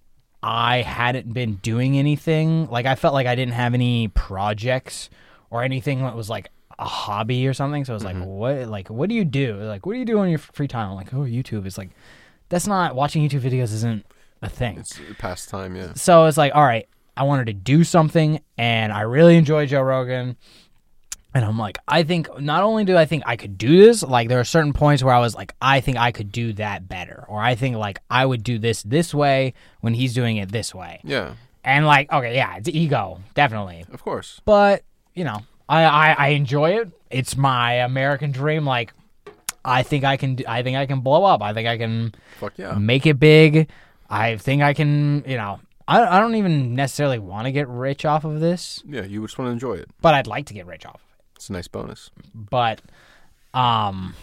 I hadn't been doing anything. Like I felt like I didn't have any projects or anything that was like a hobby or something. So I was like, what? Like, what do you do? Like, what do you do in your free time? I'm like, oh, YouTube. It's like, that's not watching YouTube videos isn't a thing.
It's past time. Yeah.
So it's like, all right, I wanted to do something, and I really enjoy Joe Rogan. And I'm like, I think not only do I think I could do this, like there are certain points where I was like, I think I could do that better, or I think like I would do this this way when he's doing it this way.
Yeah.
And like, okay, yeah, it's ego, definitely,
Of course.
but you know, I, I I enjoy it. It's my American dream. Like, I think I can, do, I think I can blow up. I think I can
Fuck yeah.
make it big. I think I can, you know, I, I don't even necessarily want to get rich off of this,
Yeah. You just want to enjoy it.
but I'd like to get rich off of it.
It's a nice bonus.
But um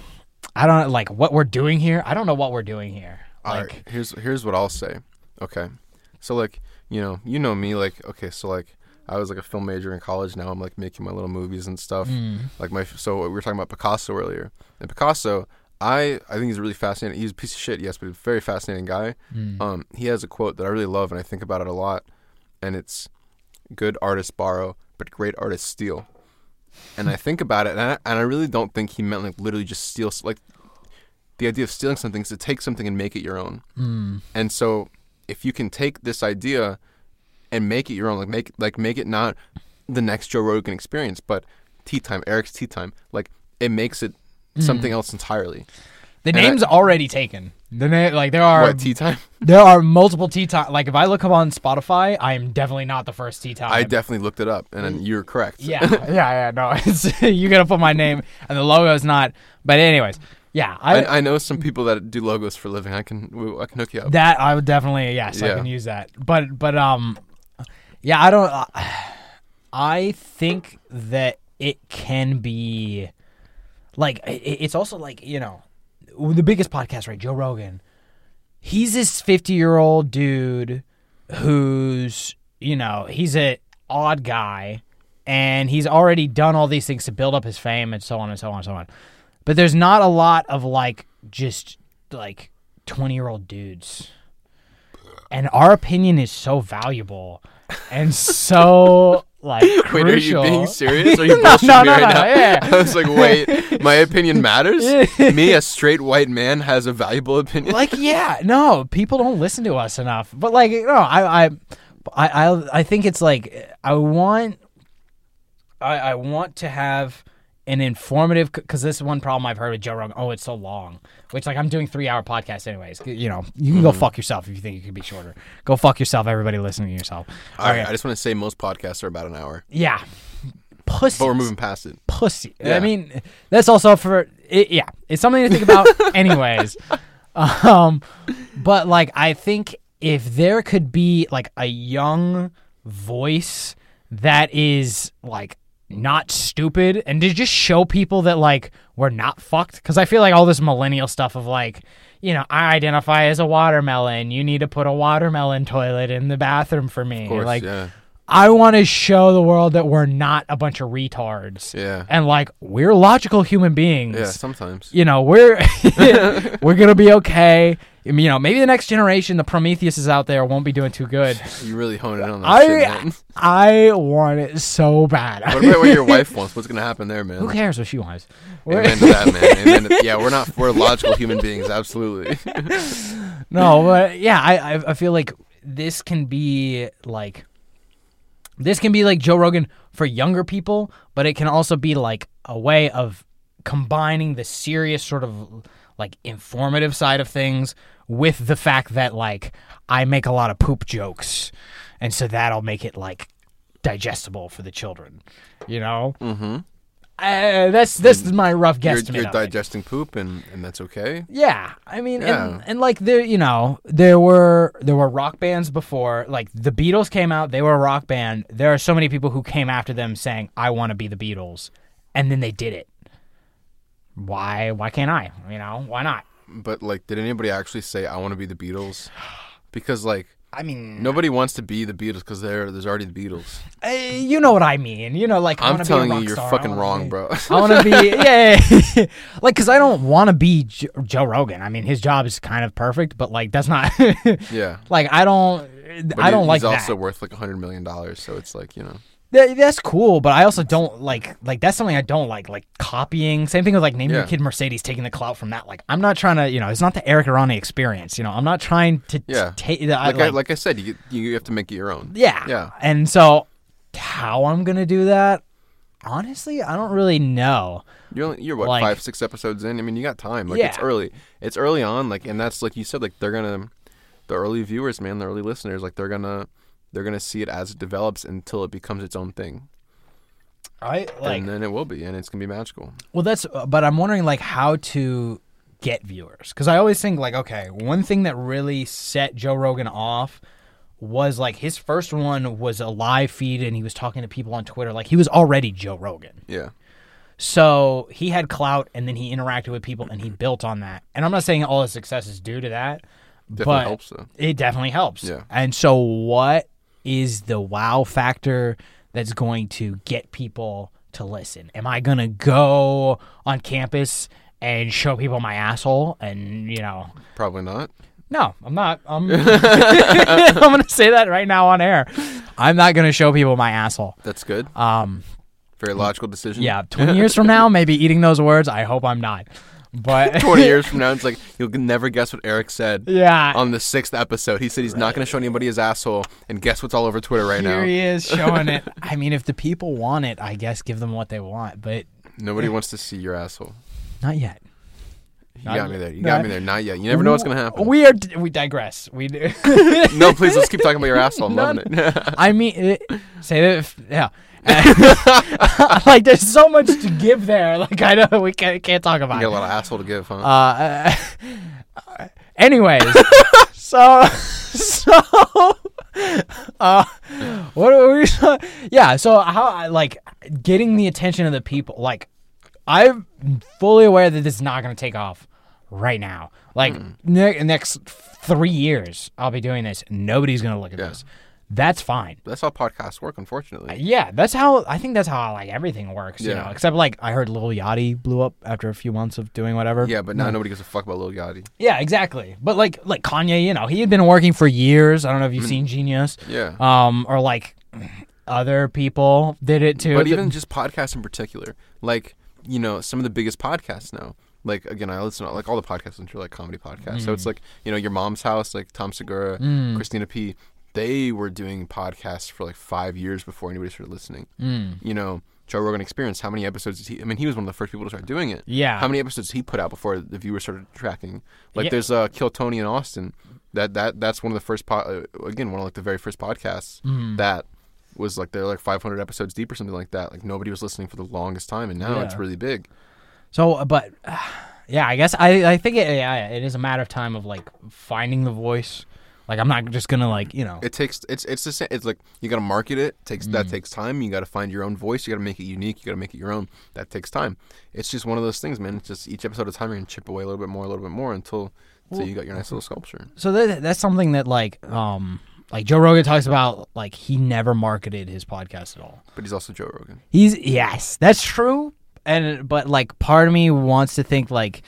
I don't like what we're doing here. I don't know what we're doing here.
All
Like
right, here's here's what I'll say. Okay, so like you know you know me like okay so like I was like a film major in college. Now I'm like making my little movies and stuff. Like my so we were talking about Picasso earlier. And Picasso, I I think he's really fascinating. He's a piece of shit, yes, but he's a very fascinating guy. Um, he has a quote that I really love and I think about it a lot, and it's good artists borrow, but great artists steal. And I think about it, and I, and I really don't think he meant like literally just steal. Like the idea of stealing something is to take something and make it your own.
Hmm.
And so if you can take this idea and make it your own, like make like make it not the next Joe Rogan experience, but Tea Time, Eric's Tea Time, like it makes it
Hmm.
something else entirely.
the
I-
name's already taken. The name like there are
What Tea Time?
there are multiple tea time like if I look up on Spotify, I am definitely not the first tea time.
I definitely looked it up, and then you're correct.
yeah, yeah, yeah. No, it's, you gotta put my name, and the logo's not. But anyways, yeah, I,
I, I know some people that do logos for a living. I can we- I can hook you up.
That I would definitely yes, I
Yeah.
can use that. But but um, yeah, I don't. I think that it can be, like i- i- it's also like you know, the biggest podcast right, Joe Rogan. He's this fifty year old dude who's you know he's a odd guy, and he's already done all these things to build up his fame and so on and so on and so on. But there's not a lot of like just like twenty year old dudes and our opinion is so valuable and so like
Wait,
crucial.
are you being serious? Are you
no,
bullshitting
no,
me
no,
right
no,
now?
yeah.
I was like, wait, my opinion matters. me, a straight white man, has a valuable opinion.
like yeah no people don't listen to us enough but like no i i i i, I think it's like i want i i want to have an informative because this is one problem i've heard with joe rogan oh it's so long which like i'm doing three hour podcasts anyways you know you can go
Hmm.
fuck yourself if you think you could be shorter go fuck yourself everybody listening to yourself
All right, I just want to say most podcasts are about an hour,
yeah pussy
but we're moving past it.
pussy. I
Yeah.
mean, that's also for it, yeah. It's something to think about, anyways. Um, but like, I think if there could be like a young voice that is like not stupid and to just show people that like we're not fucked because i feel like all this millennial stuff of like you know i identify as a watermelon you need to put a watermelon toilet in the bathroom for me
course,
like
yeah.
I want to show the world that we're not a bunch of retards.
Yeah.
And like we're logical human beings.
Yeah, sometimes.
You know, we're we're going to be okay. I mean, You know, maybe the next generation, the Prometheus is out there, won't be doing too good.
You really hone it on that shit,
I
man.
I want it so bad.
What about what your wife wants? What's gonna happen there, man?
Who cares what she wants?
Amen to that, man. Amen to- yeah, we're not we're logical human beings, absolutely.
no, but yeah, I, I I feel like this can be like this can be like Joe Rogan for younger people, but it can also be like a way of combining the serious sort of like informative side of things with the fact that like I make a lot of poop jokes, and so that'll make it like digestible for the children, you know. Mm-hmm. Uh, that's this is my rough
You're,
guesstimate.
you're
of it.
digesting poop, and, and that's okay.
Yeah, I mean,
Yeah.
And, and like there, you know, there were there were rock bands before. Like the Beatles came out, they were a rock band. There are so many people who came after them saying, "I want to be the Beatles," and then they did it. Why? Why can't I? You know, why not?
But like, did anybody actually say I want to be the Beatles? Because like,
I mean,
nobody wants to be the Beatles because there there's already the Beatles.
uh, you know what I mean. You know, like I
I'm
wanna be a
telling you,
rock
you're
star. I
fucking
wanna
wrong,
be-
bro.
I want to be, yeah, yeah, yeah. like, cause I don't want to be jo- Joe Rogan. I mean, his job is kind of perfect, but like, that's not,
yeah.
like, I don't, I don't
he's
like that.
also worth like hundred million dollars, so it's like you know.
That, that's cool, but I also don't like like that's something I don't like like copying. Same thing with like naming your
Yeah.
kid Mercedes, taking the clout from that. Like I'm not trying to, you know, it's not the Eric Arani experience. You know, I'm not trying to
Yeah.
take
Like, I, like I said, you get- you have to make it your own.
yeah.
Yeah.
And so how I'm gonna do that? Honestly, I don't really know.
You're only, you're what
Like-
five six episodes in. I mean, you got time. Like it's
Yeah.
early. It's early on. Like and that's like you said. Like they're gonna the early viewers, man, the early listeners. Like they're gonna they're gonna see it as it develops until it becomes its own thing,
I like
and then it will be, and it's gonna be magical.
Well, that's uh, but I'm wondering like how to get viewers because I always think like okay, one thing that really set Joe Rogan off was like his first one was a live feed and he was talking to people on Twitter like he was already Joe Rogan.
Yeah.
So he had clout and then he interacted with people and he built on that. And I'm not saying all his success is due to that, but
helps, though.
it definitely helps.
Yeah.
And so what is the wow factor that's going to get people to listen? Am I going to go on campus and show people my asshole and, you know,
Probably not.
no, I'm not. I'm, I'm going to say that right now on air. I'm not going to show people my asshole.
That's good.
Um,
Very logical decision.
yeah, 20 years from now, maybe eating those words, I hope I'm not. But
Twenty years from now, it's like you'll never guess what Eric said.
yeah,
On the sixth episode, he said he's not going to show anybody his asshole, and guess what's all over Twitter right
here
now?
he is showing it. I mean, if the people want it, I guess give them what they want, but
Nobody wants to see your asshole.
not yet.
You
Not
got
yet.
me there. You
No.
got me there. Not yet. You never know what's going to happen.
We are we digress. We do.
no, please, let's keep talking about your asshole. I'm
None.
loving it.
I mean, it, say that. If, yeah. like there's so much to give there. Like I know we can't, can't talk
You
about.
got a
It.
lot of asshole to give, huh?
Uh, anyways, so so uh, what were we? Yeah. So how I like getting the attention of the people? Like I'm fully aware that this is not going to take off right now.
Hmm.
Like ne- next three years, I'll be doing this. Nobody's going to look at
Yeah.
this. that's fine.
That's how podcasts work, unfortunately.
Yeah, that's how I think that's how like everything works. You
Yeah.
know, except like I heard Lil Yachty blew up after a few months of doing whatever.
Yeah, but now nobody gives a fuck about Lil Yachty.
Yeah, exactly. But like like Kanye, you know, he had been working for years. I don't know if you've seen Genius.
Mm. Yeah.
Um, or like other people did it too.
but even just podcasts in particular, like you know, some of the biggest podcasts now. Like again, I listen to like all the podcasts, which are like comedy podcasts. So it's
Mm.
like you know, your mom's house, like Tom Segura, Christina P. They were doing podcasts for like five years before anybody started listening.
Mm.
You know, Joe Rogan Experience. How many episodes did he? I mean, he was one of the first people to start doing it.
Yeah.
How many episodes did he put out before the viewers started tracking? Like
Yeah.
there's uh, Kill Tony in Austin. That that that's one of the first po- uh, again one of like the very first podcasts
Mm-hmm.
that was like they're like 500 episodes deep or something like that. Like nobody was listening for the longest time, and now it's
Yeah.
really big.
so, uh, but yeah, I guess I I think it yeah, it is a matter of time of like finding the voice. Like I'm not just gonna like you know
It takes it's it's the same. It's like you got to market it. Takes
Mm.
that takes time. You got to find your own voice. You got to make it unique. You got to make it your own. That takes time. It's just one of those things, man. It's just each episode of time you're gonna chip away a little bit more, a little bit more until. until you got your nice little sculpture.
so that, that's something that like um like Joe Rogan talks about like he never marketed his podcast at all.
But he's also Joe Rogan.
He's yes, that's true. And but like part of me wants to think like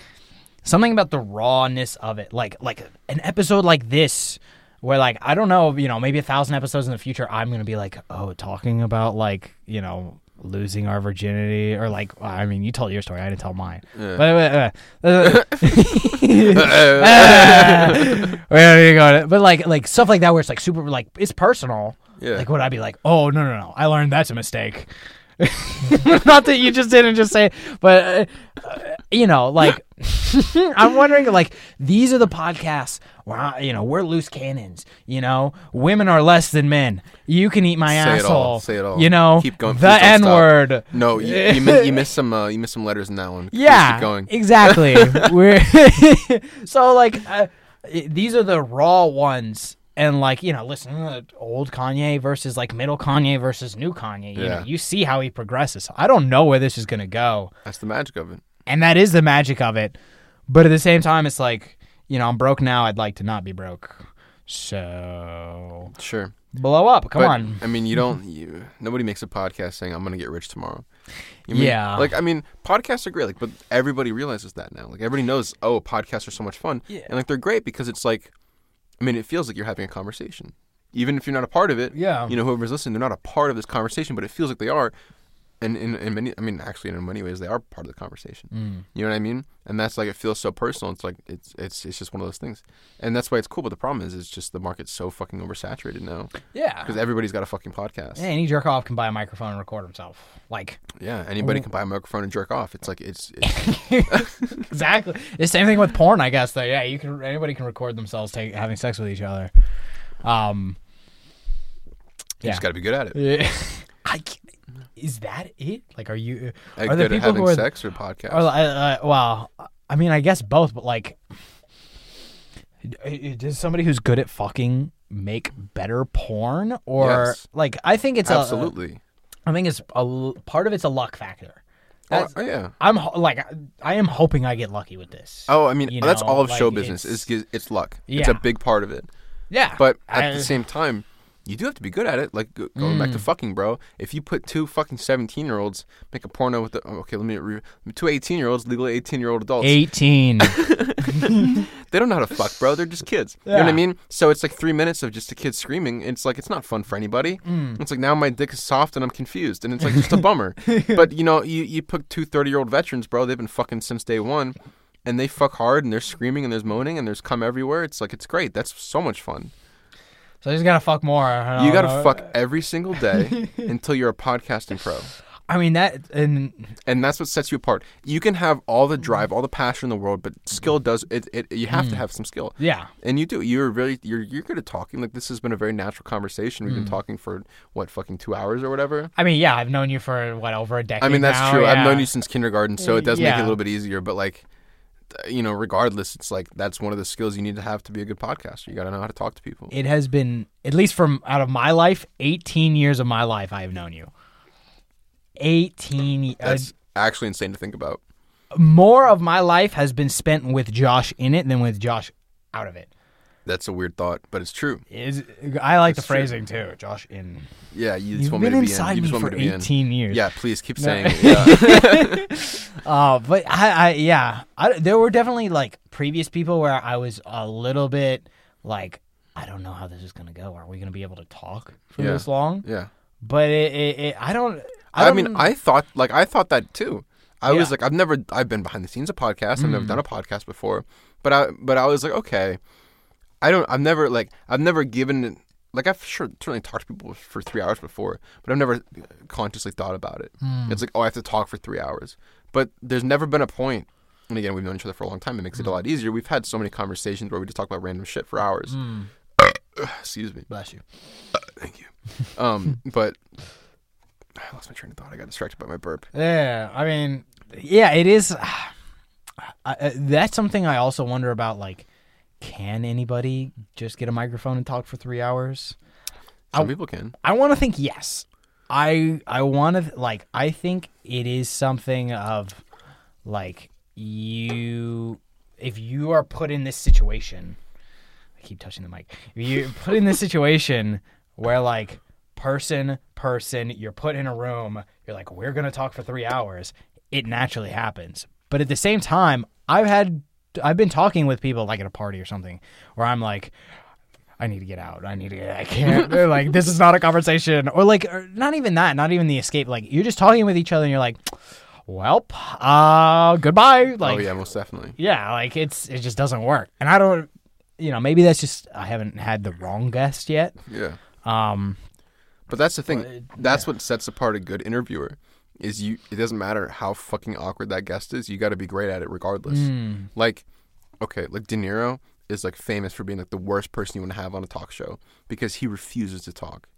something about the rawness of it. Like like an episode like this where like I don't know, you know, maybe a thousand episodes in the future I'm gonna be like, oh, talking about like, you know, losing our virginity or like I mean you told your story, I didn't tell mine. But uh, uh, uh, where are you going? But like like stuff like that where it's like super like it's personal.
Yeah.
Like would I be like, oh no no no, I learned that's a mistake. Not that you just didn't just say, but uh, uh, you know, like I'm wondering, like these are the podcasts where I, you know we're loose cannons. You know, women are less than men. You can eat my
Say it
asshole.
all. Say it all.
You know,
keep going.
The
Please don't
N
stop.
word.
No, you, you, miss, you missed some. Uh, you missed some letters in that one. Please
Yeah,
keep going.
exactly. We're so like uh, i- these are the raw ones, and like you know, listen, uh, old Kanye versus like middle Kanye versus new Kanye. You know,
Yeah.
you see how he progresses. I don't know where this is gonna go,
That's the magic of it.
and that is the magic of it. But at the same time, it's like you know, I'm broke now. I'd like to not be broke. So
Sure.
blow up. Come
But,
on.
I mean, you don't. You, nobody makes a podcast saying I'm going to get rich tomorrow. You mean-
Yeah.
Like I mean, podcasts are great. Like, but everybody realizes that now. Like everybody knows. Oh, podcasts are so much fun. Yeah. And like they're great because it's like, I mean, it feels like you're having a conversation, even if you're not a part of it.
Yeah.
You know, whoever's listening, they're not a part of this conversation, but it feels like they are. And in, in many, I mean, actually, in many ways, they are part of the conversation.
Mm.
You know what I mean? And that's like it feels so personal. It's like it's it's it's just one of those things, and that's why it's cool. But the problem is, it's just the market's so fucking oversaturated now
Yeah.
because everybody's got a fucking podcast.
Yeah, any jerk off can buy a microphone and record himself. Like
Yeah,
Oh.
anybody can buy a microphone and jerk off. It's like it's, it's
exactly. The same thing with porn, I guess. Though, yeah, you can anybody can record themselves take, having sex with each other. Um,
you just got to be good at it.
I can't- is that it? Like, are you
Like,
are there
good at
people
having
who are,
sex or podcast?
Or, uh, uh, well, I mean, I guess both, but like, i- i- does somebody who's good at fucking make better porn or
Yes.
like? I think it's A,
Absolutely.
I think it's a l- part of it's a luck factor.
Oh,
That's-
oh, yeah.
I'm ho- like I- I am hoping I get lucky with this.
Oh, I mean,
you
that's
know,
all of
like,
show business.
it's-
It's it's, luck. It's
Yeah.
a big part of it.
yeah,
But at
I-
the same time, you do have to be good at it. Like go- going back to
Mm.
fucking, bro. If you put two fucking seventeen-year-olds make a porno with the oh, okay, let me re- two 18-year-olds, legal eighteen-year-old adults.
18.
They don't know how to fuck, bro. They're just kids. You know what
Yeah.
I mean? So it's like three minutes of just a kid screaming. It's like it's not fun for anybody. It's like now my dick is soft and I'm confused, and it's like just a bummer. But you know, you you pick two 30 year old veterans, bro. They've been fucking since day one, and they fuck hard, and they're screaming, and there's moaning, and there's cum everywhere. It's like it's great. That's so much fun.
so I just gotta fuck more. I
You
don't
gotta
know.
fuck every single day until you're a podcasting pro.
I mean that, and
and that's what sets you apart. You can have all the drive, all the passion in the world, but skill does it. it you have to have some skill.
Hmm. Yeah.
and you do. You're really you're you're good at talking. Like this has been a very natural conversation. We've been
Hmm.
talking for what fucking two hours or whatever.
I mean, yeah, I've known you for what over a decade.
I mean that's
now,
true.
yeah.
I've known you since kindergarten, so it does make it
Yeah.
a little bit easier. But like, th- you know, regardless, it's like that's one of the skills you need to have to be a good podcaster. You got to know how to talk to people.
It has been at least from out of my life, 18 years of my life. I have known you. 18 uh,
That's actually insane to think about.
more of my life has been spent with Josh in it than with Josh out of it.
That's a weird thought, but it's true.
Is I like the
true.
phrasing too, Josh. In
Yeah, you just
you've
want
been
me to be
inside
in. You
me
just want
for
me to be in.
eighteen years.
Yeah, please keep saying it. Yeah.
Uh, but I, I yeah, I, there were definitely like previous people where I was a little bit like, I don't know how this is gonna go. Are we gonna be able to talk for
Yeah.
this long?
yeah.
But it, it, it I don't. I,
I,
don't,
mean, I thought like I thought that too. I
Um, Yeah. Mm.
was like, I've never, I've been behind the scenes of podcasts. I've never done a podcast before, but I, but I was like, okay, I don't, I've never like, I've never given, like, I've sure certainly talked to people for three hours before, but I've never consciously thought about it.
Mm.
It's like, oh, I have to talk for three hours, but there's never been a point. And again, we've known each other for a long time. It makes
Mm.
it a lot easier. We've had so many conversations where we just talk about random shit for hours. Excuse me.
Mm. bless you.
Thank you. Um, but I lost my train of thought. I got distracted by my burp.
Yeah, I mean, yeah, it is. I, I, that's something I also wonder about. Like, can anybody just get a microphone and talk for three hours?
Some people can.
I want to think yes. I I want to like I think it is something of like you if you are put in this situation. I keep touching the mic. If you're put in this situation where like person person you're put in a room, you're like we're going to talk for 3 hours. It naturally happens. But at the same time, I've had I've been talking with people like at a party or something where I'm like I need to get out. I need to get. I can't. They're like, this is not a conversation, or like, or not even that. Not even the escape. Like, you're just talking with each other, and you're like, "Welp, uh, goodbye." Like,
oh yeah, most definitely.
yeah, like it's it just doesn't work. And I don't, you know, maybe that's just I haven't had the wrong guest yet.
Yeah.
Um,
But that's the thing. that's what sets apart a good interviewer. Is you? It doesn't matter how fucking awkward that guest is. You got to be great at it regardless. Like, okay, like De Niro is like famous for being like the worst person you want to have on a talk show because he refuses to talk.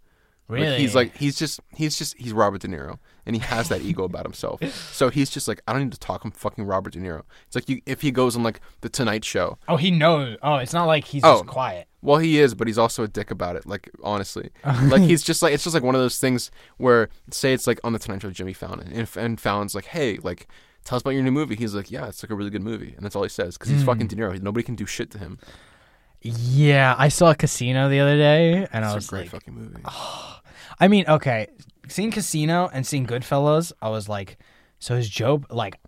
Like,
really,
he's like he's just he's just he's Robert De Niro and he has that ego about himself. So he's just like I don't need to talk. I'm fucking Robert De Niro. It's like you if he goes on like the Tonight Show
oh, he knows. Oh, it's not like he's
Oh.
just quiet.
Well, he is, but he's also a dick about it. Like honestly, like he's just like it's just like one of those things where say it's like on the Tonight Show, Jimmy Fallon, and, if- and Fallon's like, hey, like tell us about your new movie. He's like, yeah, it's like a really good movie, and that's all he says because he's
Mm.
fucking De Niro. Nobody can do shit to him.
Yeah, I saw Casino the other day, and I
It's
was
a great
like, Ah.
fucking movie.
I mean, okay, seeing Casino and seeing Goodfellas, I was like, so is Joe like?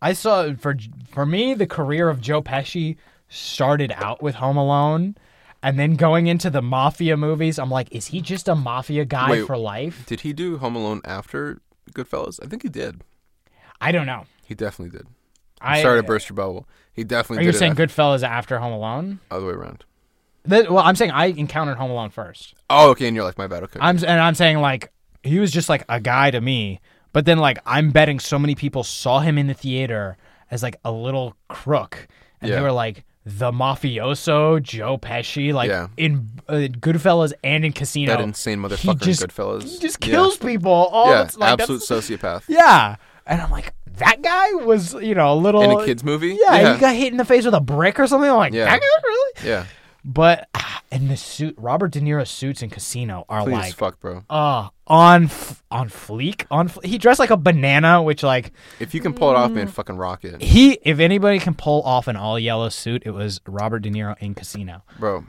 I saw for for me the career of Joe Pesci started out with Home Alone, and then going into the mafia movies. I'm like, is he just a mafia guy
Wait.
for life?
Did he do Home Alone after Goodfellas? I think he did.
I don't know.
He definitely did. I'm
I
sorry to burst your bubble. He
Are
definitely
you
did it
saying
after,
Goodfellas after Home Alone?
other way around.
That, well, I'm saying I encountered Home Alone first.
Oh, okay, and you're like my bad. Okay,
I'm and I'm saying like he was just like a guy to me, but then like I'm betting so many people saw him in the theater as like a little crook, and they
Yeah.
were like the mafioso Joe Pesci, like
Yeah.
in uh, Goodfellas and in Casino.
that insane
he
motherfucker
just,
in Goodfellas.
He just
Yeah.
kills people. All
Yeah,
the- like,
absolute
that's-
sociopath.
yeah, and I'm like that guy was you know a little
In a kids movie.
Yeah, he got hit in the face with a brick or something. I'm like
Yeah.
that guy really.
Yeah.
But ah, and the suit, Robert De Niro's suits in Casino are
Please
like
fuck, bro.
uh on f- on fleek on fl- he dressed like a banana which like
If you can pull it off, man, fucking rock it,
he if anybody can pull off an all yellow suit it was robert de niro in casino
bro.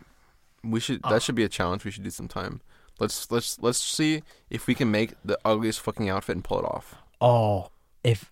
We should. That should be a challenge. We should do sometime. Let's let's let's see if we can make the ugliest fucking outfit and pull it off.
oh if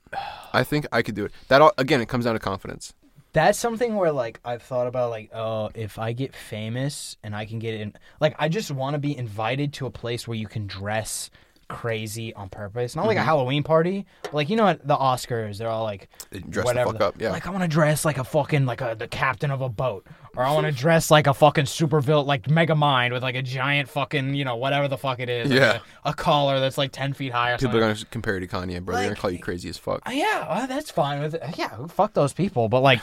I think I could do it. That all, again, it comes down to confidence.
that's something where like i've thought about like oh if i get famous and i can get in like i just want to be invited to a place where you can dress crazy on purpose not like
Mm-hmm.
a halloween party but like you know at the oscars they're all like
They dress the
whatever
fuck up, yeah.
like i want to dress like a fucking like a the captain of a boat or i want to dress like a fucking super villain like mega mind with like a giant fucking you know whatever the fuck it is like,
Yeah.
a, a collar that's like 10 feet high or
People
something
are gonna s- compare you to Kanye, bro. They're gonna
Like-
call you crazy as fuck.
uh, Yeah, well, that's fine with uh, yeah. who- Fuck those people, but like,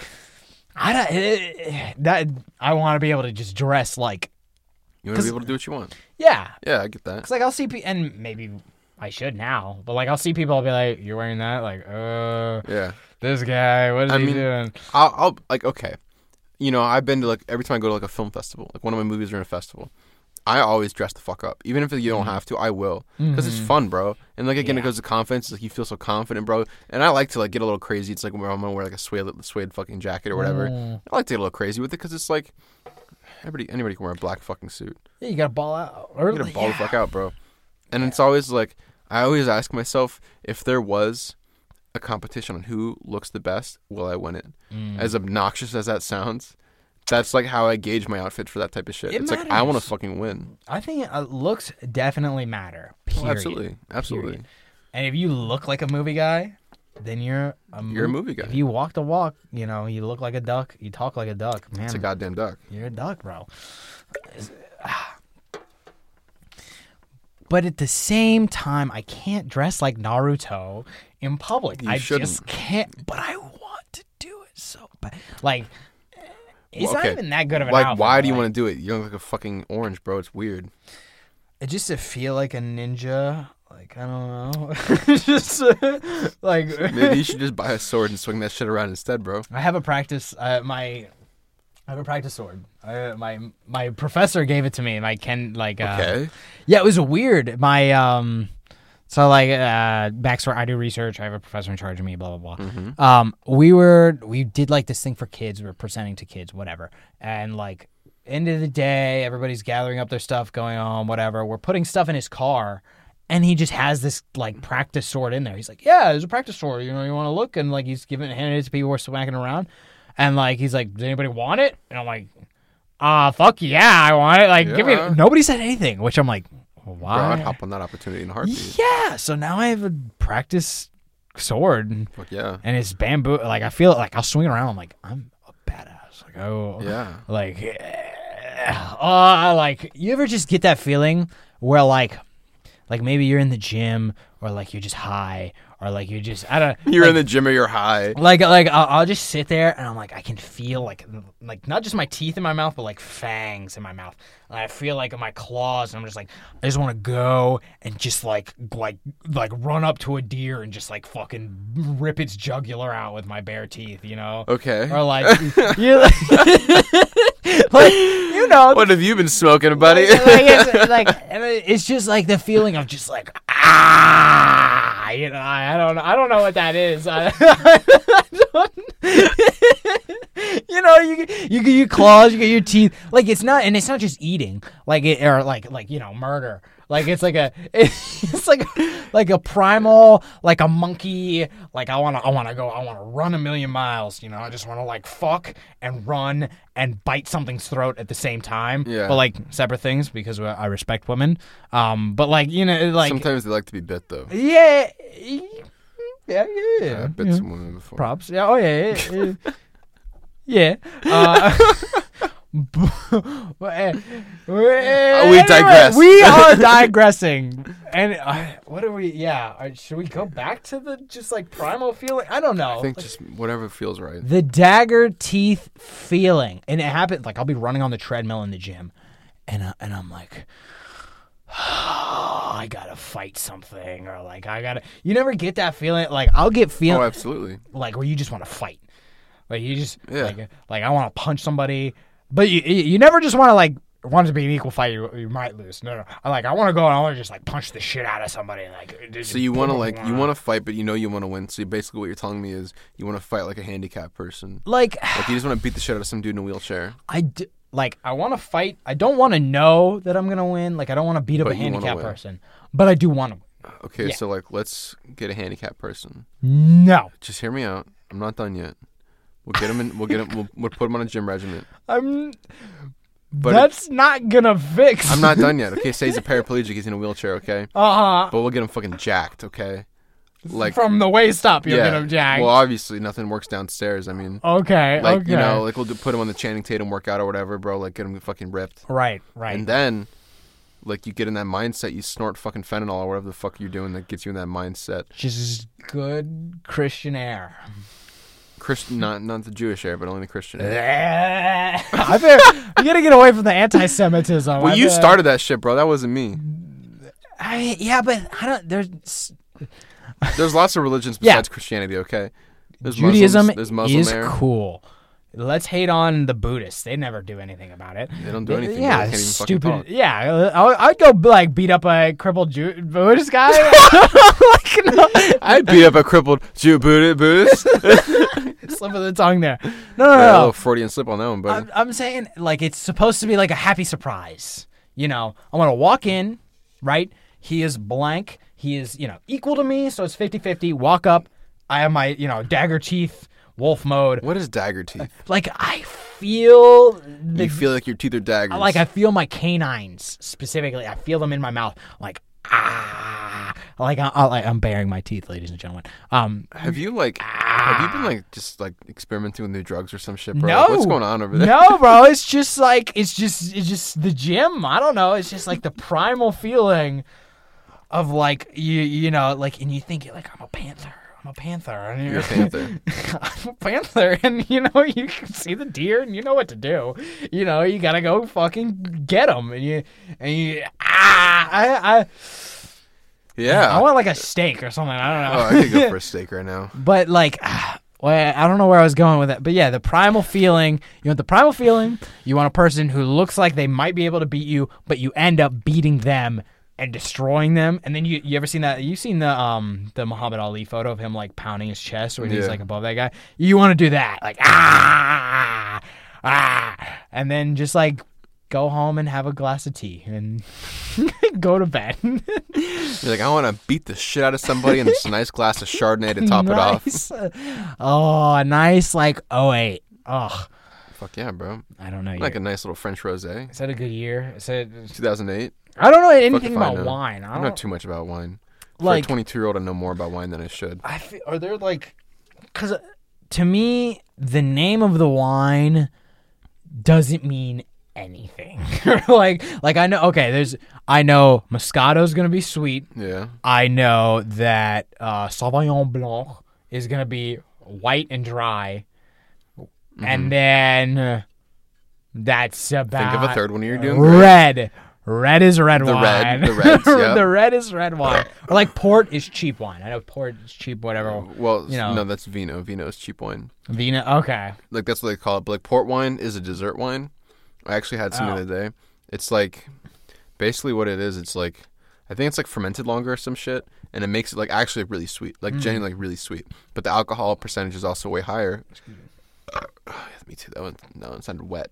I don't eh, that I want to be able to just dress like
You want to be able to do what you want.
yeah.
Yeah, I get that.
It's like I'll see pe- and maybe I should now, but like I'll see people. I'll be like, "You're wearing that?" Like, uh,
Yeah.
this guy. What is
I
he
mean-
doing?
I'll, I'll like okay, you know I've been to like every time I go to like a film festival, like one of my movies are in a festival. I always dress the fuck up, even if you don't have to. I will because it's fun, bro. And like again, it goes to confidence. Like you feel so confident, bro. And I like to like get a little crazy. It's like where I'm gonna wear like a suede suede fucking jacket or whatever. I like to get a little crazy with it because it's like everybody, anybody can wear a black fucking suit.
Yeah, you gotta ball out
I'm
early.
gonna ball
yeah.
the fuck out, bro. And it's always like I always ask myself if there was a competition on who looks the best, will I win it?
Mm.
As obnoxious as that sounds, that's like how I gauge my outfit for that type of shit.
It
it's like I want to
matters.
fucking win.
I think uh, looks definitely matter.
Oh,
Period.
absolutely, absolutely.
Period. And if you look like a movie guy, then you're a
You're a
mo-
movie guy.
If you walk the walk, you know, you look like a duck, you talk like a duck, man.
It's a goddamn duck.
You're a duck, bro. But at the same time, I can't dress like Naruto in public.
You
I just
shouldn't.
can't. But I want to do it so bad. Like, it's
Well,
not
okay.
even that good of an
Like,
outfit,
why do you
like,
want to do it? You don't look like a fucking orange, bro. It's weird.
just to feel like a ninja? Like I don't know. just uh, like
Maybe you should just buy a sword and swing that shit around instead, bro.
I have a practice. Uh, my I have a practice sword. I, my my professor gave it to me. My Ken like uh,
Okay.
Yeah, it was weird. My um, so like uh, backstory. I do research. I have a professor in charge of me. Blah blah blah. Um, we were we did like this thing for kids. We were presenting to kids, whatever, and like end of the day, everybody's gathering up their stuff, going on, whatever. We're putting stuff in his car. And he just has this like practice sword in there. He's like, "Yeah, there's a practice sword. You know, you want to look." And like he's giving it, handing it to people, we're smacking around, and like he's like, "Does anybody want it?" And I'm like, "Ah, fuck yeah, I want it." Like, give me.
Yeah.
Nobody said anything, which I'm like,
Bro, I'd
why?
hop on that opportunity in a heartbeat.
Oh, yeah. So now I have a practice sword, and
Fuck yeah.
and it's bamboo. Like I feel like I'll swing it around. I'm like I'm a badass. Like oh
Yeah.
Like uh, like you ever just get that feeling where like like maybe you're in the gym or like you're just high or like you're just I don't
You're
like,
in the gym or you're high.
like like I'll, I'll just sit there and I'm like I can feel like like not just my teeth in my mouth but like fangs in my mouth and I feel like my claws and I'm just like I just want to go and just like like like run up to a deer and just like fucking rip its jugular out with my bare teeth you know
Okay.
or like you like you know
What have you been smoking, buddy?
like, it's, like and it- it's just like the feeling of just like ah, you know. I, I don't know. I don't know what that is. I, I don't- you know, you you get your claws, you get your teeth. Like it's not, and it's not just eating. Like it or like like you know murder. Like it's like a it's like like a primal like a monkey like I want to I want to go I want to run a million miles you know I just want to like fuck and run and bite something's throat at the same time
Yeah.
but like like separate things because I respect women. Um, but like you know, like
Sometimes they like to be bit though.
yeah, yeah, yeah, yeah.
I bit
yeah.
some women before.
props. Yeah, oh yeah, yeah. yeah. yeah. Uh, but, eh, eh,
we
anyway,
digress.
We are digressing. And uh, what are we? Yeah, uh, should we go back to the just like primal feeling? I don't know.
I think just whatever feels right.
The dagger teeth feeling, and it happened. Like I'll be running on the treadmill in the gym, and I, and I'm like, I gotta fight something, or like I gotta. You never get that feeling. Like I'll get
Oh,
feeling
absolutely.
like where you just want to fight, like you just
Yeah.
like like I want to punch somebody, but you you you never just want to like want it to be an equal fight. You, you might lose. No, no. I like I want to go and I want to just like punch the shit out of somebody. Like just-
So you want to like you want to fight, but you know you want to win. So basically, what you're telling me is you want to fight like a handicapped person.
like
Like you just want to beat the shit out of some dude in a wheelchair.
I d- like I want to fight. I don't want to know that I'm gonna win. Like I don't want to beat up
But
a
you wanna
handicapped
win.
person, but I do want to.
Okay, so like let's get a handicapped person.
win. No,
Just hear me out. I'm not done yet. We'll get him in. We'll get him. We'll, we'll put him on a gym regimen.
I'm.
But
that's not gonna fix.
I'm not done yet. Okay, say he's a paraplegic. He's in a wheelchair. Okay,
Uh huh.
but we'll get him fucking jacked. Okay, like
From the waist up, you're
yeah.
gonna jag.
Well, obviously nothing works downstairs. I mean,
okay.
like
okay.
you know, like we'll do, put him on the Channing Tatum workout or whatever, bro. Like get him fucking ripped.
right. Right.
And then, like, you get in that mindset, you snort fucking fentanyl or whatever the fuck you're doing that gets you in that mindset.
just good Christian air. Hmm.
Christian, not not the Jewish air, but only the Christian air.
I bet you gotta get away from the anti-Semitism.
Well,
I
you
bet-
started that shit, bro. That wasn't me.
I, yeah, but I don't. There's
There's lots of religions
Yeah.
besides Christianity. Okay, there's
Judaism
Muslims, there's Muslim
is
air.
cool. Let's hate on the Buddhists. They never do anything about it.
They don't do anything,
Yeah,
they can't even fucking
stupid.
talk.
Yeah, I, I'd go like beat up a crippled Jew- Buddhist guy. like, no,
I'd beat up a crippled Jew Buddhist. Buddhist.
slip of the tongue there. No, no, no.
Yeah, a
no.
little Freudian slip on that one, buddy.
I'm, I'm saying like it's supposed to be like a happy surprise. You know, I want to walk in, right? He is blank. He is, you know, equal to me, so it's 50-50. Walk up. I have my, you know, dagger teeth, wolf mode.
what is dagger teeth?
Like I feel the
You feel like your teeth are daggers.
like I feel my canines specifically. I feel them in my mouth. Like ah, like I, I, like I'm baring my teeth, ladies and gentlemen. Um,
Have you like have you been like just like experimenting with new drugs or some shit, bro?
No,
What's going on over there?
No, bro, it's just like it's just it's just the gym. I don't know. It's just like the primal feeling of like you you know like and you think you're like I'm a panther. I'm a panther. And you're,
You're a panther.
I'm a panther, and you know you can see the deer, and you know what to do. You know you gotta go fucking get them, and you and you ah I I, I
Yeah.
want like a steak or something. I don't know.
oh, I could go for a steak right now.
But like, well, I don't know where I was going with that. But yeah, the primal feeling. You want the primal feeling. You want a person who looks like they might be able to beat you, but you end up beating them and destroying them. And then you you ever seen that? You seen the um the Muhammad Ali photo of him like pounding his chest when he's
Yeah.
like above that guy? You want to do that, like ah ah, and then just like. Go home and have a glass of tea and go to bed.
You're like, I want to beat the shit out of somebody and just a nice glass of Chardonnay to top it off.
nice. Oh, nice like 08. Ugh.
Fuck yeah, bro.
I don't know.
Like a nice little French rosé.
is that a good year? Is that,
2008.
I don't know anything
Fucking
about
fine, no.
wine. I
I
don't
know too much about wine.
Like-
For a 22 year old, I know more about wine than I should.
I feel, are there like because to me the name of the wine doesn't mean anything. like like I know okay. There's I know Moscato's gonna be sweet.
Yeah.
I know that uh, Sauvignon Blanc is gonna be white and dry, and then uh, that's about
Mm-hmm. Think of a third one you're doing. Great.
red. Red is red
The
wine.
red- the reds, yeah.
The red is red wine. Or like port is cheap wine. I know port is cheap, whatever.
Uh, Well,
You know.
no, that's vino. Vino is cheap wine.
Vina. Okay.
like that's what they call it. But like port wine is a dessert wine. I actually had some the other day. It's like basically what it is. It's like I think it's like fermented longer or some shit, and it makes it like actually really sweet, like genuinely like really sweet. But the alcohol percentage is also way higher. Yeah, me too. That one, that one sounded wet.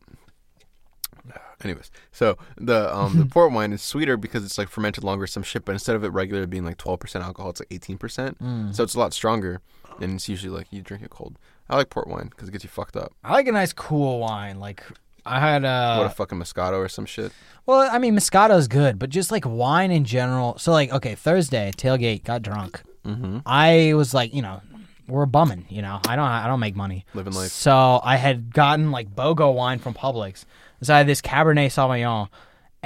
Anyways, so the um, the port wine is sweeter because it's like fermented longer, or some shit. But instead of it regularly being like twelve percent alcohol, it's like eighteen percent. So it's a lot stronger, and it's usually like you drink it cold. I like port wine because it gets you fucked up.
I like a nice cool wine. Like I had uh,
What a fucking Moscato or some shit.
well, I mean Moscato's good, but just like wine in general. So like okay, Thursday tailgate got drunk. Mm-hmm. I was like, you know, we're bumming. You know, I don't I don't make money.
Living life.
So I had gotten like BOGO wine from Publix. So I had this Cabernet Sauvignon,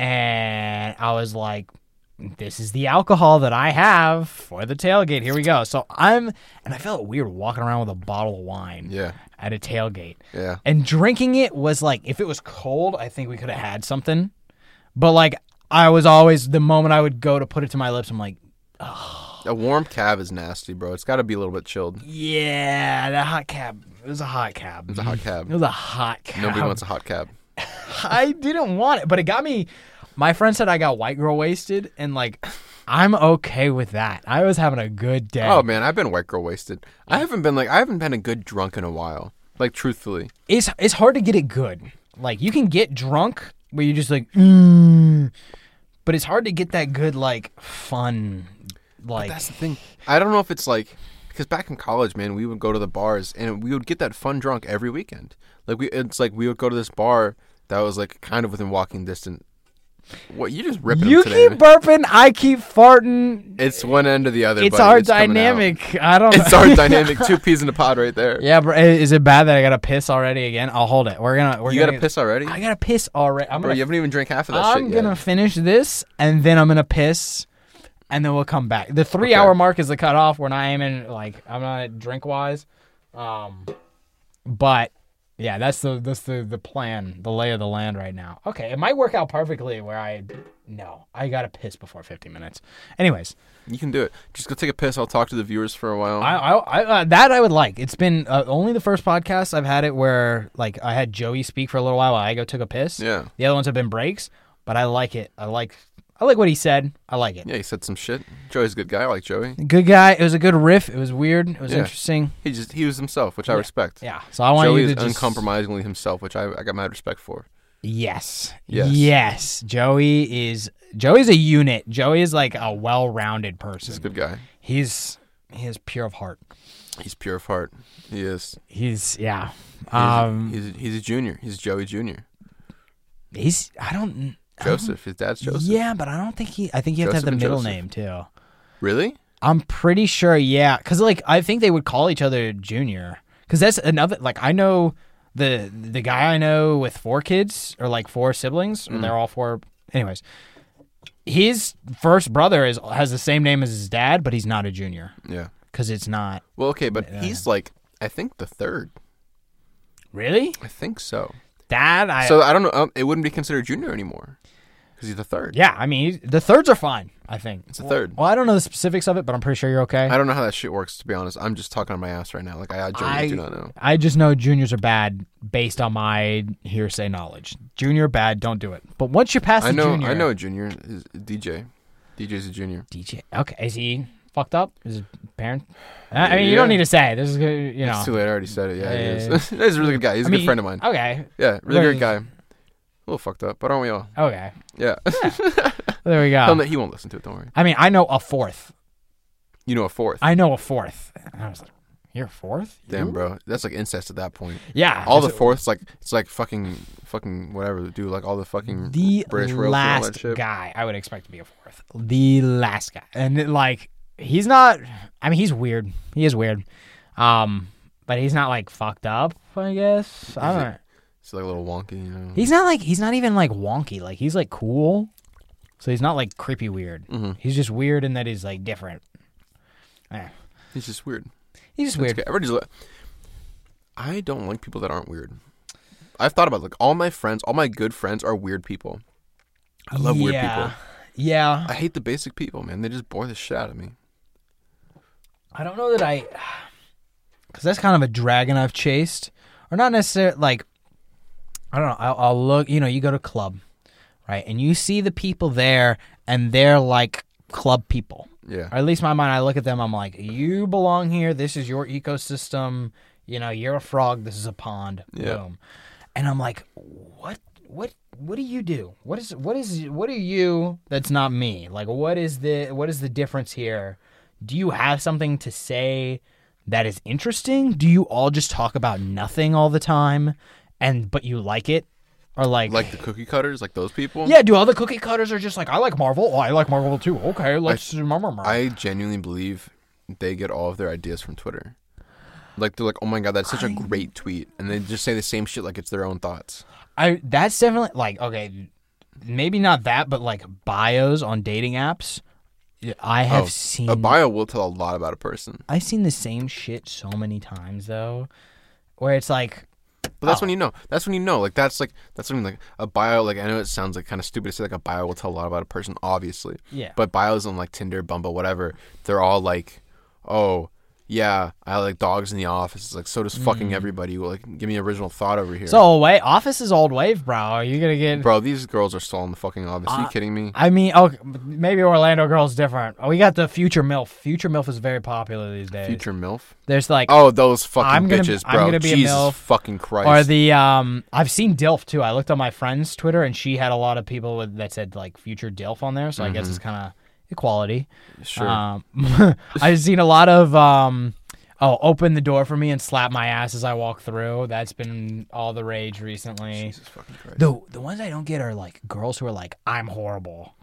and I was like, "This is the alcohol that I have for the tailgate. Here we go." So I'm, and I felt weird walking around with a bottle of wine.
Yeah.
At a tailgate.
Yeah.
And drinking it was like, if it was cold, I think we could have had something. But like, I was always the moment I would go to put it to my lips, I'm like,
A warm cab is nasty, bro. It's got to be a little bit chilled.
"Yeah, that hot cab. It was a hot cab. It
It's a hot
It
cab.
was a hot cab.
Nobody wants a hot cab.
I didn't want it, but it got me. My friend said I got white girl wasted, and like, I'm okay with that. I was having a good day.
Oh man, I've been white girl wasted. I haven't been like I haven't been a good drunk in a while. Like truthfully,
It's it's hard to get it good. Like you can get drunk, where you're just like, mm, but it's hard to get that good like fun. Like
that's the thing. I don't know if it's like because back in college, man, we would go to the bars and we would get that fun drunk every weekend. Like we, it's like we would go to this bar that was like kind of within walking distance. What you just ripping
you
them today?
keep
man.
burping, I keep farting.
it's one end or the other.
It's
buddy.
our
coming out.
dynamic. I don't.
It's our dynamic. Two peas in a pod, right there.
yeah, bro. Is it bad that I gotta piss already again? I'll hold it. We're gonna. We're
You
gonna
got to piss already.
I gotta piss already. I'm
Bro,
gonna
you haven't even drank half of that shit
I'm
yet.
gonna finish this and then I'm gonna piss and then we'll come back. The three
Okay.
hour mark is the cutoff when I am in like I'm not drink wise. Um but Yeah, that's the that's the the plan, the lay of the land right now. Okay, it might work out perfectly where I no, I gotta piss before 50 minutes. Anyways,
You can do it. Just go take a piss. I'll talk to the viewers for a while.
I, I, I uh, that I would like. It's been uh, only the first podcast I've had it where like I had Joey speak for a little while while I go took a piss.
Yeah.
The other ones have been breaks, but I like it. I like I like what he said. I like it.
yeah, he said some shit. Joey's a good guy. I like Joey.
Good guy. It was a good riff. It was weird. It was
Yeah.
interesting.
He just he was himself, which I respect.
Yeah. So I want
Joey
you
is
to just
uncompromisingly himself, which I, I got mad respect for.
Yes.
Yes.
Yes. Joey is Joey's a unit. Joey is like a well-rounded person.
He's a good guy.
He's he is pure of heart.
He's pure of heart. He is.
He's yeah.
He's,
Um
he's, he's a junior. He's Joey Junior.
he's I don't
Joseph. His dad's Joseph.
Yeah, but I don't think he. I think you have to
Joseph
have
and
the middle
Joseph.
name too.
Really?
I'm pretty sure. Yeah, because like I think they would call each other junior. Because that's another. Like I know the the guy I know with four kids or like four siblings.
Mm.
and They're all four. Anyways, his first brother is has the same name as his dad, but he's not a junior
Yeah.
because it's not
Well, okay, but he's like I think the third.
really
I think so.
dad. I
So I don't know. Um, it wouldn't be considered junior anymore because he's the third.
yeah. I mean he's- the thirds are fine. I think it's
a third.
Well, I don't know the specifics of it, but I'm pretty sure you're okay.
I don't know how that shit works. To be honest, I'm just talking on my ass right now. Like I, I genuinely do not know.
I just know juniors are bad based on my hearsay knowledge. Junior bad, don't do it. But once you pass the
I know.
junior,
I know. a Junior is DJ. DJ's a junior.
DJ. Okay, is he fucked up? Is his parent? I I mean, you
Yeah.
don't need to say. it. This is gonna- you know.
It's too late. I already said it. Yeah,
Oh. Yeah,
he
yeah,
is. he's a really good guy. He's a
I mean,
good friend of mine.
Okay.
Yeah, really
Right.
great guy. A little fucked up, but aren't we all?
Okay.
Yeah.
There we
Tell
go.
him that he won't listen to it. Don't worry.
I mean, I know a fourth.
You know a fourth.
I know a fourth. And I was like, "You're a fourth?
Damn, bro, that's like incest at that point.
Yeah.
All the
it's
fourths, like it's like fucking, fucking whatever. Do like all the fucking
the
British royalty and all that
last
shit.
guy I would expect to be a fourth. The last guy, and it, like he's not. I mean, he's weird. He is weird. Um, but he's not like fucked up. I guess I don't. know.
It's like a little wonky. You know?
He's not like he's not even like wonky. Like he's like cool. So he's not like creepy weird. He's just weird in that he's like different. Eh,
He's just weird.
he's just
It's
weird.
okay. Everybody's li- I don't like people that aren't weird. I've thought about it. like all my friends, all my good friends are weird people. I love
yeah.
weird people.
Yeah.
I hate the basic people, man. They just bore the shit out of me.
I don't know that I, because that's kind of a dragon I've chased, or not necessarily like. I don't know. I'll, I'll look. You know, you go to a club, right, and you see the people there, and they're like club people.
Yeah.
Or at least in my mind, I look at them. I'm like, you belong here. This is your ecosystem. You know, you're a frog. This is a pond.
Yeah.
Boom. And I'm like, what? What? What do you do? What is? What is? What are you? That's not me. Like, what is the? What is the difference here? Do you have something to say that is interesting? Do you all just talk about nothing all the time, and but you like it, or like
Like the cookie cutters, like those people.
yeah? Do all the cookie cutters are just like I like Marvel. Oh, I like Marvel too. Okay, let's.
I genuinely believe they get all of their ideas from Twitter. Like they're like, oh my god, that's such a great tweet, and they just say the same shit like it's their own thoughts.
I that's definitely like okay, maybe not that, but like bios on dating apps. yeah, I have
Oh,
seen
A bio will tell a lot about a person,
I've seen the same shit so many times though, where it's like Ah.
but that's when you know. That's when you know. Like that's like that's something like a bio. Like I know it sounds like kind of stupid to say like a bio will tell a lot about a person, obviously.
Yeah.
But bios on like Tinder, Bumble, whatever, they're all like, oh yeah, I like dogs in the office. It's like so does
Mm.
fucking everybody. Well, like give me original thought over here.
it's old wave. Office is old wave, bro. Are you gonna get?
Bro, these girls are still in the fucking office. Are you kidding me?
um, I mean, okay, maybe Orlando Girl's different. Oh, we got the Future MILF. Future MILF is very popular these days.
Future MILF?
There's like,
Oh, those fucking
I'm gonna-
bitches,
I'm
bro!
gonna be a
Jesus
MILF.
fucking Christ!
or the um, I've seen Dilf too. I looked on my friend's Twitter and she had a lot of people with, that said like Future Dilf on there. So I guess
Mm-hmm.
it's kind of equality.
sure,
Um, I've seen a lot of um, oh, open the door for me and slap my ass as I walk through. That's been all the rage recently.
Jesus fucking Christ!
The the ones I don't get are like girls who are like I'm horrible,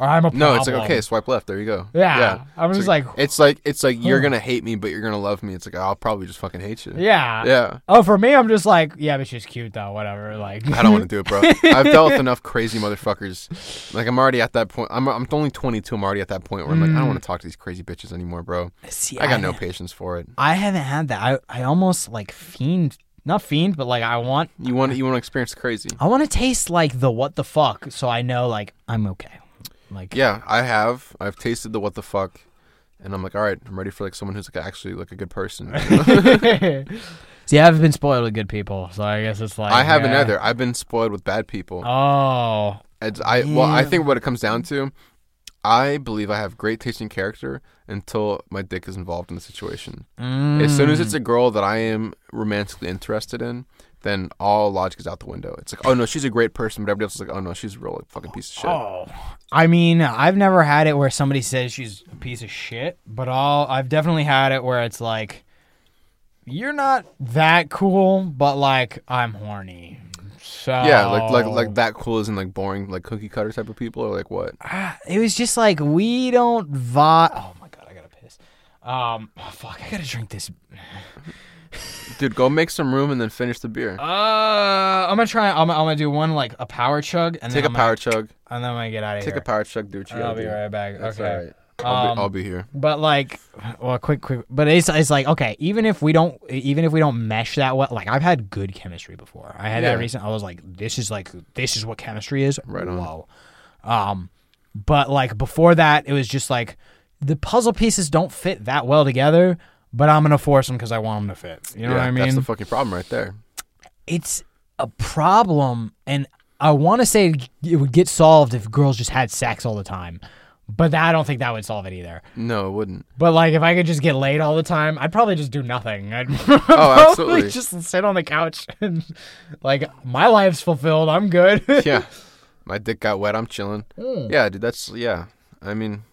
or I'm a problem.
no, it's like okay, swipe left. There you go.
Yeah, I'm
It's
just like- hmm.
it's like it's like you're gonna hate me, but you're gonna love me. It's like I'll probably just fucking hate you.
yeah,
yeah.
Oh, for me, I'm just like yeah, but she's cute though. Whatever, like
I don't want to do it, bro. I've dealt with enough crazy motherfuckers. Like I'm already at that point. I'm I'm only 22. I'm already at that point where I'm like I
Mm.
don't want to talk to these crazy bitches anymore, bro.
See,
I got no patience for it.
I haven't had that. I I almost like fiend not fiend, but like I want
You want you want to experience crazy.
I want to taste like the what the fuck, so I know like I'm okay. Like
Yeah, I have. I've tasted the what the fuck, and I'm like, all right, I'm ready for like someone who's like actually like a good person.
see, I haven't been spoiled with good people, so I guess it's like
I haven't
yeah.
either. I've been spoiled with bad people.
Oh,
It's, I well, I think what it comes down to, I believe I have great taste in character until my dick is involved in the situation. As soon as it's a girl that I am romantically interested in, then all logic is out the window. It's like, oh no, she's a great person, but everybody else is like, oh no, she's a real like, fucking piece of shit.
Oh. I mean, I've never had it where somebody says she's a piece of shit, but all I've definitely had it where it's like, you're not that cool, but like I'm horny. So
Yeah, like like like that cool isn't like boring like cookie cutter type of people or like what?
it was just like we don't vibe. Oh my god, I gotta piss. Um, oh, fuck, I gotta drink this.
Dude, go make some room and then finish the beer.
Uh, I'm gonna try. I'm, I'm gonna do one like a power chug, and
Take
then
a
I'm
power
Gonna,
chug.
and then I'm gonna get out of here.
Take a power chug. Do what you
I'll
gotta
be
do.
right back. Um,
That's
okay.
all right. I'll, be, I'll be here.
But like, well, quick, quick. But it's it's like okay, even if we don't, even if we don't mesh that well, like I've had good chemistry before. I had
Yeah.
that recent. I was like, this is like this is what chemistry is.
Right on.
Whoa. Um, but like before that, it was just like the puzzle pieces don't fit that well together. But I'm gonna force them because I want them to fit. You know
yeah,
what I mean?
that's the fucking problem right there.
it's a problem, and I want to say it would get solved if girls just had sex all the time. But I don't think that would solve it either.
No, it wouldn't.
But like, if I could just get laid all the time, I'd probably just do nothing. I'd probably
Oh, absolutely.
just sit on the couch and like my life's fulfilled. I'm good.
yeah. My dick got wet. I'm chilling.
Hmm.
Yeah, dude. That's yeah. I mean,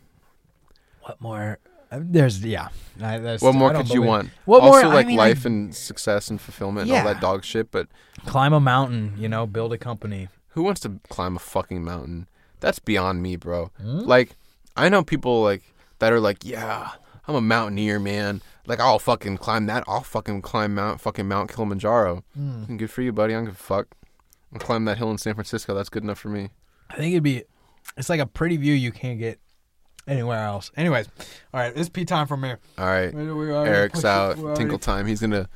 What more? uh, There's yeah. I, there's,
what more
I don't
could you
believe-
want?
What
also,
more? I
like
mean,
life and success and fulfillment and
Yeah.
all that dog shit. But
I- climb a mountain, you know, build a company.
who wants to climb a fucking mountain? That's beyond me, bro.
Hmm?
Like, I know people like that are like, yeah, I'm a mountaineer, man. Like, I'll fucking climb that. I'll fucking climb Mount fucking Mount Kilimanjaro.
Hmm.
Mm. Good for you, buddy. I don't give a fuck. I'll climb that hill in San Francisco. That's good enough for me.
I think it'd be. It's like a pretty view you can't get anywhere else. Anyways, all right, it's pee time for me.
All right,
We- we already
Eric's
pushed it. Oh,
out.
We already-
Tinkle time. He's gonna.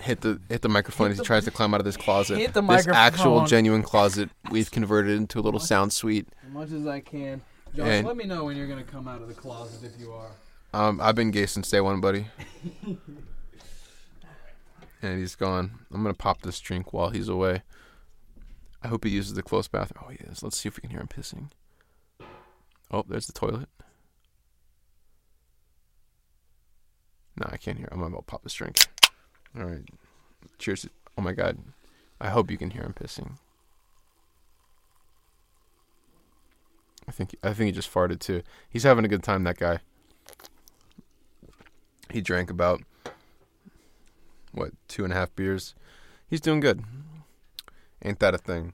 Hit the hit the microphone as he tries to climb out of this closet.
hit the
this actual
microphone.
genuine closet we've converted into a little sound suite.
As much as I can. Josh,
And- let
me know when you're gonna come out of the closet if you are.
Um, I've been gay since day one, buddy. and he's gone. I'm gonna pop this drink while he's away. I hope he uses the closed bathroom. Oh, he is. Let's see if we can hear him pissing. Oh, there's the toilet. No, I can't hear. I'm about to pop this drink. All right. Cheers. Oh my god. I hope you can hear him pissing. I think I think he just farted too. He's having a good time. That guy. He drank about what two and a half beers. He's doing good. Ain't that a thing?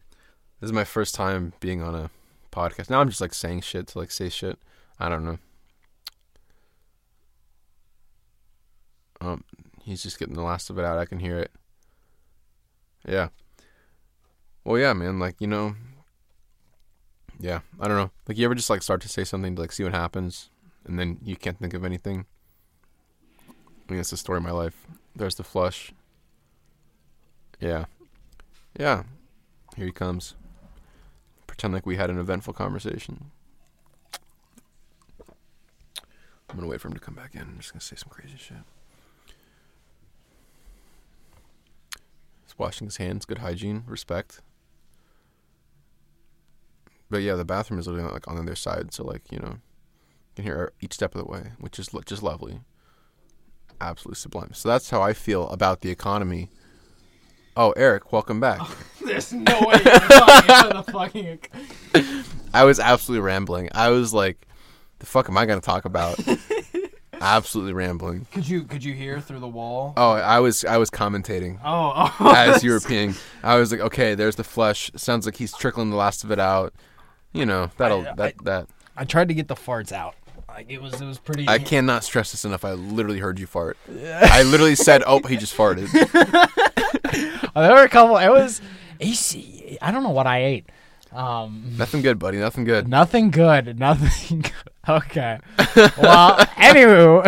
This is my first time being on a podcast. Now I'm just like saying shit to like say shit. I don't know. Um, he's just getting the last of it out. I can hear it. Yeah. Well, yeah, man. Like you know. Yeah, I don't know. Like you ever just like start to say something to like see what happens, and then you can't think of anything. I mean, that's the story of my life. There's the flush. Yeah. Yeah. Here he comes. Pretend like we had an eventful conversation. I'm going to wait for him to come back in. I'm just going to say some crazy shit. He's washing his hands. Good hygiene. Respect. But yeah, the bathroom is literally like on the other side. So, like, you know, you can hear each step of the way, which is lo- just lovely absolutely sublime. So that's how I feel about the economy. Oh, Eric, welcome back.
There's no way you're talking about the fucking.
I was absolutely rambling. I was like, the fuck am I going to talk about? absolutely rambling.
Could you could you hear through the wall?
Oh, I was I was commentating
Oh,
as you were peeing. I was like, okay, there's the flush. Sounds like he's trickling the last of it out. You know, that'll that that
I tried to get the farts out. Like it was it was pretty.
I cannot stress this enough. I literally heard you fart. I literally said, "Oh, he just farted."
there were a couple. It was. AC, I don't know what I ate. Um,
Nothing good, buddy. Nothing good.
nothing good. Nothing. Good. Okay. Well, anywho,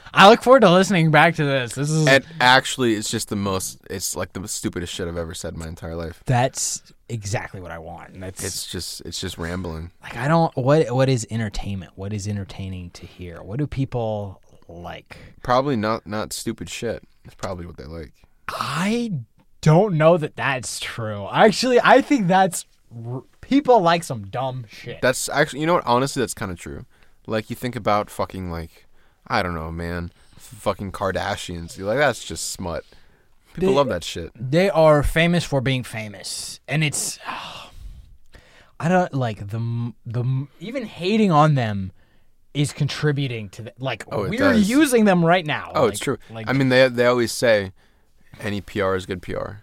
I look forward to listening back to this. This is
And actually, it's just the most. It's like the stupidest shit I've ever said in my entire life.
that's exactly what I want. And That's
It's just it's just rambling.
like I don't what what is entertainment? What is entertaining to hear? What do people like?
Probably not not stupid shit. It's probably what they like.
I don't know that that's true. Actually, I think that's r- people like some dumb shit.
That's actually you know what? Honestly, that's kind of true. Like you think about fucking like I don't know, man. Fucking Kardashians. You're like that's just smut. People love that shit.
they are famous for being famous, and it's I don't like the m- the m- even hating on them is contributing to the, like
Oh, it
we're
does.
using them right now.
Oh,
Like-
it's true.
Like
I mean, they they always say any PR is good PR.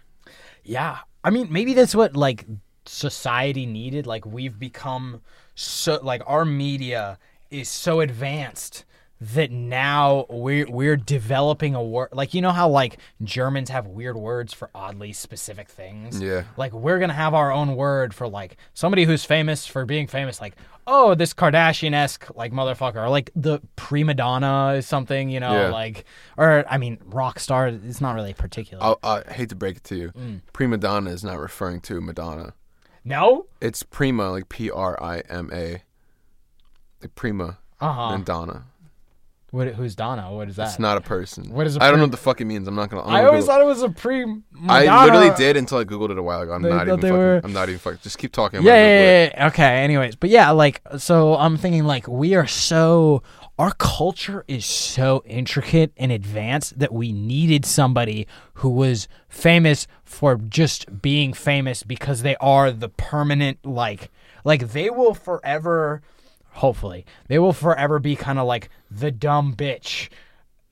Yeah. I mean, maybe that's what like society needed. Like we've become so like our media is so advanced that now we're we're developing a word like you know how like Germans have weird words for oddly specific things.
Yeah.
Like we're gonna have our own word for like somebody who's famous for being famous, like, oh, this Kardashian esque like motherfucker, or like the prima donna is something, you know,
Yeah.
like or I mean rock star it's not really particular.
I, I hate to break it to you.
Mm.
Prima donna is not referring to Madonna.
no?
It's prima, like P R I M A. Like prima
Uh huh.
and donna.
What, who's Donna? What is that?
It's not a person.
What is a
I don't
prima-
know what the fuck it means. I'm not gonna. I'm
I
gonna
always
Google
thought it was a pre.
it.
Madonna.
I literally did until I googled it a while ago. I'm
They
not
thought
even
they
fucking.
were-
I'm not even fucking. Just keep talking. I'm
Yeah,
gonna Google
yeah,
it.
yeah, yeah. Okay. Anyways, but yeah, like so, I'm thinking like we are so our culture is so intricate and advanced that we needed somebody who was famous for just being famous because they are the permanent like like they will forever hopefully they will forever be kind of like the dumb bitch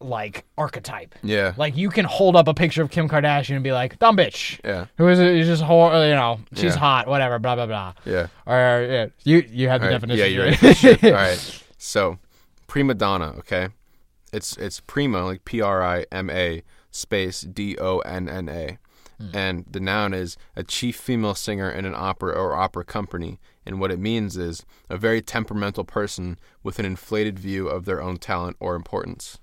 like archetype
Yeah.
like you can hold up a picture of Kim Kardashian and be like, "Dumb bitch."
Yeah.
Who is it? Is just whore, you know, she's
Yeah.
hot, whatever, blah blah blah.
Yeah.
Or, yeah, you you have the
All right,
definition.
Yeah, you're right.
right?
Shit. All right. So, prima donna. Okay, it's it's prima like P R I M A space D O N N A,
Hmm.
and the noun is a chief female singer in an opera or opera company. And what it means is a very temperamental person with an inflated view of their own talent or importance.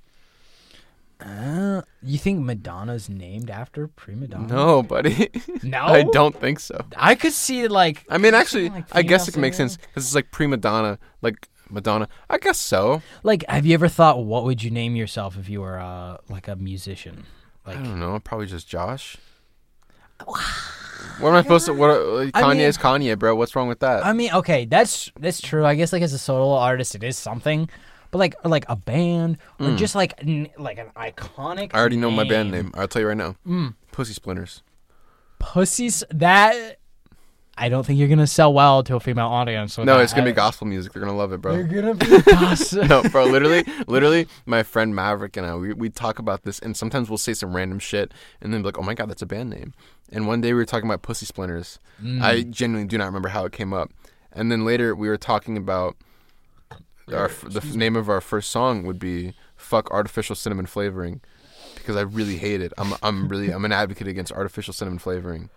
Uh, you think Madonna's named after prima donna?
No, buddy.
No?
I don't think so.
I could see like
I mean, actually,
Like
I guess
female
it can make
singer?
sense because it's like prima donna, like Madonna. I guess so.
like have you ever thought what would you name yourself if you were uh like a musician? Like
I don't know. Probably just Josh. what am I supposed to? What uh, Kanye
mean-
is Kanye, bro. What's wrong with that?
I mean, okay, that's that's true. I guess like as a solo artist, it is something, but like or like a band or just like n- like an iconic.
Hmm. I already know my band name. I'll tell you right now. Pussy Splinters.
pussies that I don't think you're gonna sell well to a female audience. with
No,
that.
it's gonna be
I-
gospel music. They're gonna love it, bro.
You're gonna be gossip.
no, bro. Literally, literally, my friend Maverick and I, we we talk about this, and sometimes we'll say some random shit, and then be like, "Oh my god, that's a band name." And one day we were talking about Pussy Splinters. I
Mm.
genuinely do not remember how it came up. And then later we were talking about our f- the f- name of our first song would be "Fuck Artificial Cinnamon Flavoring." Because I really hate it. I'm, I'm really, I'm an advocate against artificial cinnamon flavoring.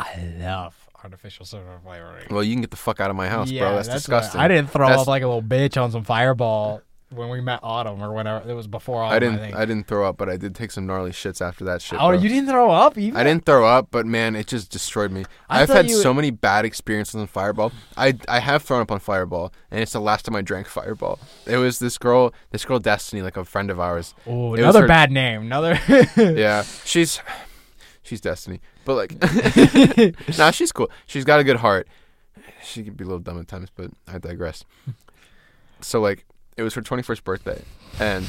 I love artificial cinnamon flavoring.
Well, you can get the fuck out of my house, bro. That's,
what-
disgusting.
I didn't throw
That's-
up like a little bitch on some fireball when we met Autumn or whenever it was before Autumn.
I didn't,
I think.
I, didn't throw up, but I did take some gnarly shits after that shit.
oh,
bro.
you didn't throw up even.
I didn't throw up, but man, it just destroyed me.
I
I've
thought
had
you-
so many bad experiences on Fireball. I I have thrown up on Fireball, and it's the last time I drank Fireball. It was this girl, this girl Destiny, like a friend of ours. It
Oh,
was
another
her-
bad name. Another.
Yeah, she's she's Destiny, but like, nah, she's cool. She's got a good heart. She can be a little dumb at times, but I digress. So like, it was her 21st birthday, and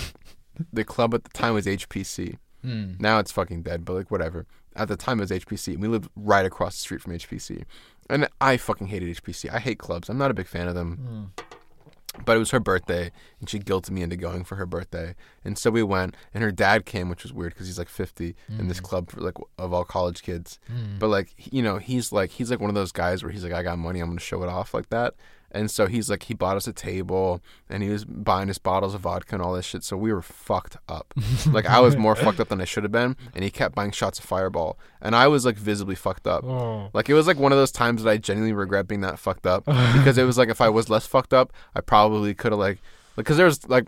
the club at the time was HPC. Now it's fucking dead, but like whatever. At the time it was HPC, and we lived right across the street from HPC. And I fucking hated HPC. I hate clubs. I'm not a big fan of them. But it was her birthday, and she guilted me into going for her birthday. And so we went, and her dad came, which was weird because he's like 50 in this club for like of all college kids. But like he- you know, he's like he's like one of those guys where he's like, I got money, I'm gonna show it off like that. And so he's like, he bought us a table, and he was buying us bottles of vodka and all this shit. So we were fucked up. like I was more fucked up than I should have been, and he kept buying shots of Fireball, and I was like visibly fucked up.
Oh.
Like it was like one of those times that I genuinely regret being that fucked up because it was like if I was less fucked up, I probably could have like because there was like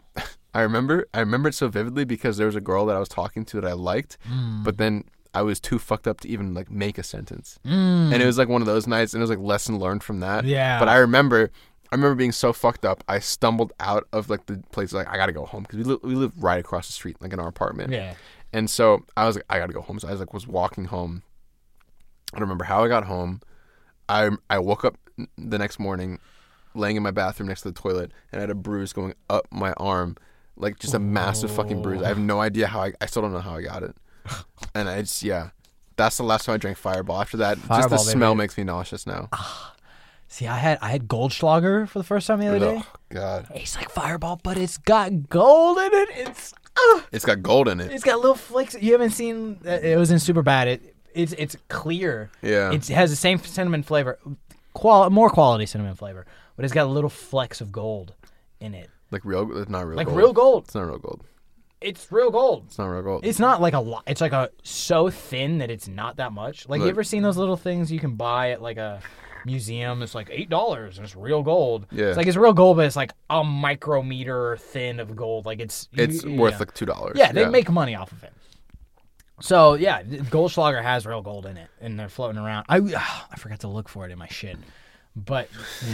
I remember I remember it so vividly because there was a girl that I was talking to that I liked, but then I was too fucked up to even like make a sentence. And it was like one of those nights and it was like lesson learned from that.
Yeah.
But I remember I remember being so fucked up. I stumbled out of like the place like I got to go home cuz we li- we live right across the street like in our apartment.
Yeah.
And so I was like I got to go home. So I was like was walking home. I don't remember how I got home. I I woke up n- the next morning, laying in my bathroom next to the toilet, and I had a bruise going up my arm, like just a massive fucking bruise. I have no idea how I. I still don't know how I got it. And I just yeah, that's the last time I drank Fireball. After that, just
Fireball,
the
baby.
smell makes me nauseous now.
See, I had I had Goldschlager for the first time the other day.
Oh God,
It's like Fireball, but it's got gold in it. It's ah,
it's got gold in it.
it's got little flakes. You haven't seen. uh, It was in super bad. It it's it's clear.
Yeah.
It's, it has the same cinnamon flavor, qual more quality cinnamon flavor, but it's got little flecks of gold in it.
Like real, it's not real.
Like
gold.
real gold.
It's not real gold.
It's real gold.
It's not real gold.
It's not like a lot. It's like a so thin that it's not that much. Like you
Right.
ever seen those little things you can buy at like a museum? It's like eight dollars and it's real gold.
Yeah.
it's like it's real gold, but it's like a micrometer thin of gold. Like it's you-
it's
you
worth
know.
like two dollars.
yeah, they make money off of it. So yeah, th- Goldschlager has real gold in it, and they're floating around. I I forgot to look for it in my shit, but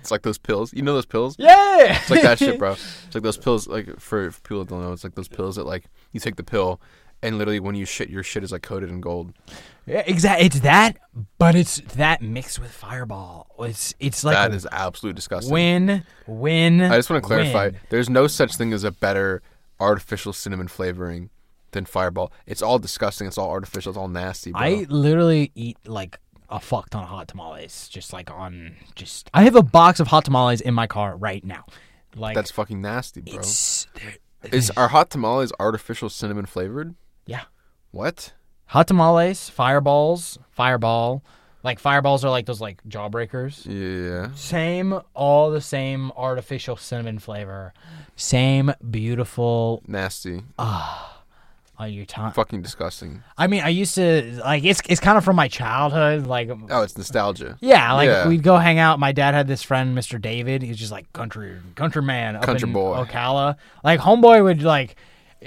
It's like those pills. You know those pills.
yeah,
It's like that shit, bro. It's like those pills. Like for, for people that don't know, it's like those pills that like you take the pill, and literally when you shit, your shit is like coated in gold.
yeah, exactly. It's that, but it's that mixed with Fireball. It's it's like
That
a
is absolutely disgusting.
Win, win.
I just want to clarify:
win.
there's no such thing as a better artificial cinnamon flavoring than Fireball. It's all disgusting. It's all artificial. It's all nasty. Bro.
I literally eat like a fuck ton of hot tamales, just like on just. I have a box of hot tamales in my car right now. Like
That's fucking nasty, bro.
it's- they're-
Is our hot tamales artificial cinnamon flavored?
yeah,
What?
hot tamales, fireballs, fireball. Like fireballs are like those like jawbreakers.
Yeah.
Same, all the same artificial cinnamon flavor. Same beautiful
Nasty.
Uh, on your tongue.
Fucking disgusting.
I mean, I used to like it's it's kind of from my childhood. Like
Oh, it's nostalgia.
Yeah, like
Yeah.
we'd go hang out. My dad had this friend, Mr. David. He's just like country country man, up
Country
in
boy.
Ocala. Like homeboy would like.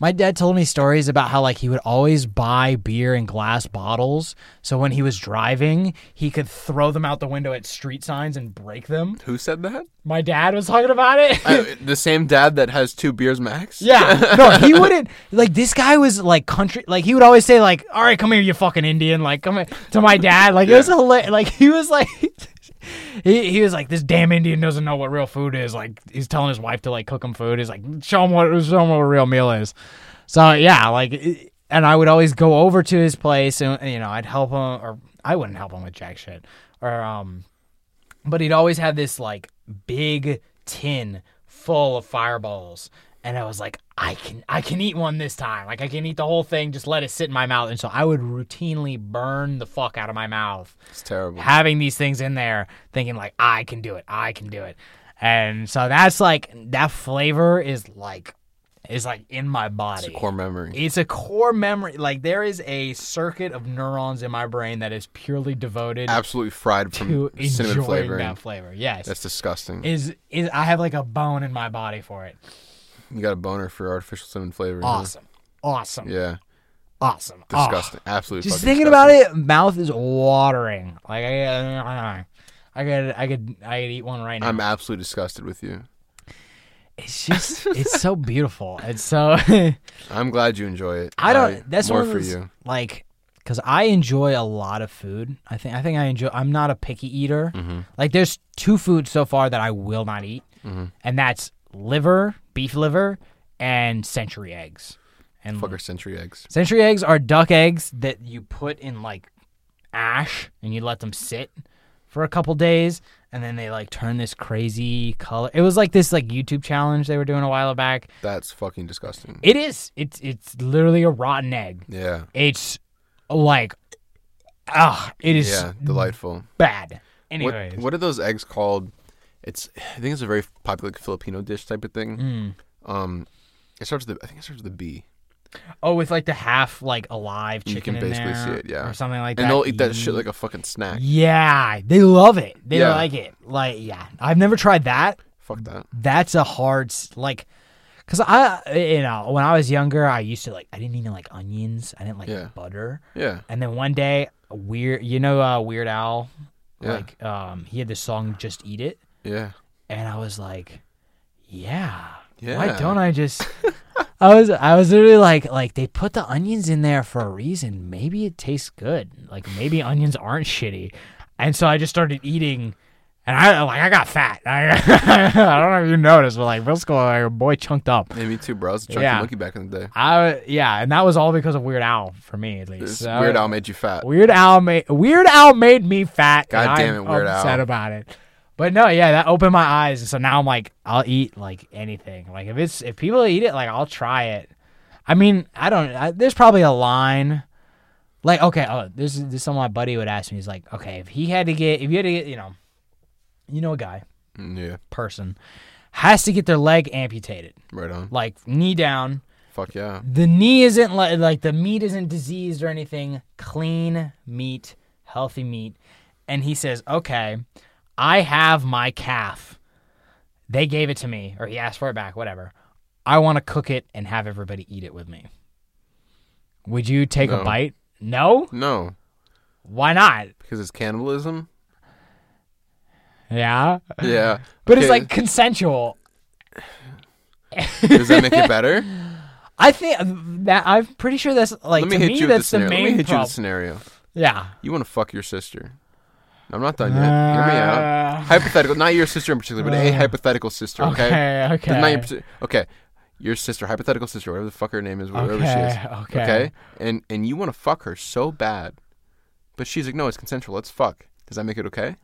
my dad told me stories about how like he would always buy beer in glass bottles, so when he was driving, he could throw them out the window at street signs and break them.
Who said that?
My dad was talking about it.
I- the same dad that has two beers max.
Yeah, no, he wouldn't. Like this guy was like country. Like he would always say like, "All right, come here, you fucking Indian." Like come here, to my dad. Like it was hilarious. Like he was like, he he was like, "This damn Indian doesn't know what real food is." Like he's telling his wife to like cook him food. He's like, "Show him what show him what a real meal is." So yeah, like, it- and I would always go over to his place, and you know, I'd help him, or I wouldn't help him with jack shit, or um, but he'd always have this like big tin full of fireballs and i was like i can i can eat one this time like i can eat the whole thing just let it sit in my mouth and so i would routinely burn the fuck out of my mouth
It's terrible.
having these things in there thinking like i can do it i can do it and so that's like that flavor is like is like in my body
Core memory.
it's a core memory like there is a circuit of neurons in my brain that is purely devoted
Absolutely fried
to
from cinnamon
enjoying
flavoring.
that flavor. Yes,
That's disgusting.
is is I have like a bone in my body for it.
Mm-hmm. you got a boner for artificial cinnamon flavoring. huh?
Awesome, awesome,
Yeah.
awesome. Ah.
Disgusting. Absolutely.
Just
fucking
thinking about
disgusting.
it, mouth is watering. Like I, I, I could, I could, I could eat one right now.
I'm absolutely disgusted with you.
it's just, it's so beautiful. It's so.
I'm glad you enjoy it.
I don't.
Like,
that's
more
one of
for
those,
you.
Like, because I enjoy a lot of food. I think. I think I enjoy. I'm not a picky eater.
Mm-hmm.
Like, there's two foods so far that I will not eat,
Mm-hmm.
and that's liver, beef liver, and century eggs. And
Fuck our century eggs.
century eggs are duck eggs that you put in like ash and you let them sit for a couple days and then they like turn this crazy color it was like this like youtube challenge they were doing a while back
That's fucking disgusting.
it is it's it's literally a rotten egg
yeah.
it's like ah it is
Yeah. Delightful.
bad anyways
What, what are those eggs called? It's I think it's a very popular Filipino dish type of thing.
Hmm.
Um, it starts with the, I think it starts with the B.
oh with like the half like alive
You
chicken
can
in
basically see
there
it, yeah,
or something like
and
that
they'll eat that shit like a fucking snack.
yeah they love it they
Yeah.
like it like yeah i've never tried that
Fuck that.
that's a hard s- like because i you know when i was younger i used to like i didn't even like onions i didn't like
Yeah.
butter
Yeah.
and then one day a weird you know uh, weird owl
Yeah.
like um he had this song just eat it
Yeah.
and i was like yeah why
Yeah.
don't i just i was i was literally like like they put the onions in there for a reason maybe it tastes good like maybe onions aren't shitty and so i just started eating and I like I got fat. I, I don't know if you noticed, but like middle school, like, a boy chunked up.
Yeah, me too, bro. I was a chunky
Yeah.
monkey back in the day.
I yeah, and that was all because of Weird Al for me at least.
This
So-
Weird Al made you fat.
Weird Al made Weird Al made me fat. and
God damn
I'm
it, Weird Al.
upset about it. But no, yeah, that opened my eyes, and so now I'm like, I'll eat like anything. Like if it's if people eat it, like I'll try it. I mean, I don't. I, there's probably a line. Like okay, oh, this is this is something my buddy would ask me. He's like, okay, if he had to get, if you had to get, you know, you know, a guy
Mm, Yeah.
person has to get their leg amputated,
Right on.
like knee down,
Fuck yeah.
the knee isn't like like the meat isn't diseased or anything. Clean meat, healthy meat. And he says, "Okay, I have my calf. They gave it to me, or he asked for it back, whatever. I want to cook it and have everybody eat it with me. Would you take a
No.
bite? No.
No,
Why not?
because it's cannibalism.
Yeah,
Yeah.
but it's
Okay,
like consensual.
Does that make it better?
I think uh, that I'm pretty sure that's like
Let me
to
hit
me
you with the
that's the
scenario.
main
Let me hit you with
problem.
the scenario.
yeah.
You want to fuck your sister. I'm not done yet. Hear me out.
Uh.
Hypothetical, not your sister in particular, but a hypothetical sister. Okay.
Okay. Okay.
But not your parti- okay. Your sister, hypothetical sister, whatever the fuck her name is, whatever she is.
Okay, okay.
And and you want to fuck her so bad, but she's like, no, it's consensual. Let's fuck. Does that make it okay?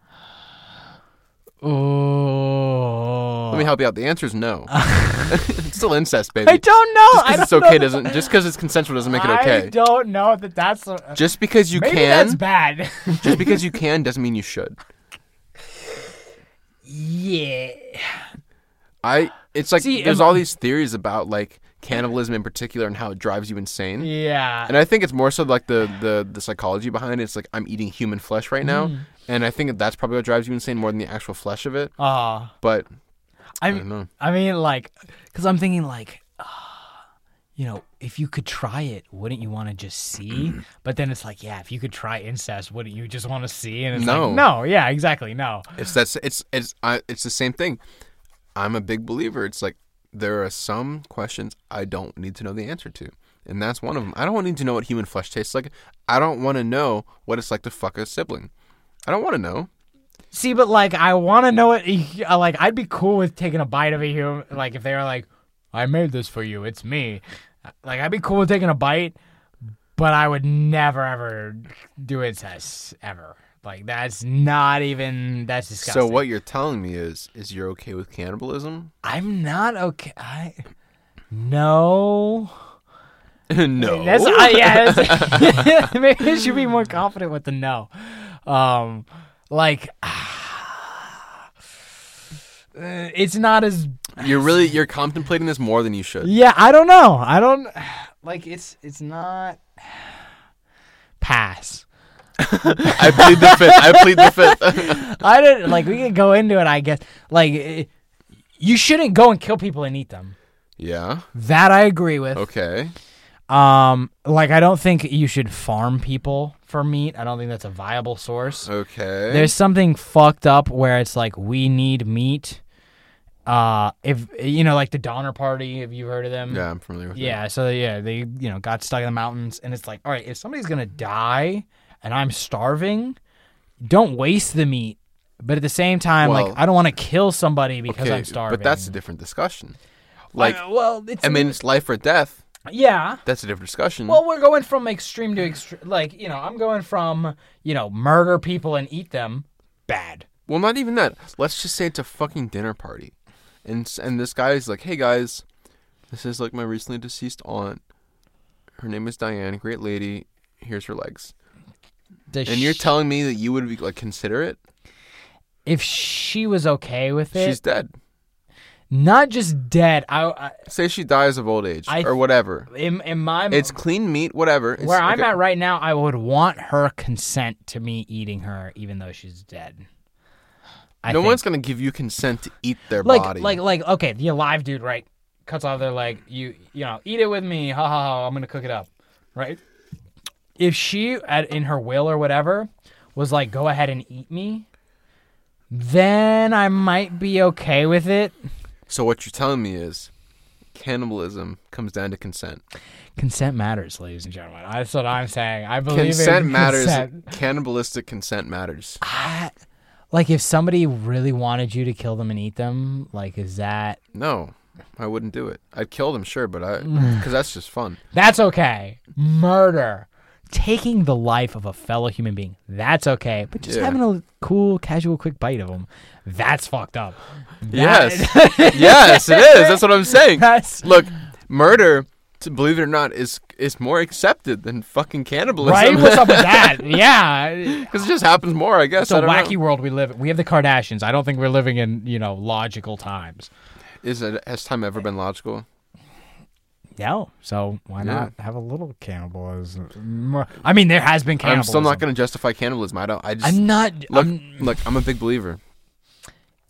Oh.
Let me help you out. The answer is no. it's still incest, baby.
Uh. I don't know.
Just
I
because
don't
it's okay
know.
doesn't just because it's consensual doesn't make it
I
okay.
don't know that that's. a-
Just because you
Maybe
can,
that's bad.
just because you can doesn't mean you should.
yeah.
I it's like
See,
there's
um,
all these theories about like cannibalism in particular and how it drives you insane.
Yeah.
And I think it's more so like the, the the psychology behind it. It's like I'm eating human flesh right
Mm.
now, and I think that's probably what drives you insane more than the actual flesh of it.
Uh,
But
I,
don't know.
mean, I mean, like, because I'm thinking, like, ah, you know, if you could try it, wouldn't you want to just see? but then it's like, yeah, if you could try incest, wouldn't you just want to see? And it's
No.
like, no, yeah, exactly, no.
it's that's it's it's I, it's the same thing. I'm a big believer. It's like there are some questions I don't need to know the answer to, and that's one of them. I don't need to know what human flesh tastes like. I don't want to know what it's like to fuck a sibling. I don't want to know.
See, but like, I want to know it. uh, Like, I'd be cool with taking a bite of a human. Like, if they were like, "I made this for you, it's me," Uh, like, I'd be cool with taking a bite, but I would never ever do incest ever. Like, that's not even that's disgusting.
So what you're telling me is is you're okay with cannibalism?
I'm not okay. I no.
no.
That's I yeah. That's, maybe I should be more confident with the no. Um, like. uh, It's not as
You're really you're contemplating this more than you should.
Yeah, I don't know. I don't like it's it's not pass.
I plead the fifth. I plead the fifth.
I don't like we can go into it, I guess. Like eh, you shouldn't go and kill people and eat them.
yeah.
That I agree with.
Okay.
Um like I don't think you should farm people for meat. I don't think that's a viable source.
Okay.
There's something fucked up where it's like we need meat. Uh if you know like the Donner party, have you heard of them?
yeah, I'm familiar with
Yeah, so yeah, they you know got stuck in the mountains, and it's like, all right, if somebody's gonna die and I'm starving, don't waste the meat. But at the same time,
Well-
like I don't want to kill somebody
it.
because
Okay,
I'm starving.
but that's a different discussion. Like,
Uh, well, it's
I mean, it's life or death.
yeah.
That's a different discussion.
Well, we're going from extreme to extreme. Like you know, I'm going from you know murder people and eat them, bad.
Well, not even that. Let's just say it's a fucking dinner party, and s- and this guy is like, "Hey guys, this is like my recently deceased aunt. Her name is Diane, great lady. Here's her legs."
Does
And you're
sh-
telling me that you would be like consider it?
if she was okay with it,
She's dead.
not just dead. I, I
Say she dies of old age
I-
or whatever.
in, in my
It's clean meat, whatever. It's,
Where I'm
okay.
at right now, I would want her consent to me eating her, even though she's dead. I
no
think.
one's gonna give you consent to eat their
like
body.
like like okay, the alive dude right cuts off their leg. You you know eat it with me. Ha ha ha! I'm gonna cook it up, right? If she at in her will or whatever was like go ahead and eat me, then I might be okay with it.
so what you're telling me is, cannibalism comes down to consent.
Consent matters, ladies and gentlemen. That's what I'm saying. I believe
Consent
in
matters.
consent.
Cannibalistic consent matters.
I- like if somebody really wanted you to kill them and eat them, like is that
No, I wouldn't do it. I'd kill them, sure, but I because that's just fun.
That's okay. Murder. Taking the life of a fellow human being. That's okay. But just
Yeah.
having a cool, casual, quick bite of them. That's fucked up. That-
Yes, yes, it is. That's what I'm saying.
That's
Look, murder, to believe it or not, is is more accepted than fucking
right.
cannibalism.
What's up with that? Yeah.
Because it just happens more, I guess.
It's a
I don't
wacky
Know.
world we live. We have the Kardashians. I don't think we're living in you know logical times.
Is it, has time ever been logical?
No. So why
Yeah.
not have a little cannibalism? I mean, there has been cannibalism.
I'm still not going to justify cannibalism. I don't. I just
I'm not.
look.
I'm-
look, I'm a big believer.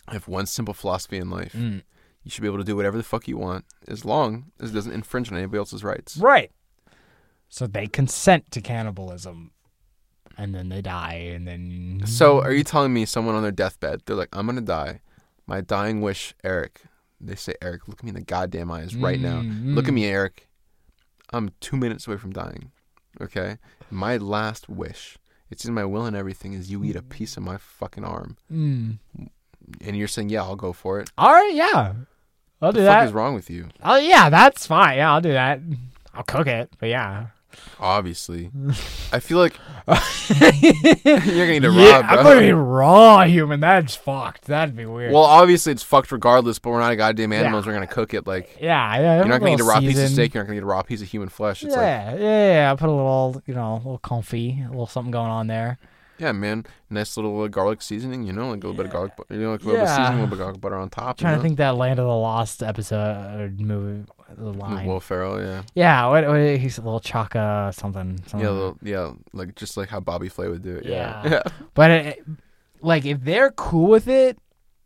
I have one simple philosophy in life.
Mm.
You should be able to do whatever the fuck you want, as long as it doesn't infringe on anybody else's rights.
Right. So they consent to cannibalism. And then they die, and then
So, are you telling me someone on their deathbed, they're like, "I'm gonna die. My dying wish, Eric." They say, "Eric, look me in the goddamn eyes right now.
Mm-hmm.
Look at me, Eric. I'm two minutes away from dying. Okay. My last wish. It's in my will and everything. Is you eat a piece of my fucking arm."
Mm.
And you're saying, "Yeah, I'll go for it."
all right, yeah, I'll do
The fuck
that.
is wrong with you?
Oh yeah, that's fine. Yeah, I'll do that. I'll cook it, but yeah,
Obviously, I feel like you're gonna need a
yeah,
rob.
I'm
bro.
gonna be raw human. That's fucked. That'd be weird.
well, obviously it's fucked regardless, but we're not goddamn animals. We're gonna cook it like
yeah, yeah.
You're not gonna eat a raw piece of
seasoned.
steak. You're not gonna eat a raw piece of human flesh. It's like,
yeah, yeah, yeah. I put a little, you know, a little comfy, a little something going on there.
yeah, man, nice little uh, garlic seasoning. You know, like a little bit of garlic, bu- you know, like a little bit of
Yeah.
seasoning, a little bit of garlic butter on top.
trying
you
to
know?
think that Land of the Lost episode uh, movie the line.
Will Ferrell, yeah,
Yeah, what, what he's a little chaka something. something.
yeah, little, yeah, like just like how Bobby Flay would do it. Yeah,
Yeah. But it, like, if they're cool with it,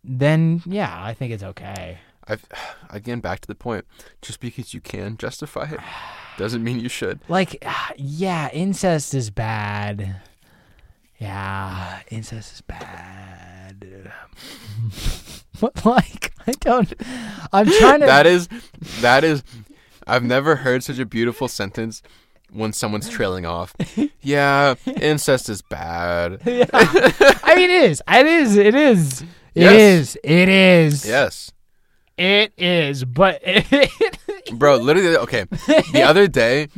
then yeah, I think it's okay.
I've, again, back to the point. Just because you can justify it, doesn't mean you should.
Like, yeah, incest is bad. Yeah, incest is bad. but like, I don't. I'm trying to.
That is, that is. I've never heard such a beautiful sentence when someone's trailing off. Yeah, incest is bad.
I mean, it is. It is. It is. It
Yes.
is. It is.
Yes.
It is. But it,
Bro, literally, okay. The other day,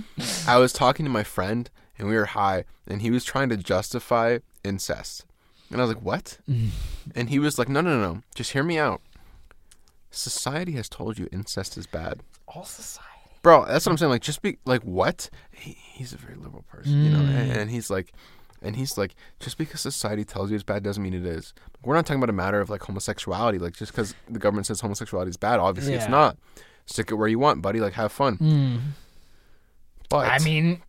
I was talking to my friend and we were high, and he was trying to justify incest. And I was like, what? And he was like, no, no, no, no. Just hear me out. Society has told you incest is bad.
all society.
Bro, that's what I'm saying. Like, just be like, what? He, he's a very liberal person, you know? And,
Mm.
and he's like, and he's like, just because society tells you it's bad doesn't mean it is. We're not talking about a matter of like homosexuality. Like, just because the government says homosexuality is bad, obviously it's
Yeah. Mm.
not. Stick it where you want, buddy. Like, have fun. But
I mean,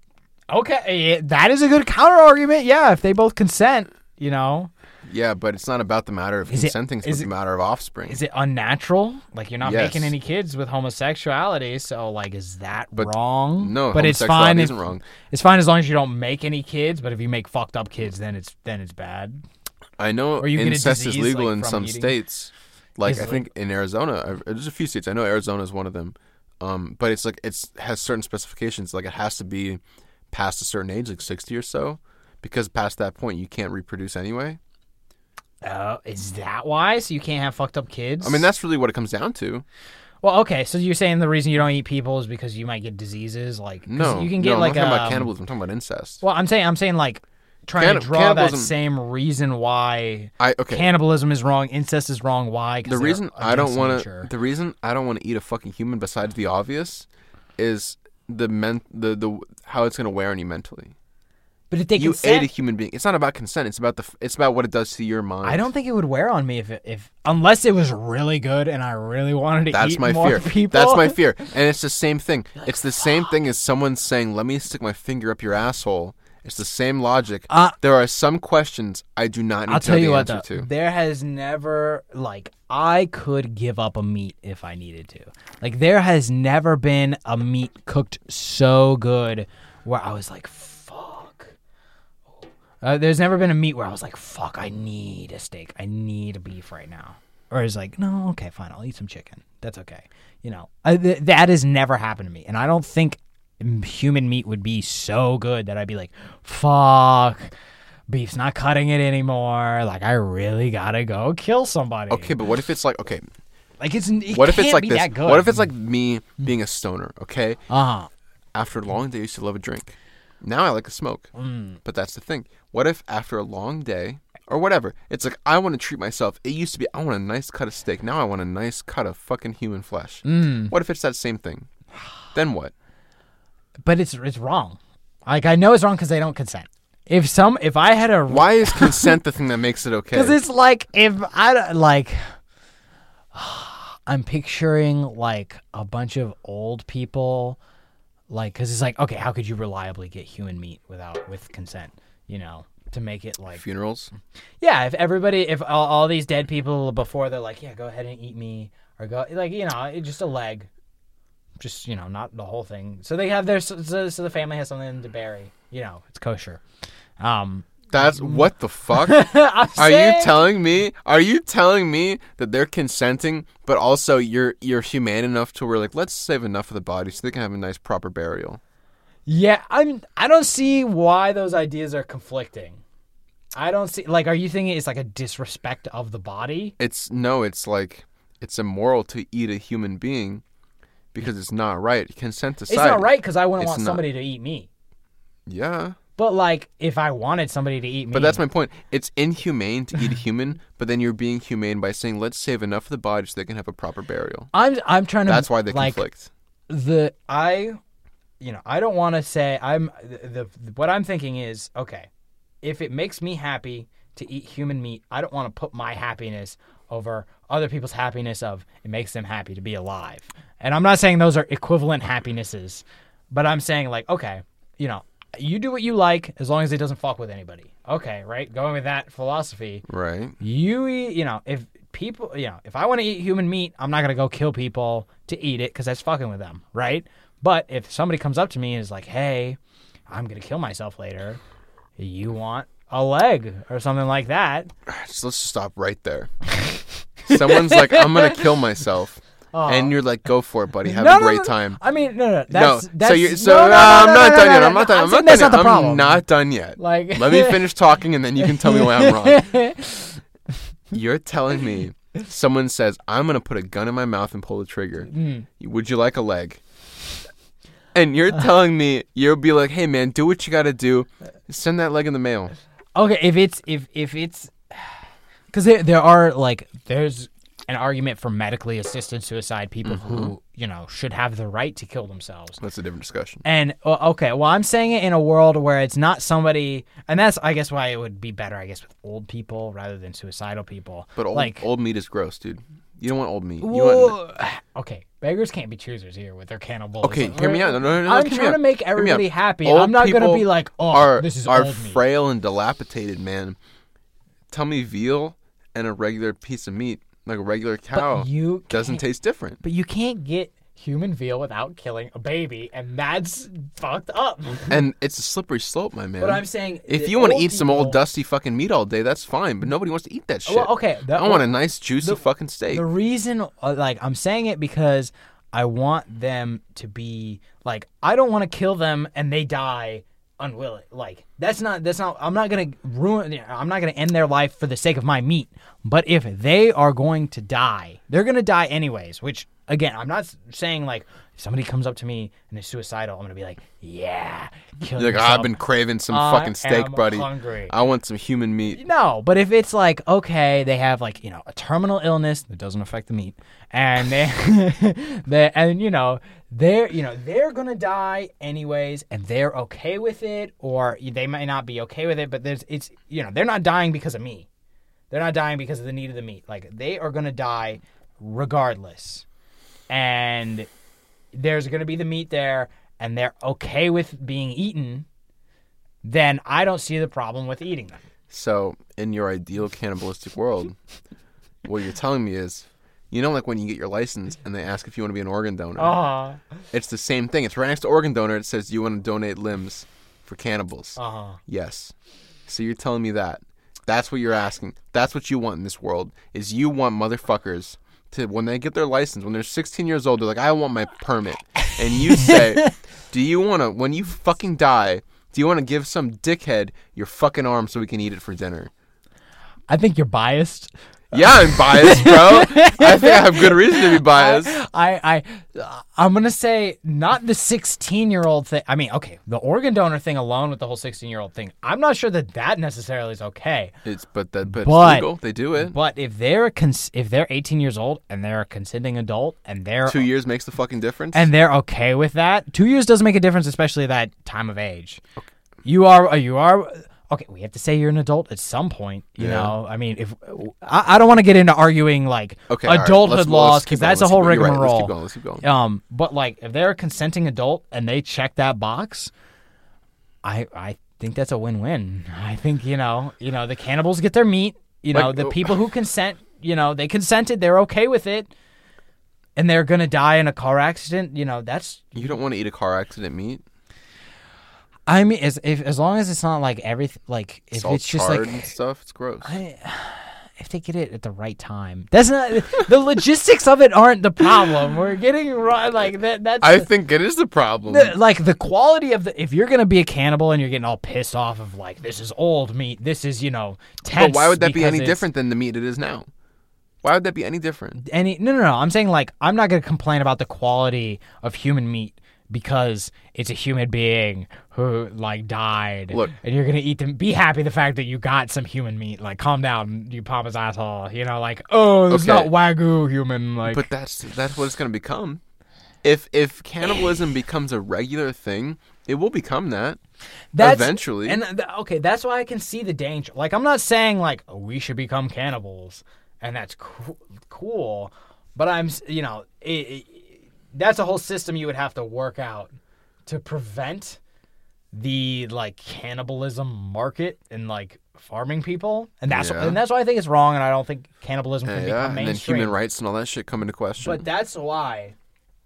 okay, eh, that is a good counter argument. Yeah, if they both consent, you know,
yeah, but it's not about the matter of
Is it-
consenting. it's
is
about
it-
the matter of offspring.
is it unnatural? Like you're not
Yes.
making any kids with homosexuality, so like, is that
But-
wrong?
no,
but it's
homosexuality
fine. if-
isn't wrong.
It's fine as long as you don't make any kids. But if you make fucked up kids, then it's then it's bad.
I know
Or you get a
incest is
disease,
legal
like,
in
from
some
eating-
states. Like
Is
I
it
think in Arizona, I- there's a few states. I know Arizona is one of them, um, but it's like it's has certain specifications. Like it has to be past a certain age, like sixty or so, because past that point you can't reproduce anyway.
Uh, is that why? So you can't have fucked up kids?
I mean, that's really what it comes down to.
well, okay. So you're saying the reason you don't eat people is because you might get diseases, like 'cause
No,
you can get
no,
like
I'm not talking
um,
about cannibalism. I'm talking about incest.
Well, I'm saying I'm saying like trying
Cannib-
to draw that
cannibalism-
same reason why
I okay.
cannibalism is wrong, incest is wrong. Why? 'Cause
the
they're
reason I don't
against
want to
nature.
the reason I don't want to eat a fucking human besides the obvious is the men the the how it's gonna wear on you mentally.
But if they
you
consent,
ate a human being. It's not about consent. It's about the. f- It's about what it does to your mind.
I don't think it would wear on me if it, if unless it was really good and I really wanted to
That's
eat
my
more
fear.
people.
That's my fear. And it's the same thing. It's the same thing as someone saying, "Let me stick my finger up your asshole." It's the same logic.
Uh,
there are some questions I do not need
I'll
to know
tell you
the
what, though,
answer to.
there has never like I could give up a meat if I needed to. Like there has never been a meat cooked so good where I was like, fuck. Uh, there's never been a meat where I was like, fuck, I need a steak. I need beef right now. Or it's like, no, okay, fine, I'll eat some chicken. That's okay. You know, I, th- that has never happened to me, and I don't think m- human meat would be so good that I'd be like, fuck. Beef's not cutting it anymore. Like I really gotta go kill somebody.
Okay, but what if it's like okay?
Like it's n- it
What if
can't
it's like
be
this?
that good.
What if it's like me being a stoner? Okay,
uh
after a long day, I used to love a drink. Now I like a smoke.
Mm.
But that's the thing. What if after a long day or whatever, it's like I want to treat myself. It used to be I want a nice cut of steak. Now I want a nice cut of fucking human flesh.
Mm.
What if it's that same thing? Then what?
but it's it's wrong. Like I know it's wrong because they don't consent. If some if I had a
Why is consent the thing that makes it okay?
Because it's like if I don't- like, I'm picturing like a bunch of old people, like because it's like okay, how could you reliably get human meat without with consent? You know, to make it like
funerals.
yeah, if everybody, if all, all these dead people before they're like yeah, go ahead and eat me or go like you know it- just a leg, just you know not the whole thing. So they have their so, so so the family has something to bury. You know, it's kosher. Um,
That's what the fuck?
I'm
Are you
saying-
telling me? Are you telling me that they're consenting, but also you're you're humane enough to where like let's save enough of the body so they can have a nice proper burial?
Yeah, I'm. I don't see why those ideas are conflicting. I don't see. Like, are you thinking it's like a disrespect of the body?
It's no, it's like it's immoral to eat a human being because it's not right. Consent aside,
It's not right because I wouldn't
It's
want
not.
somebody to eat me.
Yeah,
But like, if I wanted somebody to eat me,
but that's my point. It's inhumane to eat a human, but then you're being humane by saying let's save enough of the body so they can have a proper burial.
I'm. I'm trying to.
That's why they
like,
conflict.
the I, you know, I don't want to say I'm the, the what I'm thinking is okay, if it makes me happy to eat human meat, I don't want to put my happiness over other people's happiness of it makes them happy to be alive. And I'm not saying those are equivalent happinesses, but I'm saying like okay, you know, you do what you like as long as it doesn't fuck with anybody. Okay, right? Going with that philosophy,
Right.
you eat, you know, if people, you know, if I want to eat human meat, I'm not going to go kill people to eat it because that's fucking with them, right? But if somebody comes up to me and is like, hey, I'm going to kill myself later, you want a leg or something like that.
Just- let's just stop right there. Someone's like, I'm gonna kill myself, and you're like, go for it, buddy. Have a
No, no,
great
no, no.
time.
I mean, no, no, that's,
no,
that's
so you, so
no, no,
uh,
no, no,
I'm not
no, no,
done
no,
yet.
no,
I'm not
no,
done. I'm
saying
not
that's
done
not the
yet.
problem.
I'm not done yet.
Like-
let me finish talking, and then you can tell me why I'm wrong. You're telling me someone says I'm gonna put a gun in my mouth and pull the trigger.
Hmm.
Would you like a leg? And you're telling me you'll be like, hey man, do what you gotta do. Send that leg in the mail.
Okay, if it's if if it's because there, there are like there's an argument for medically assisted suicide people
Mm-hmm.
who you know should have the right to kill themselves.
That's a different discussion.
And well, okay, well, I'm saying it in a world where it's not somebody, and that's I guess why it would be better, I guess, with old people rather than suicidal people.
But old,
like,
old meat is gross, dude. You don't want old meat. You want
Whoa. okay, beggars can't be choosers here with their cannibalism.
okay. Hear me out. No, no, no. no,
I'm
hear me
trying
out.
to make
Hear me out.
everybody happy.
Old
I'm not gonna
people
be like, oh,
are,
this is
are
old meat.
frail and dilapidated, man. Tell me veal and a regular piece of meat, like a regular cow,
you
doesn't
can't-
taste different.
but you can't get human veal without killing a baby, and that's fucked up.
And it's a slippery slope, my man.
But I'm saying
if
the
you want to
old
eat some old
people-
dusty fucking meat all day, that's fine. But nobody wants to eat that shit.
Well, okay, that-
I want a nice juicy fucking steak.
The reason, uh, like, I'm saying it because I want them to be like, I don't want to kill them and they die unwilling. Like, that's not, that's not, I'm not going to ruin, I'm not going to end their life for the sake of my meat. But if they are going to die, they're going to die anyways, which, again, I'm not s- saying like, if somebody comes up to me and is suicidal, I'm going to be like, yeah, kill
You're like, "Ah,
yourself."
I've been craving some
I
fucking steak,
am
buddy.
hungry."
I want some human meat.
No, but if it's like okay, they have like you know a terminal illness that doesn't affect the meat, and they, they and you know they're you know they're gonna die anyways, and they're okay with it, or they may not be okay with it, but there's it's you know they're not dying because of me, they're not dying because of the need of the meat. Like they are gonna die regardless, and there's gonna be the meat there, and they're okay with being eaten then I don't see the problem with eating them.
So, in your ideal cannibalistic world, what you're telling me is, you know, like when you get your license and they ask if you want to be an organ donor.
Uh,
It's the same thing. It's right next to organ donor. It says you want to donate limbs for cannibals.
Uh-huh.
Yes. So you're telling me that. That's what you're asking. That's what you want in this world. Is you want motherfuckers to when they get their license, when they're 16 years old, they're like, I want my permit. And you say, Do you want to? When you fucking die, do you want to give some dickhead your fucking arm so we can eat it for dinner?
I think you're biased.
Yeah, I'm biased, bro. I think I have good reason to be biased.
I, I, I'm gonna say not the 16 year old thing. I mean, okay, the organ donor thing alone with the whole 16 year old thing. I'm not sure that that necessarily is okay.
It's but that but, it's
But-
legal. They do it.
But if they're a cons- if they're 18 years old and they're a consenting adult and they're
Two years makes the fucking difference.
and they're okay with that, two years doesn't make a difference, especially that time of age. You are uh, you are okay. We have to say you're an adult at some point. You
Yeah.
know, I mean, if I, I don't want to get into arguing like
Okay, all right.
adulthood
Let's- let's
laws
keep
because
going,
that's a
let's
whole
keep going. You're right.
rigmarole.
Let's keep going, let's keep going.
Um, but like if they're a consenting adult and they check that box, I I think that's a win-win. I think you know you know the cannibals get their meat. You know
Like,
the
oh.
people who consent. You know they consented. They're okay with it. And they're gonna die in a car accident. You know that's
you don't want to eat a car accident meat.
I mean, as if as long as it's not like everything, like if
It's all
it's just
charred
like
and stuff. It's gross.
if they get it at the right time, that's not the logistics of it aren't the problem. We're getting right, like that. That's
I think it is the problem.
the- like the quality of the. If you're gonna be a cannibal and you're getting all pissed off of like this is old meat, this is you know tense.
but why would that be
because
any
it's-
different than the meat it is now? Why would that be any different?
Any no no no. I'm saying like I'm not gonna complain about the quality of human meat. Because it's a human being who like died,
Look.
and you're gonna eat them. Be happy the fact that you got some human meat. Like, calm down, you pompous asshole. You know, like, oh, it's
Okay.
not wagyu human. Like,
But that's that's what it's going to become. If if cannibalism becomes a regular thing, it will become that. eventually.
And th- okay, that's why I can see the danger. Like I'm not saying like "Oh, we should become cannibals, and that's coo- cool, but I'm s- you know i i that's a whole system you would have to work out to prevent the like cannibalism market and like farming people, and that's
Yeah.
and that's why I think it's wrong, and I don't think cannibalism can
Yeah,
become
and then
mainstream.
human rights and all that shit come into question.
But that's why,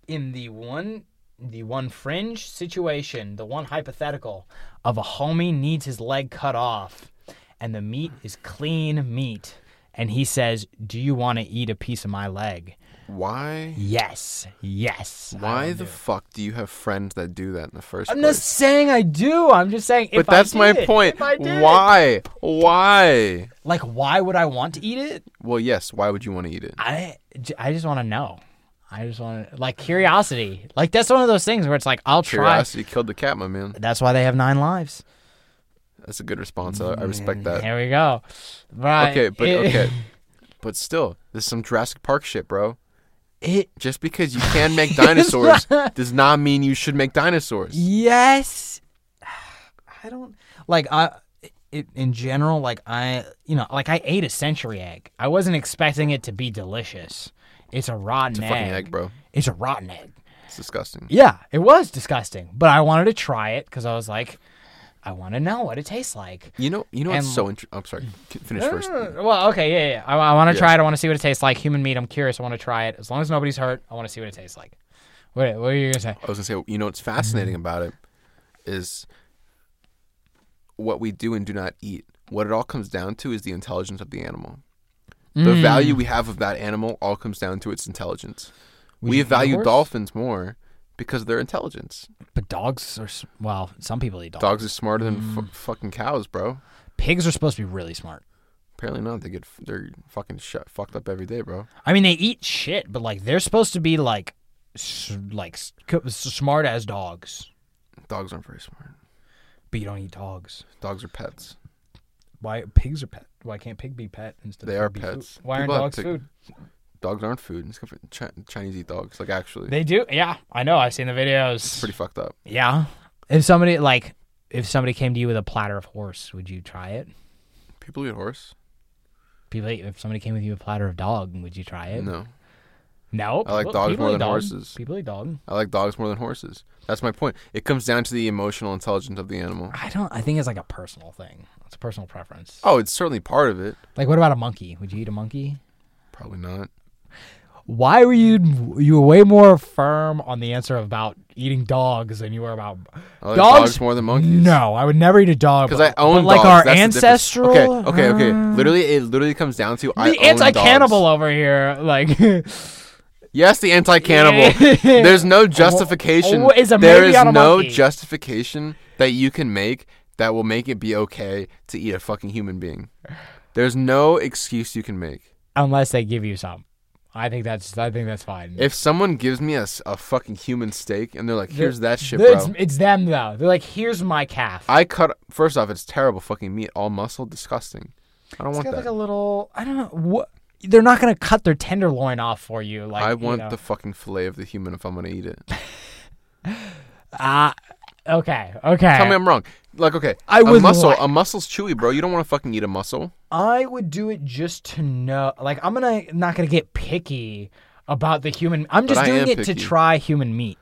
in the one, the one fringe situation, the one hypothetical of a homie needs his leg cut off, and the meat is clean meat, and he says, "Do you want to eat a piece of my leg?"
why?
Yes, yes. I
Why
would
the
do it.
fuck do you have friends that do that in the 1st
I'm
place?
not saying I do. I'm just saying.
but
if I
that's my
did,
point.
if I did.
Why? Why?
Like, why would I want to eat it?
Well, yes. Why would you want to eat it?
I, j- I just want to know. I just want to like curiosity. Like that's one of those things where it's like I'll try.
Curiosity killed the cat, my man.
That's why they have nine lives.
That's a good response. I, I respect that.
There we go. Right.
Okay, but
It-
okay, but still, this is some Jurassic Park shit, bro.
it-
Just because you can make dinosaurs does not mean you should make dinosaurs.
yes. I don't like I it, in general like I you know like I ate a century egg. I wasn't expecting it to be delicious. It's a rotten egg.
Fucking egg, bro.
It's a rotten egg.
It's disgusting.
Yeah, it was disgusting, but I wanted to try it cuz I was like I want to know what it tastes like.
You know, you know what's
And- Uh.
so interesting. I'm sorry. c- Finish first.
Well, okay, yeah, yeah. I, I want to try it. I want to see what it tastes like. Human meat. I'm curious. I want to try it. As long as nobody's hurt, I want to see what it tastes like. What, what are you gonna say?
I was gonna say, you know, what's fascinating about it is what we do and do not eat. What it all comes down to is the intelligence of the animal. The value we have of that animal all comes down to its intelligence. we
you eat a
value
horse?
dolphins more because of their intelligence.
But dogs are s- well. Some people eat dogs.
Dogs are smarter than
Mm.
f- fucking cows, bro.
Pigs are supposed to be really smart.
Apparently not. They get f- they're fucking shut, fucked up every day, bro.
I mean, they eat shit, but like they're supposed to be like, s- like s- co- s- smart as dogs.
Dogs aren't very smart.
But you don't eat dogs.
Dogs are pets.
Why pigs are pet? Why can't pig be pet instead?
They
of
are
pig be food?
pets.
Why aren't
People have
dogs
pig-
food?
Dogs aren't food. It's good for Chi- Chinese eat dogs. Like actually,
They do. Yeah, I know. I've seen the videos.
pretty fucked up.
yeah. If somebody like, if somebody came to you with a platter of horse, would you try it?
People eat horse.
People, if somebody came with you with a platter of dog, would you try it?
No.
No,
I like
people-
dogs
people
more
eat
than
dog.
horses.
People eat dog.
I like dogs more than horses. That's my point. It comes down to the emotional intelligence of the animal.
I don't. I think it's like a personal thing. It's a personal preference.
Oh, it's certainly part of it.
Like, what about a monkey? Would you eat a monkey?
Probably not.
Why were you you were way more firm on the answer about eating dogs than you were about
I Oh, like
dogs?
dogs, more than monkeys.
No, I would never eat a dog
Because I
but-
own
but like
dogs.
our
That's the difference.
ancestral. Mm.
Okay, okay, okay. Literally, it literally comes down to I
the
own dogs.
anti-cannibal over here, like
Yes, the anti-cannibal. There's no justification.
Oh, is a
there
maybe
is
on a
no
monkey.
justification that you can make that will make it be okay to eat a fucking human being. There's no excuse you can make.
unless they give you some. I think that's I think that's fine.
If someone gives me a, s- a fucking human steak and they're like, "Here's that shit,
it's,
bro,"
it's them though. They're like, here's my calf.
I cut. First off, it's terrible fucking meat, all muscle, disgusting. I don't
it's
want
got
that.
like a little. I don't know what. They're not gonna cut their tenderloin off for you. Like
I
you
want
know.
the fucking fillet of the human if I'm gonna eat it.
Ah, okay, okay.
Tell me I'm wrong. Like, okay,
I
a
would
muscle.
like-
a muscle's chewy, bro. You don't want to fucking eat a muscle.
I would do it just to know. Like I'm gonna not gonna get picky about the human. I'm just
I
doing
am
it to
picky.
try human meat.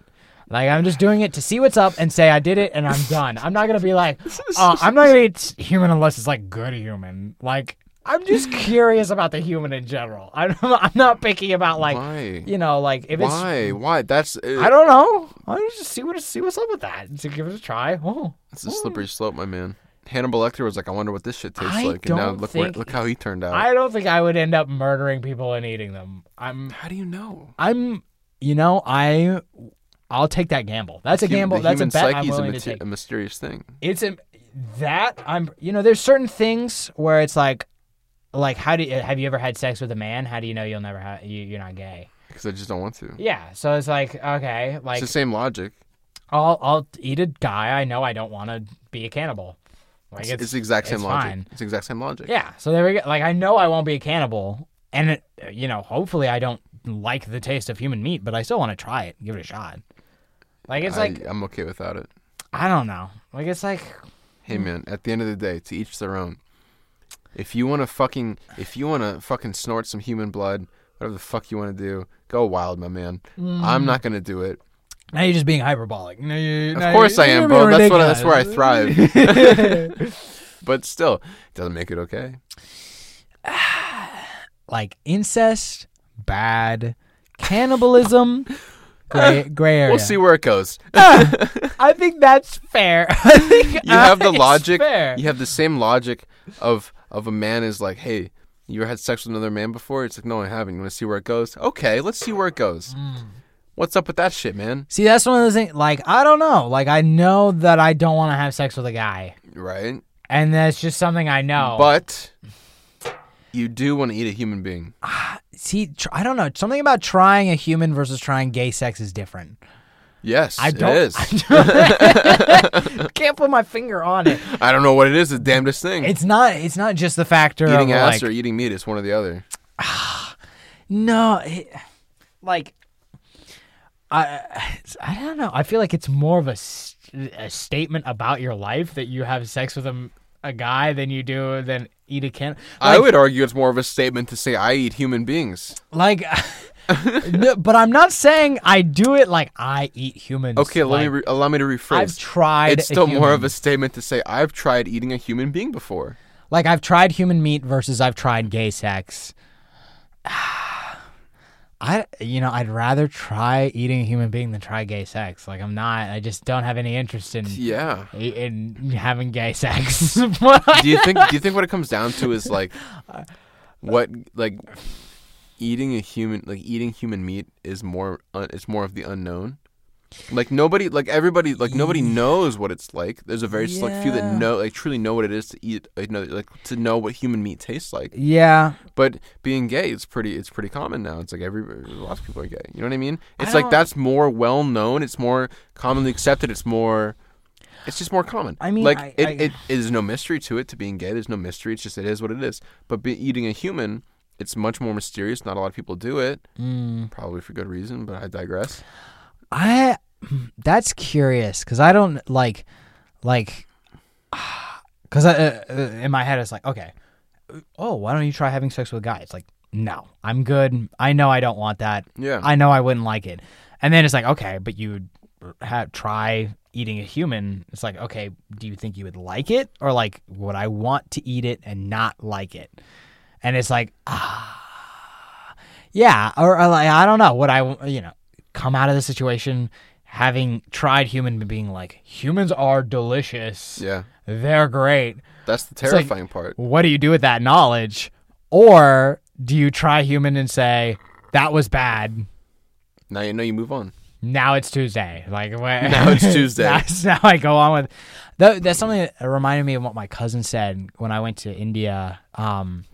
Like I'm just doing it to see what's up and say I did it and I'm done. I'm not gonna be like, uh, I'm not gonna eat human unless it's like good human. Like I'm just curious about the human in general. I'm I'm not picky about like
Why?
you know like if it's
Why? Why? That's. uh,
I don't know. I just see what see what's up with that. To give it a try. Oh,
It's a slippery slope, my man. Hannibal Lecter was like, I wonder what this shit tastes
I
like, and now
don't
look where,
think-
look how he turned out.
I don't think I would end up murdering people and eating them. I'm
how do you know?
I'm you know I I'll take that gamble. That's a
Hum-
gamble.
the
That's a
human
bet I'm
psyche is a,
willing to
mate-
take.
a mysterious thing.
It's a, that I'm you know there's certain things where it's like like how do you, have you ever had sex with a man? How do you know you'll never ha- you, you're not gay?
Because I just don't want to.
Yeah, so it's like okay,
it's
like
the same logic.
I'll I'll eat a guy I know I don't want to be a cannibal. Like
It's, the exact same
it's
logic.
fine.
It's the exact same logic.
Yeah. So there we go. Like I know I won't be a cannibal, and it, you know, hopefully I don't like the taste of human meat, but I still want to try it, give it a shot. Like it's
I,
like
I'm okay without it.
I don't know. Like it's like
Hey,
Hmm.
man. At the end of the day, to each their own. If you want to fucking, if you want to fucking snort some human blood, whatever the fuck you want to do, go wild, my man.
Mm.
I'm not gonna do it.
now you're just being hyperbolic. No, you,
Of course I am, bro. That's what. I- That's where I thrive. but still, it doesn't make it okay.
Like incest, bad. Cannibalism, gray, gray area.
We'll see where it goes.
I think that's fair. I think
You have the
it's
logic.
Fair.
You have the same logic of of a man is like, hey, you ever had sex with another man before? It's like, no, I haven't. You want to see where it goes? Okay, let's see where it goes.
Mm.
What's up with that shit, man?
See, that's one of those things. Like I don't know. Like I know that I don't want to have sex with a guy.
Right,
and that's just something I know.
but you do want to eat a human being.
see, tr- I don't know. Something about trying a human versus trying gay sex is different.
Yes,
I don't.
it is.
I
I,
don't- can't put my finger on it.
don't know what it is. The damnedest thing.
It's not. It's not just the factor of
eating ass
like
or eating meat. It's one or the other.
no, it- like I I don't know. I feel like it's more of a, st- a statement about your life that you have sex with a, m- a guy than you do than eat a can.
I would argue it's more of a statement to say I eat human beings.
Like, no, but I'm not saying I do it like I eat humans.
Okay, let me
like-
re- allow me to rephrase.
I've tried
It's
a
still more of
human.
a statement to say I've tried eating a human being before.
Like I've tried human meat versus I've tried gay sex. I you know I'd rather try eating a human being than try gay sex. Like I'm not. I just don't have any interest in e,
Yeah.
in having gay sex. But I-
Do you think? do you think what it comes down to is like what like eating a human like eating human meat is more uh, it's more of the unknown. Like nobody, like everybody, like nobody knows what it's like. There's a very select few that know, like truly know what it is to eat, like, know, like to know what human meat tastes like.
yeah,
But being gay, it's pretty it's pretty common now. It's like every a lot of people are gay. You know what I mean? It's like that's more well known. It's more commonly accepted. It's more. It's just more common.
I mean,
like
I-
it,
I-
it is no mystery to it to being gay. There's no mystery. It's just it is what it is. But be, eating a human, it's much more mysterious. Not a lot of people do it.
Mm.
Probably for good reason, but I digress.
I that's curious because I don't like like uh, because uh, uh, in my head it's like okay, oh why don't you try having sex with a guy? It's like no, I'm good. I know I don't want that.
Yeah.
I know I wouldn't like it. And then it's like, okay, but you have, try eating a human. It's like, okay, do you think you would like it? Or like, would I want to eat it and not like it? And it's like, ah, yeah. Or, or like, I don't know. Would I, you know, come out of the situation having tried human but being like, humans are delicious.
Yeah.
They're great
That's the
like-
terrifying part.
what do you do with that knowledge? Or do you try human and say, that was bad.
Now you know you move on.
Now it's Tuesday. Like wh-
Now it's Tuesday.
now, now I go on with. That, that's something that reminded me of what my cousin said when I went to India. Um,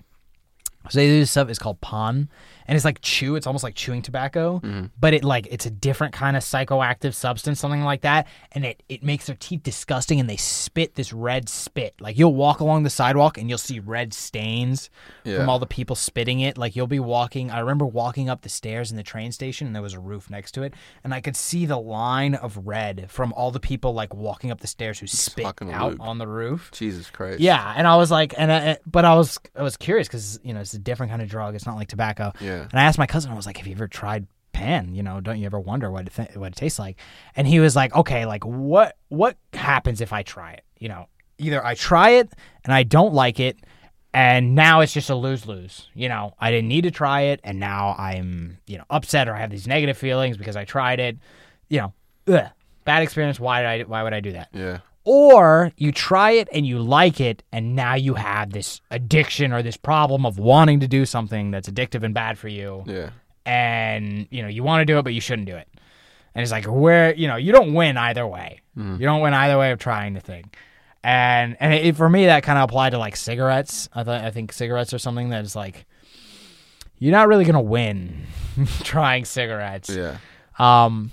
so they do this stuff. It's called pan, and it's like chew. It's almost like chewing tobacco, but it like it's a different kind of psychoactive substance, something like that. And it it makes their teeth disgusting, and they spit this red spit. Like you'll walk along the sidewalk and you'll see red stains
Yeah.
from all the people spitting it. Like you'll be walking. I remember walking up the stairs in the train station, and there was a roof next to it, and I could see the line of red from all the people like walking up the stairs who spit
fucking
out
lube.
on the roof.
Jesus Christ.
Yeah, and I was like, and I, but I was I was curious because you know it's a different kind of drug. It's not like tobacco.
Yeah.
And I asked my cousin, I was like, "Have you ever tried pen? You know, don't you ever wonder what it th- what it tastes like?" And he was like, "Okay, like what what happens if I try it? You know, either I try it and I don't like it, and now it's just a lose lose. You know, I didn't need to try it, and now I'm you know upset or I have these negative feelings because I tried it. You know, ugh, bad experience. Why did I? Why would I do that?
Yeah.
or you try it and you like it and now you have this addiction or this problem of wanting to do something that's addictive and bad for you
Yeah.
and you know you want to do it but you shouldn't do it and it's like where you know you don't win either way
Mm.
you don't win either way of trying the thing and and it, for me that kind of applied to like cigarettes I, th- I think cigarettes are something that is like you're not really gonna win trying cigarettes
Yeah.
um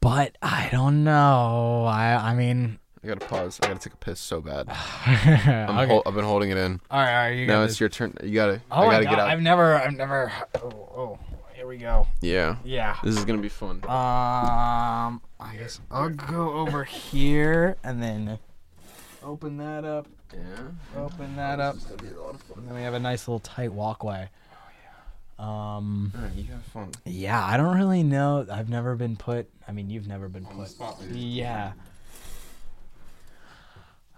but i don't know i i mean
I gotta pause. I gotta take a piss so bad. I'm
okay.
hol- I've been holding it in.
All right, all right, you
Now
got
it's
this.
your turn. You gotta.
Oh
I
my
gotta
god,
get out.
I've never, I've never. Oh, oh, here we go.
Yeah.
Yeah. Uh,
This is gonna be fun.
Um, I guess I'll go over here and then open that up.
yeah.
Open that up. And then we have a nice little tight walkway. Um,
All right, you have fun.
yeah, I don't really know. I've never been put. I mean, you've never been put. Yeah.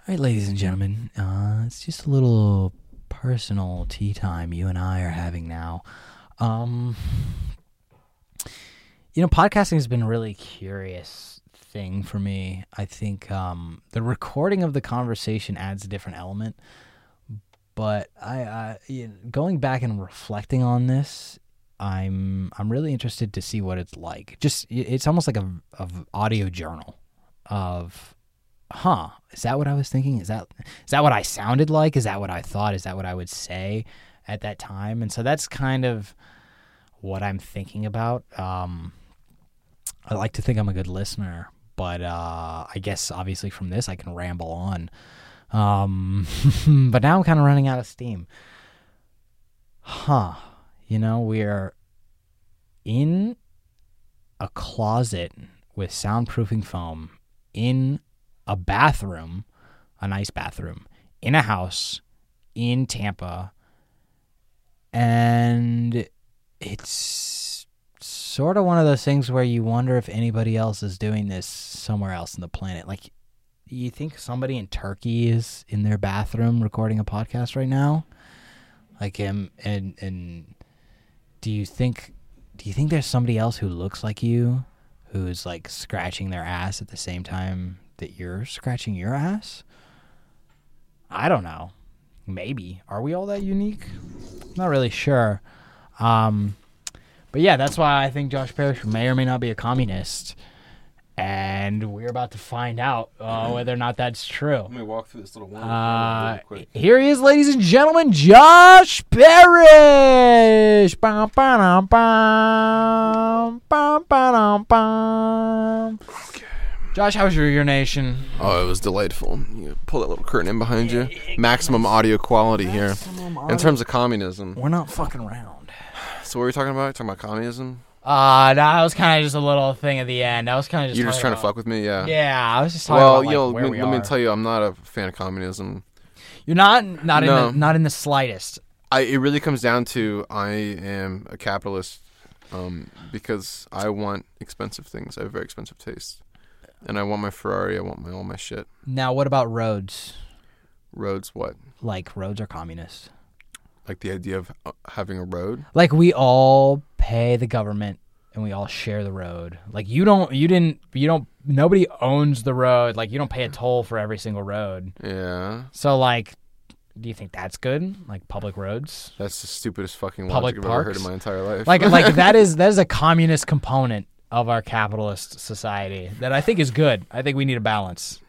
All right, ladies and gentlemen, uh, it's just a little personal tea time you and I are having now. Um, you know, podcasting has been a really curious thing for me. I think um, the recording of the conversation adds a different element, but I, I you know, going back and reflecting on this, I'm I'm really interested to see what it's like. Just i- it's almost like a, a audio journal of huh is that what i was thinking is that is that what i sounded like is that what i thought is that what i would say at that time and so that's kind of what i'm thinking about um i like to think i'm a good listener but uh i guess obviously from this i can ramble on um but now i'm kind of running out of steam huh you know we're in a closet with soundproofing foam in a bathroom, a nice bathroom, in a house in Tampa. And it's sort of one of those things where you wonder if anybody else is doing this somewhere else on the planet. Like, you think somebody in Turkey is in their bathroom recording a podcast right now? Like, um, and, and do you think, do you think there's somebody else who looks like you who's like scratching their ass at the same time that you're scratching your ass? I don't know. Maybe. Are we all that unique? Not really sure. Um, but yeah, that's why I think Josh Parrish may or may not be a communist. And we're about to find out uh, whether or not that's true.
Mm-hmm. Let me walk through this little one.
Uh, here he is, ladies and gentlemen, Josh Parrish. Bum, ba-dum, bum, bum, ba-dum, bum. Josh, how was your urination?
Oh, it was delightful. You pull that little curtain in behind you. Maximum audio quality here. In terms of communism.
We're not fucking around.
So what were we talking about? Talking about communism?
Uh, that was kind of just a little thing at the end. I was kind of just
You're just
talking
trying to
about-
fuck with me, yeah.
Yeah, I was just talking
Well,
about like,
you know,
where
let,
we
let me
are.
tell you, I'm not a fan of communism.
You're not not in
No.
the, not in the slightest.
I I it really comes down to I am a capitalist um, because I want expensive things. I have very expensive taste, and I want my Ferrari. I want my all my shit.
Now, what about roads?
Roads, what?
Like roads are communist.
Like the idea of uh, having a road.
Like we all pay the government and we all share the road. Like you don't, you didn't, you don't. Nobody owns the road. Like you don't pay a toll for every single road.
Yeah,
So like, do you think that's good? Like public roads.
that's the stupidest fucking
Public
logic I've ever heard in
parks?
my entire life.
like like that is that is a communist component of our capitalist society that I think is good. I think we need a balance.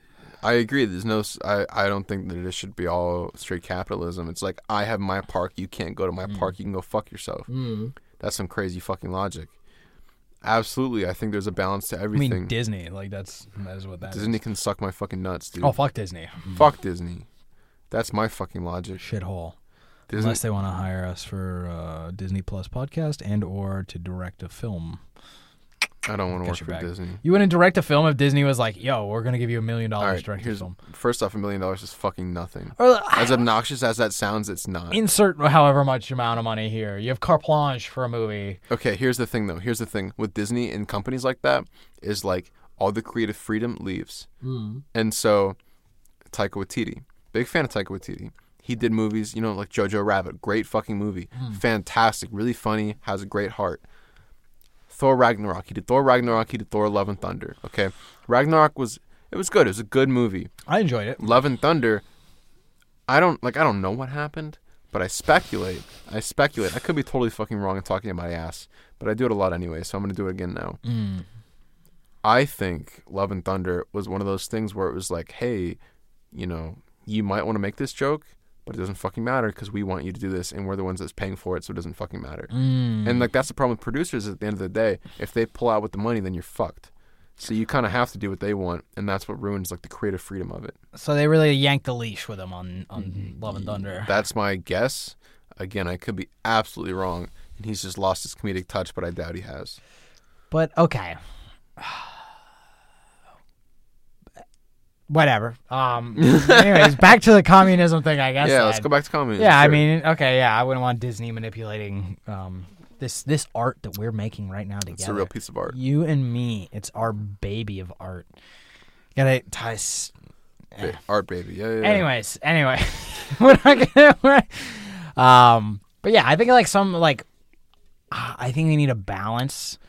I agree. There's no. s- I I don't think that it should be all straight capitalism. It's like I have my park. You can't go to my
Mm.
park. You can go fuck yourself. That's some crazy fucking logic. Absolutely, I think there's a balance to
I mean
everything.
Disney, like that's that is what that is.
Disney can suck my fucking nuts, dude.
Oh fuck Disney,
Fuck Disney. That's my fucking logic.
shithole.
Disney,
Unless they want to hire us for uh, Disney Plus podcast and or to direct a film.
I don't want to work
your
for
back.
Disney.
You wouldn't direct a film if Disney was like, "Yo, we're gonna give you a million
All
dollars
right,
to direct your
here's
film."
first off, a million dollars is fucking nothing.
Or
As obnoxious as that sounds, it's not.
insert however much amount of money here. You have carte blanche for a movie.
Okay, here's the thing though. Here's the thing with Disney and companies like that is like all the creative freedom leaves, and so Taika Waititi, big fan of Taika Waititi. He did movies, you know, like Jojo Rabbit, great fucking movie, fantastic, really funny, has a great heart. Thor Ragnarok, he did Thor Ragnarok, he did Thor Love and Thunder. Okay, Ragnarok was it was good, it was a good movie.
I enjoyed it.
Love and Thunder, I don't like. I don't know what happened, but I speculate. I speculate. I could be totally fucking wrong and talking about my ass, but I do it a lot anyway, so I'm gonna do it again now. I think Love and Thunder was one of those things where it was like, hey, you know, you might want to make this joke, but it doesn't fucking matter because we want you to do this, and we're the ones that's paying for it, so it doesn't fucking matter. And like that's the problem with producers. At the end of the day, if they pull out with the money, then you're fucked. So you kind of have to do what they want, and that's what ruins like the creative freedom of it.
So they really yanked the leash with him on on
Mm-hmm.
Love and Thunder.
That's my guess. Again, I could be absolutely wrong, and he's just lost his comedic touch, but I doubt he has.
But okay. Whatever. Um anyways, back to the communism thing, I guess.
yeah, let's
then.
go back to comedy.
Yeah, I mean, okay, yeah, I wouldn't want Disney manipulating um this this art that we're making right now together.
it's a real piece of art.
You and me, it's our baby of art. Gotta tie s-
Ba- art baby. Yeah, yeah. yeah.
Anyways, anyway, we're not gonna. we're- um, but yeah, I think like some like, ah, I think we need a balance.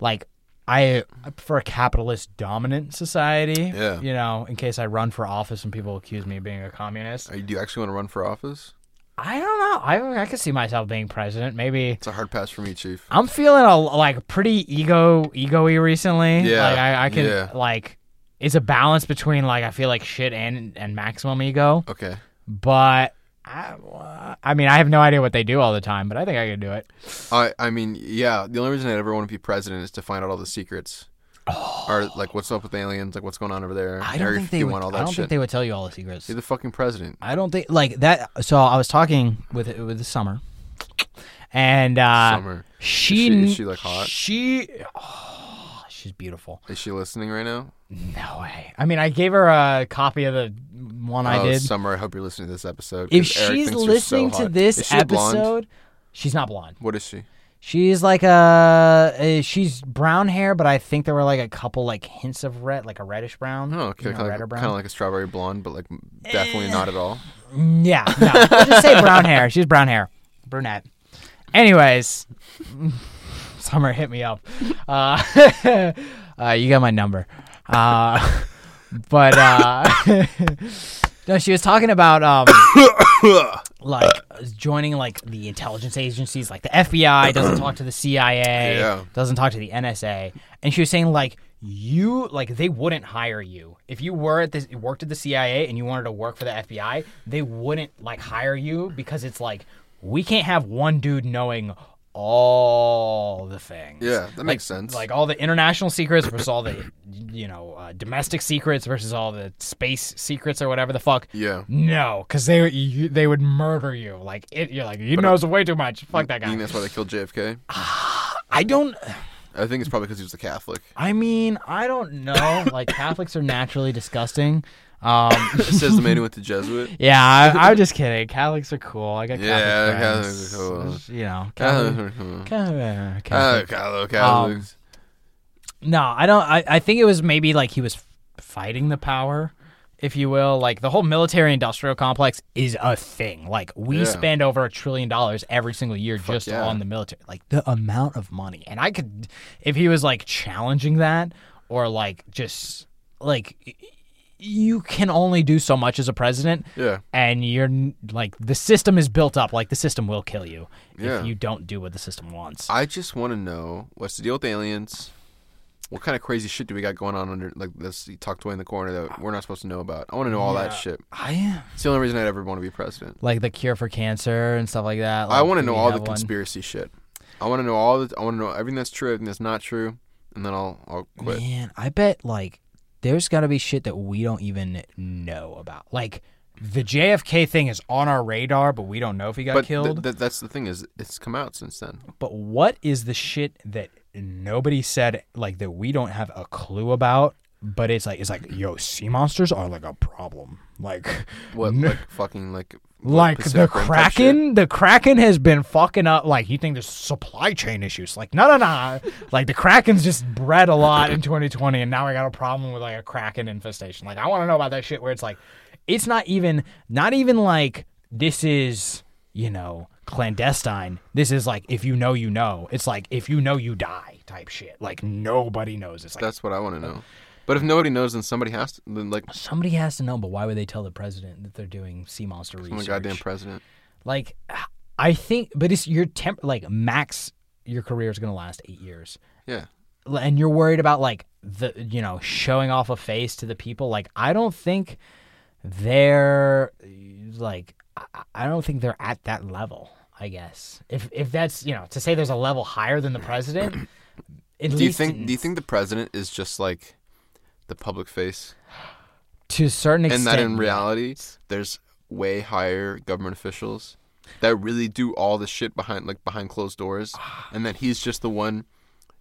Like, I I prefer a capitalist dominant society.
Yeah.
You know, in case I run for office and people accuse me of being a communist,
Are you- Uh, do you actually want to run for office?
I don't know. I I could see myself being president. Maybe
It's a hard pass for me, Chief.
I'm feeling a like pretty ego egoy recently.
Yeah,
Like I, I can
yeah.
like. It's a balance between like I feel like shit and and maximum ego.
Okay.
but I, uh, I mean, I have no idea what they do all the time, but I think I could do it.
I I mean, yeah. The only reason I'd ever want to be president is to find out all the secrets. Or like, what's up with aliens? Like, what's going on over there?
Oh. I
Area
don't think they
51,
would.
all
I
that
don't
shit.
think they would tell you all the secrets.
You're the fucking president.
I don't think like that. So I was talking with with Summer, and uh,
Summer.
she
Is she- is she, like, hot?
She. oh, She's beautiful.
Is she listening right now?
No way. I mean, I gave her a copy of the one I
oh,
did.
Summer, I hope you're listening to this episode.
if
'cause Eric
she's
thinks you're so
listening to
hot.
this
Is she
episode,
blonde?
she's not blonde.
What is she?
She's like a, uh, she's brown hair, but I think there were like a couple like hints of red, like a reddish brown.
Oh, okay,
you know,
kind,
red or
of,
brown.
kind of like a strawberry blonde, but like m- definitely not at all.
Mm, yeah, no, We'll just say brown hair. She's brown hair, brunette. Anyways, Summer hit me up. Uh, uh, you got my number. Uh, but uh, no, she was talking about um, like joining like the intelligence agencies, like the FBI doesn't talk to the CIA,
Yeah.
doesn't talk to the NSA, and she was saying like you like they wouldn't hire you if you were at this worked at the CIA and you wanted to work for the FBI, they wouldn't like hire you because it's like we can't have one dude knowing all the things.
Yeah, that makes
Like-
sense.
Like all the international secrets versus all the, you know, uh, domestic secrets versus all the space secrets or whatever the fuck.
Yeah.
No, because they you, they would murder you.
uh,
Like it, you're like he knows way too much. Fuck that
You
guy.
think that's why they killed JFK?
I don't.
I think it's probably because he was a Catholic.
I mean, I don't know. like Catholics are naturally disgusting. Um,
Says the man who went to Jesuit.
yeah, I, I'm just kidding. Catholics are cool. I got Catholic
Yeah,
friends.
Catholics are cool.
You know, Catholic.
Ah,
Catholic. Um,
Catholic, Catholics.
No, I don't. I, I think it was maybe like he was fighting the power, if you will. Like the whole military industrial complex is a thing. Like we
Yeah.
spend over a trillion dollars every single year just
yeah.
on the military. Like the amount of money. And I could, if he was like challenging that or like just like y- you can only do so much as a president
Yeah.
and you're n- like the system is built up like the system will kill you
Yeah.
if you don't do what the system wants
I just want to know what's the deal with aliens? What kind of crazy shit do we got going on under like this tucked away in the corner that we're not supposed to know about? I want to know all that shit.
i am
It's the only reason I'd ever want to be president.
like the cure for cancer and stuff like that.
I
like,
want to
we
know all the
have one.
conspiracy shit. I want to know all the. I want to know everything that's true, everything that's not true, and then I'll I'll quit.
Man, I bet like there's got to be shit that we don't even know about. Like the JFK thing is on our radar, but we don't know if he got
but th-
killed.
th- that's the thing is it's come out since then.
but what is the shit that nobody said like that we don't have a clue about? But it's like it's like yo, sea monsters are like a problem. Like
What like fucking like what,
like the
Pacific Rim type shit?
Kraken, the Kraken has been fucking up. Like you think there's supply chain issues? Like no, no, no. like the Kraken's just bred a lot in 2020, and now I got a problem with like a Kraken infestation. Like I want to know about that shit where it's like, it's not even, not even like this is you know clandestine. This is like if you know, you know. It's like if you know, you die type shit. Like nobody knows. It's like
That's what I want to know. But if nobody knows, then somebody has to. Then like
somebody has to know. But why would they tell the president that they're doing sea monster
I'm a
research?
goddamn president.
Like, I think, but it's your temp. Like max, your career is gonna last eight years,
Yeah.
L- and you're worried about like the you know showing off a face to the people. Like, I don't think they're like, I- I don't think they're at that level. I guess if if that's you know to say there's a level higher than the president. At
Do you
least
think?
in-
Do you think the president is just like the public face,
to a certain extent?
and that in reality, there's way higher government officials that really do all the shit behind like behind closed doors,
Ah.
and that he's just the one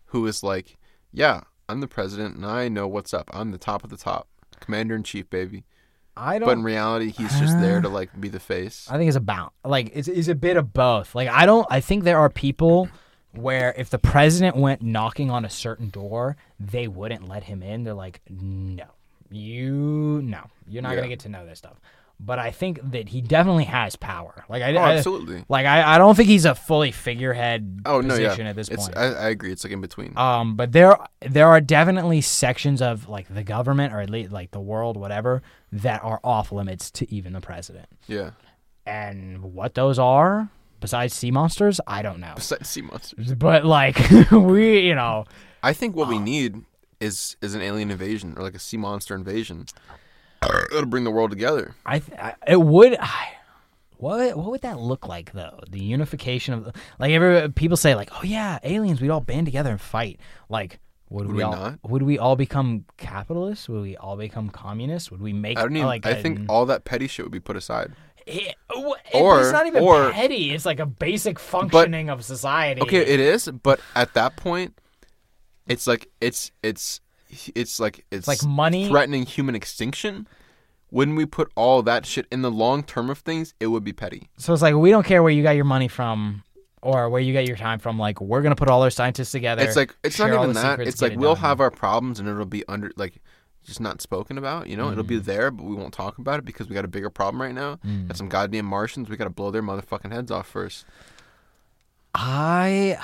who is like, yeah, I'm the president, and I know what's up. I'm the top of the top, commander in chief, baby.
I don't.
But in reality, he's just there to like be the face.
I think it's about like it's, it's a bit of both. Like I don't I think there are people where if the president went knocking on a certain door, they wouldn't let him in. They're like, "No. You no. You're not going to get to know this stuff." But I think that he definitely has power. Like I,
Oh,
I-
absolutely.
like I, I don't think he's a fully figurehead
Oh no, yeah.
position at this
it's,
point.
I, I agree. It's like in between.
Um, but there there are definitely sections of like the government or at least like the world, whatever, that are off limits to even the president.
yeah.
And what those are, besides sea monsters, I don't know.
Besides sea monsters.
But like we, you know,
I think
Ah.
what we need is is an alien invasion or like a sea monster invasion. It'll bring the world together.
I, th- I it would. I, what what would that look like though? The unification of the- like every people say like, oh yeah, aliens. We'd all band together and fight. Like. Would, we,
we
all
not?
would we all become capitalists? Would we all become communists? Would we make
I don't even.
like
I
a-
think all that petty shit would be put aside.
It, w- it-
Or-
it's not even
or-
petty. It's like a basic functioning of society.
Okay, it is, but at that point, it's like it's it's it's like it's
like money-
threatening human extinction. When we put all that shit in the long term of things, it would be petty.
so it's like we don't care where you got your money from or where you got your time from. Like we're gonna put all our scientists together.
It's like it's not
share all
even
the
that.
secrets,
It's
get
like
it
we'll
done.
have our problems and it'll be under like just not spoken about. You know, it'll
Mm.
be there, but we won't talk about it because we got a bigger problem right now. Got some goddamn Martians. We got to blow their motherfucking heads off first.
I,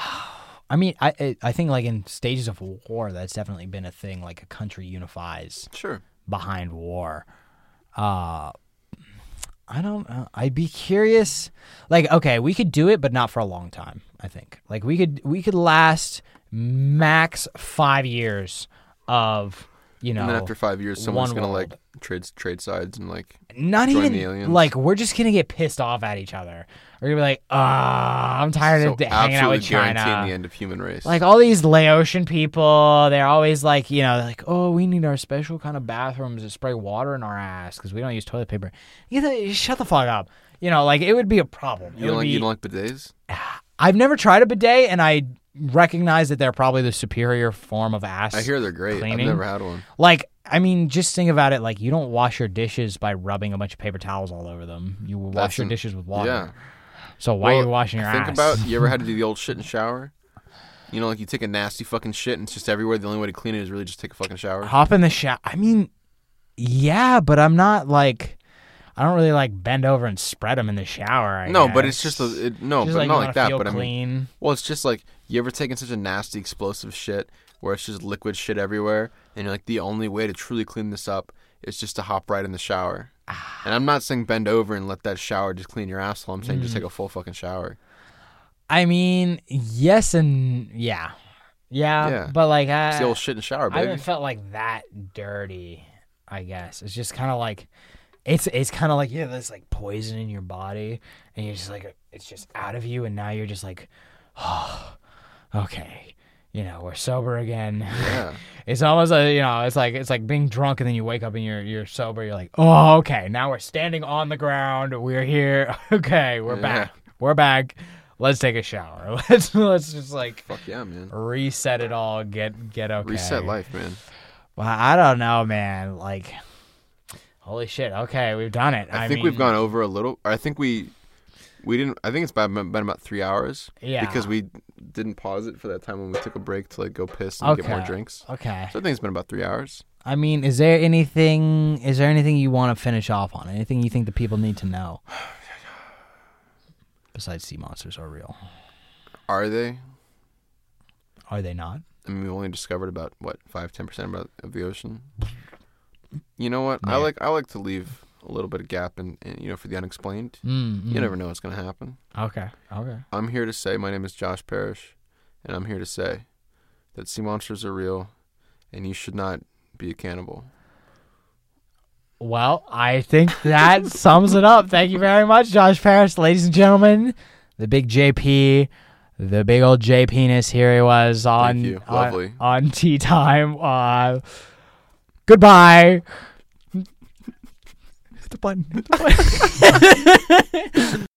I mean, I I- I think like in stages of war, that's definitely been a thing. Like a country unifies
Sure.
behind war. Uh I don't know. I'd be curious. Like, okay, we could do it, but not for a long time, I think. Like we could we could last max five years of you know
And then after five years, someone's
one
gonna
world.
like trade trade sides and like
not
join
even
the aliens.
like we're just gonna get pissed off at each other. We're gonna be like, ah, I'm tired
so
of hanging out
absolutely
with China.
guaranteeing the end of human race.
Like all these Laotian people, they're always like, you know, like, oh, we need our special kind of bathrooms to spray water in our ass because we don't use toilet paper. You know, shut the fuck up. You know, like it would be a problem. It
you don't
would
like
be-
you don't like bidets.
I've never tried a bidet, and I recognize that they're probably the superior form of ass.
I hear they're great.
Cleaning.
I've never had one.
Like, I mean, just think about it. Like, you don't wash your dishes by rubbing a bunch of paper towels all over them. You wash
That's
your
an-
dishes with water.
Yeah.
So why are
Well,
you washing your
think
ass?
about you ever had to do the old shit and shower? You know, like you take a nasty fucking shit and it's just everywhere. The only way to clean it is really just take a fucking shower.
hop in the shower. I mean, yeah, but I'm not like, I don't really like bend over and spread them in the shower. I
No, but
guess.
it's just a, it, no,
Just
but
like you
not
wanna
like that.
feel
But I mean,
clean.
Well, it's just like you ever taken such a nasty explosive shit where it's just liquid shit everywhere, and you're like, the only way to truly clean this up is just to hop right in the shower. And I'm not saying bend over and let that shower just clean your asshole. I'm saying just
Mm.
take a full fucking shower.
I mean, yes and yeah, yeah,
Yeah.
but like I,
It's the old shit and shower,
I haven't
baby.
felt like that dirty. I guess it's just kind of like, it's it's kind of like yeah, there's like poison in your body, and you're just like it's just out of you, and now you're just like, oh, okay, you know, we're sober again.
Yeah.
It's almost like you know, it's like it's like being drunk and then you wake up and you're you're sober. You're like, oh, okay, now we're standing on the ground. We're here. Okay, we're
Yeah.
back. We're back. Let's take a shower. Let's let's just like
Fuck yeah, man.
reset it all. Get get okay.
Reset life, man.
Well, I don't know, man. Like, holy shit. Okay, we've done it.
I, think
mean,
we've gone over a little. I think we we didn't. I think it's been, been about three hours.
Yeah.
Because we didn't pause it for that time when we took a break to like go piss and
Okay.
get more drinks.
Okay.
So I think it's been about three hours.
I mean, is there anything? Is there anything you want to finish off on? Anything you think the people need to know? Besides, sea monsters are real.
Are they?
Are they not?
I mean, we've only discovered about what five, ten percent about of the ocean. You know what? I like I like to leave a little bit of gap and you know for the unexplained. You never know what's gonna happen.
Okay. Okay.
I'm here to say my name is Josh Parrish, and I'm here to say that sea monsters are real, and you should not be a cannibal.
Well, I think that sums it up. Thank you very much, Josh Parrish, ladies and gentlemen. The big JP, the big old J penis. Here he was on
you.
on-
Lovely.
on, tea time. Uh, goodbye. Hit the button. Hit the button.